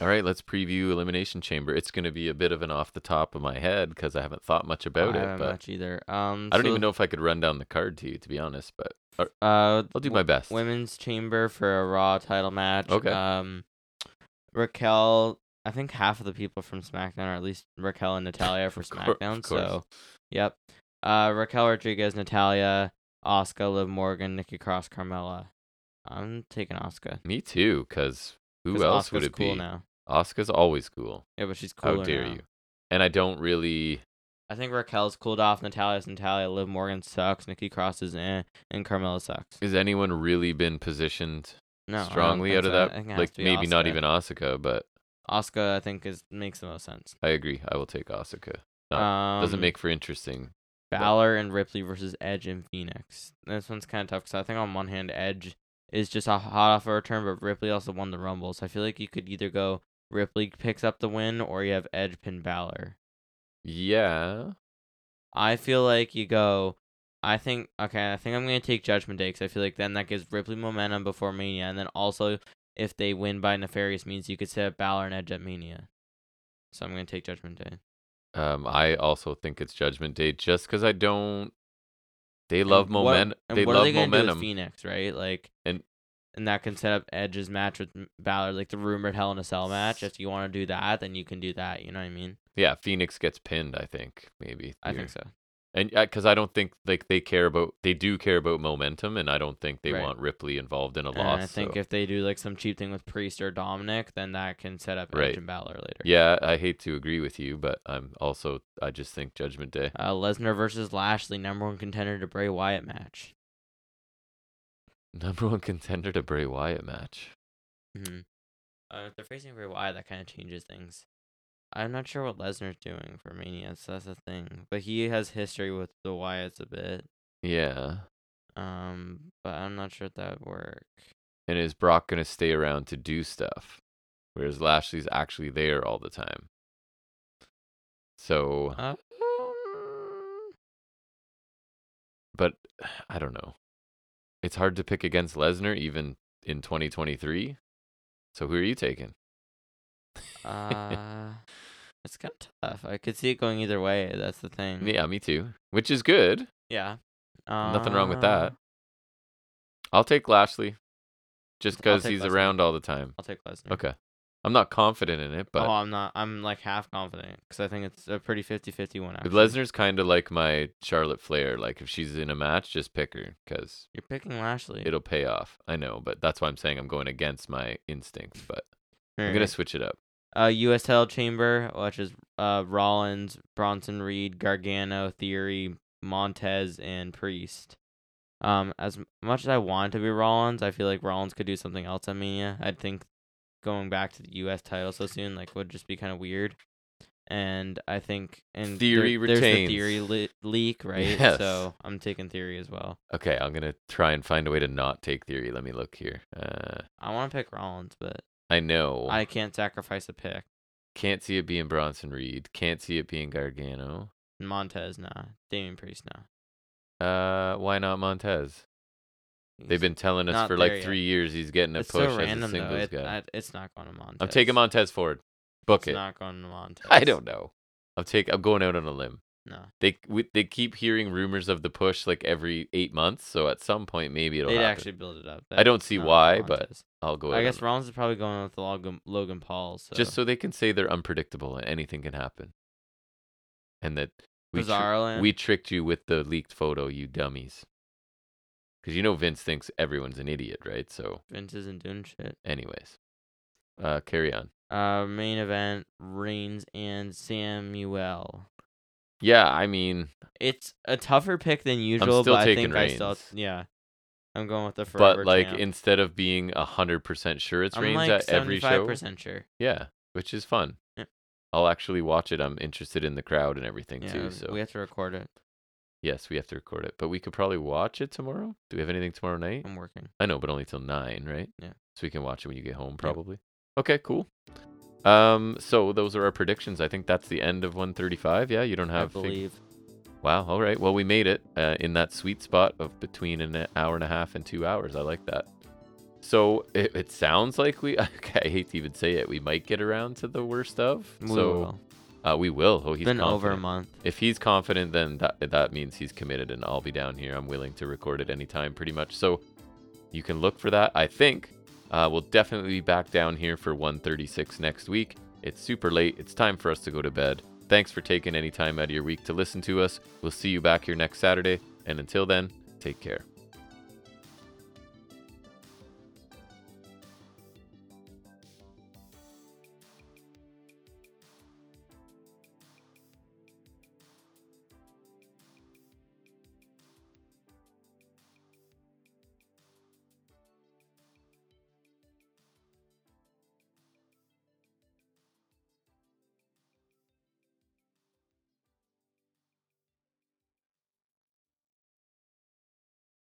A: All right, let's preview Elimination Chamber. It's going to be a bit of an off the top of my head because I haven't thought much about
B: I
A: it,
B: haven't
A: but
B: much either. Um,
A: I don't
B: so,
A: even know if I could run down the card to you, to be honest, but
B: Uh,
A: I'll do
B: w-
A: my best.
B: Women's chamber for a Raw title match.
A: Okay.
B: Um, Raquel. I think half of the people from SmackDown, or at least Raquel and Natalia, are for
A: Of cour- of
B: SmackDown.
A: course.
B: so, yep. Uh, Raquel Rodriguez, Natalia, Oscar, Liv Morgan, Nikki Cross, Carmella. I'm taking Oscar.
A: Me too, because who else would it
B: cool
A: be?
B: now?
A: Oscar's always cool.
B: Yeah, but she's cool.
A: How dare you? And I don't really.
B: I think Raquel's cooled off. Natalia's Natalia. Liv Morgan sucks. Nikki Cross is eh, and Carmella sucks.
A: Has anyone really been positioned
B: No, I don't
A: strongly
B: think
A: out of
B: so. I
A: that?
B: think it has
A: Like
B: to be
A: maybe not
B: Asuka.
A: even Asuka, but
B: Oscar, I think is makes the most sense.
A: I agree. I will take Asuka. No,
B: um,
A: Doesn't make for interesting.
B: Balor and Ripley versus Edge and Phoenix. This one's kind of tough because I think on one hand Edge is just a hot off a return, but Ripley also won the Rumble, so I feel like you could either go Ripley picks up the win or you have Edge pin Balor.
A: Yeah,
B: I feel like you go. I think okay. I think I'm gonna take Judgment Day because I feel like then that gives Ripley momentum before Mania, and then also if they win by nefarious means, you could set up Balor and Edge at Mania. So I'm gonna take Judgment Day.
A: Um, I also think it's Judgment Day just because I don't. They love
B: And what-
A: momentum.
B: and
A: They
B: what
A: love
B: are they gonna Do
A: momentum.
B: with Phoenix, right? Like
A: And-
B: and that can set up Edge's match with M- Balor, like the rumored Hell in a Cell match. If you want to do that, then you can do that. You know what I mean?
A: yeah, Phoenix gets pinned. I think maybe.
B: I
A: here.
B: think so.
A: and because I don't think like they care about they do care about momentum, and I don't think they
B: Right.
A: want Ripley involved in a
B: and
A: loss.
B: I think
A: so-
B: if they do like some cheap thing with Priest or Dominic, then that can set up
A: Right.
B: Edge and Balor later.
A: yeah, I hate to agree with you, but I'm also I just think Judgment Day.
B: Uh, Lesnar versus Lashley, number one contender to Bray Wyatt match.
A: Number one contender to Bray Wyatt match.
B: Mm-hmm. Uh, if they're facing Bray Wyatt, that kind of changes things. I'm not sure what Lesnar's doing for Mania, so that's the thing. But he has history with the Wyatts a bit.
A: Yeah.
B: Um, but I'm not sure if that would work.
A: And is Brock gonna stay around to do stuff? Whereas Lashley's actually there all the time. So
B: Uh,
A: but I don't know. It's hard to pick against Lesnar even in twenty twenty three. So who are you taking?
B: uh, it's kind of tough. I could see it going either way. That's the thing.
A: Yeah, me too. Which is good.
B: Yeah.
A: Nothing wrong with
B: Uh,
A: that. I'll take Lashley just
B: I'll
A: because
B: take
A: he's
B: Lesnar.
A: around all the time.
B: I'll take Lesnar.
A: Okay. I'm not confident in it, but
B: oh, I'm not. I'm like half confident because I think it's a pretty 50-50 one. Actually.
A: Lesnar's kind of like my Charlotte Flair. Like, if she's in a match, just pick her because
B: You're picking Lashley.
A: it'll pay off. I know, but that's why I'm saying I'm going against my instincts, but I'm
B: Alright.
A: going to switch it up.
B: uh, U.S. Title Chamber, which is uh, Rollins, Bronson Reed, Gargano, Theory, Montez, and Priest. Um, as m- much as I want to be Rollins, I feel like Rollins could do something else at Mania. I think going back to the U.S. title so soon like would just be kind of weird. And I think and there-
A: Theory
B: there's the
A: retains.
B: theory le- leak, right?
A: Yes.
B: So I'm taking theory as well.
A: Okay, I'm going to try and find a way to not take theory. Let me look here. Uh,
B: I want to pick Rollins, but
A: I know.
B: I can't sacrifice a pick.
A: can't see it being Bronson Reed. Can't see it being Gargano.
B: Montez, nah. Damian Priest, nah.
A: Uh, why not Montez? They've
B: He's-
A: been telling us
B: not
A: for
B: there
A: like
B: yet.
A: three years he's getting a
B: it's
A: push
B: so
A: as a
B: random though.
A: singles
B: It-
A: guy.
B: I- it's not going to Montez.
A: I'm taking Montez Ford. Book
B: It's
A: it.
B: not going to Montez.
A: I don't know. I'm take. I'm going out on a limb.
B: No,
A: They we, they keep hearing rumors of the push like every eight months. So at some point, maybe it'll
B: they'd
A: happen.
B: actually build it up.
A: I don't
B: That's
A: see
B: not
A: why, but
B: Montez.
A: I'll go. Out
B: I guess
A: on,
B: Rollins is probably going with Logan Logan Paul. So
A: just so they can say they're unpredictable and anything can happen, and that we tr-
B: Bizarro
A: we tricked you with the leaked photo, you dummies. Because you know Vince thinks everyone's an idiot, right? So,
B: Vince isn't doing shit.
A: anyways, uh, carry on.
B: Uh, main event: Reigns and Samuel.
A: Yeah, I mean,
B: It's a tougher pick than usual,
A: still
B: but
A: taking
B: I think I
A: Reigns.
B: still yeah. I'm going with the forever
A: but like
B: champ.
A: instead of being hundred percent sure it's
B: I'm
A: Reigns
B: like
A: at every show,
B: percent sure.
A: yeah, which is fun.
B: Yeah.
A: I'll actually watch it. I'm interested in the crowd and everything
B: Yeah,
A: too. So
B: we have to record it.
A: yes, we have to record it, but we could probably watch it tomorrow. Do we have anything tomorrow night?
B: I'm working.
A: I know, but only till nine, right?
B: Yeah.
A: So we can watch it when you get home, probably. Okay, cool. Um, so those are our predictions. I think that's the end of 135. Yeah, you don't
B: I
A: have. fig-
B: believe.
A: Wow. All right. Well, we made it uh, in that sweet spot of between an hour and a half and two hours. I like that. So it, it sounds like we. I hate to even say it. We might get around to the worst of.
B: We
A: so
B: will.
A: uh, we will. Oh, he's
B: been over a
A: confident.
B: month.
A: If he's confident, then that that means he's committed, and I'll be down here. I'm willing to record at any time, pretty much. So you can look for that. I think uh, we'll definitely be back down here for 136 next week. It's super late. It's time for us to go to bed. Thanks for taking any time out of your week to listen to us. We'll see you back here next Saturday. And until then, take care.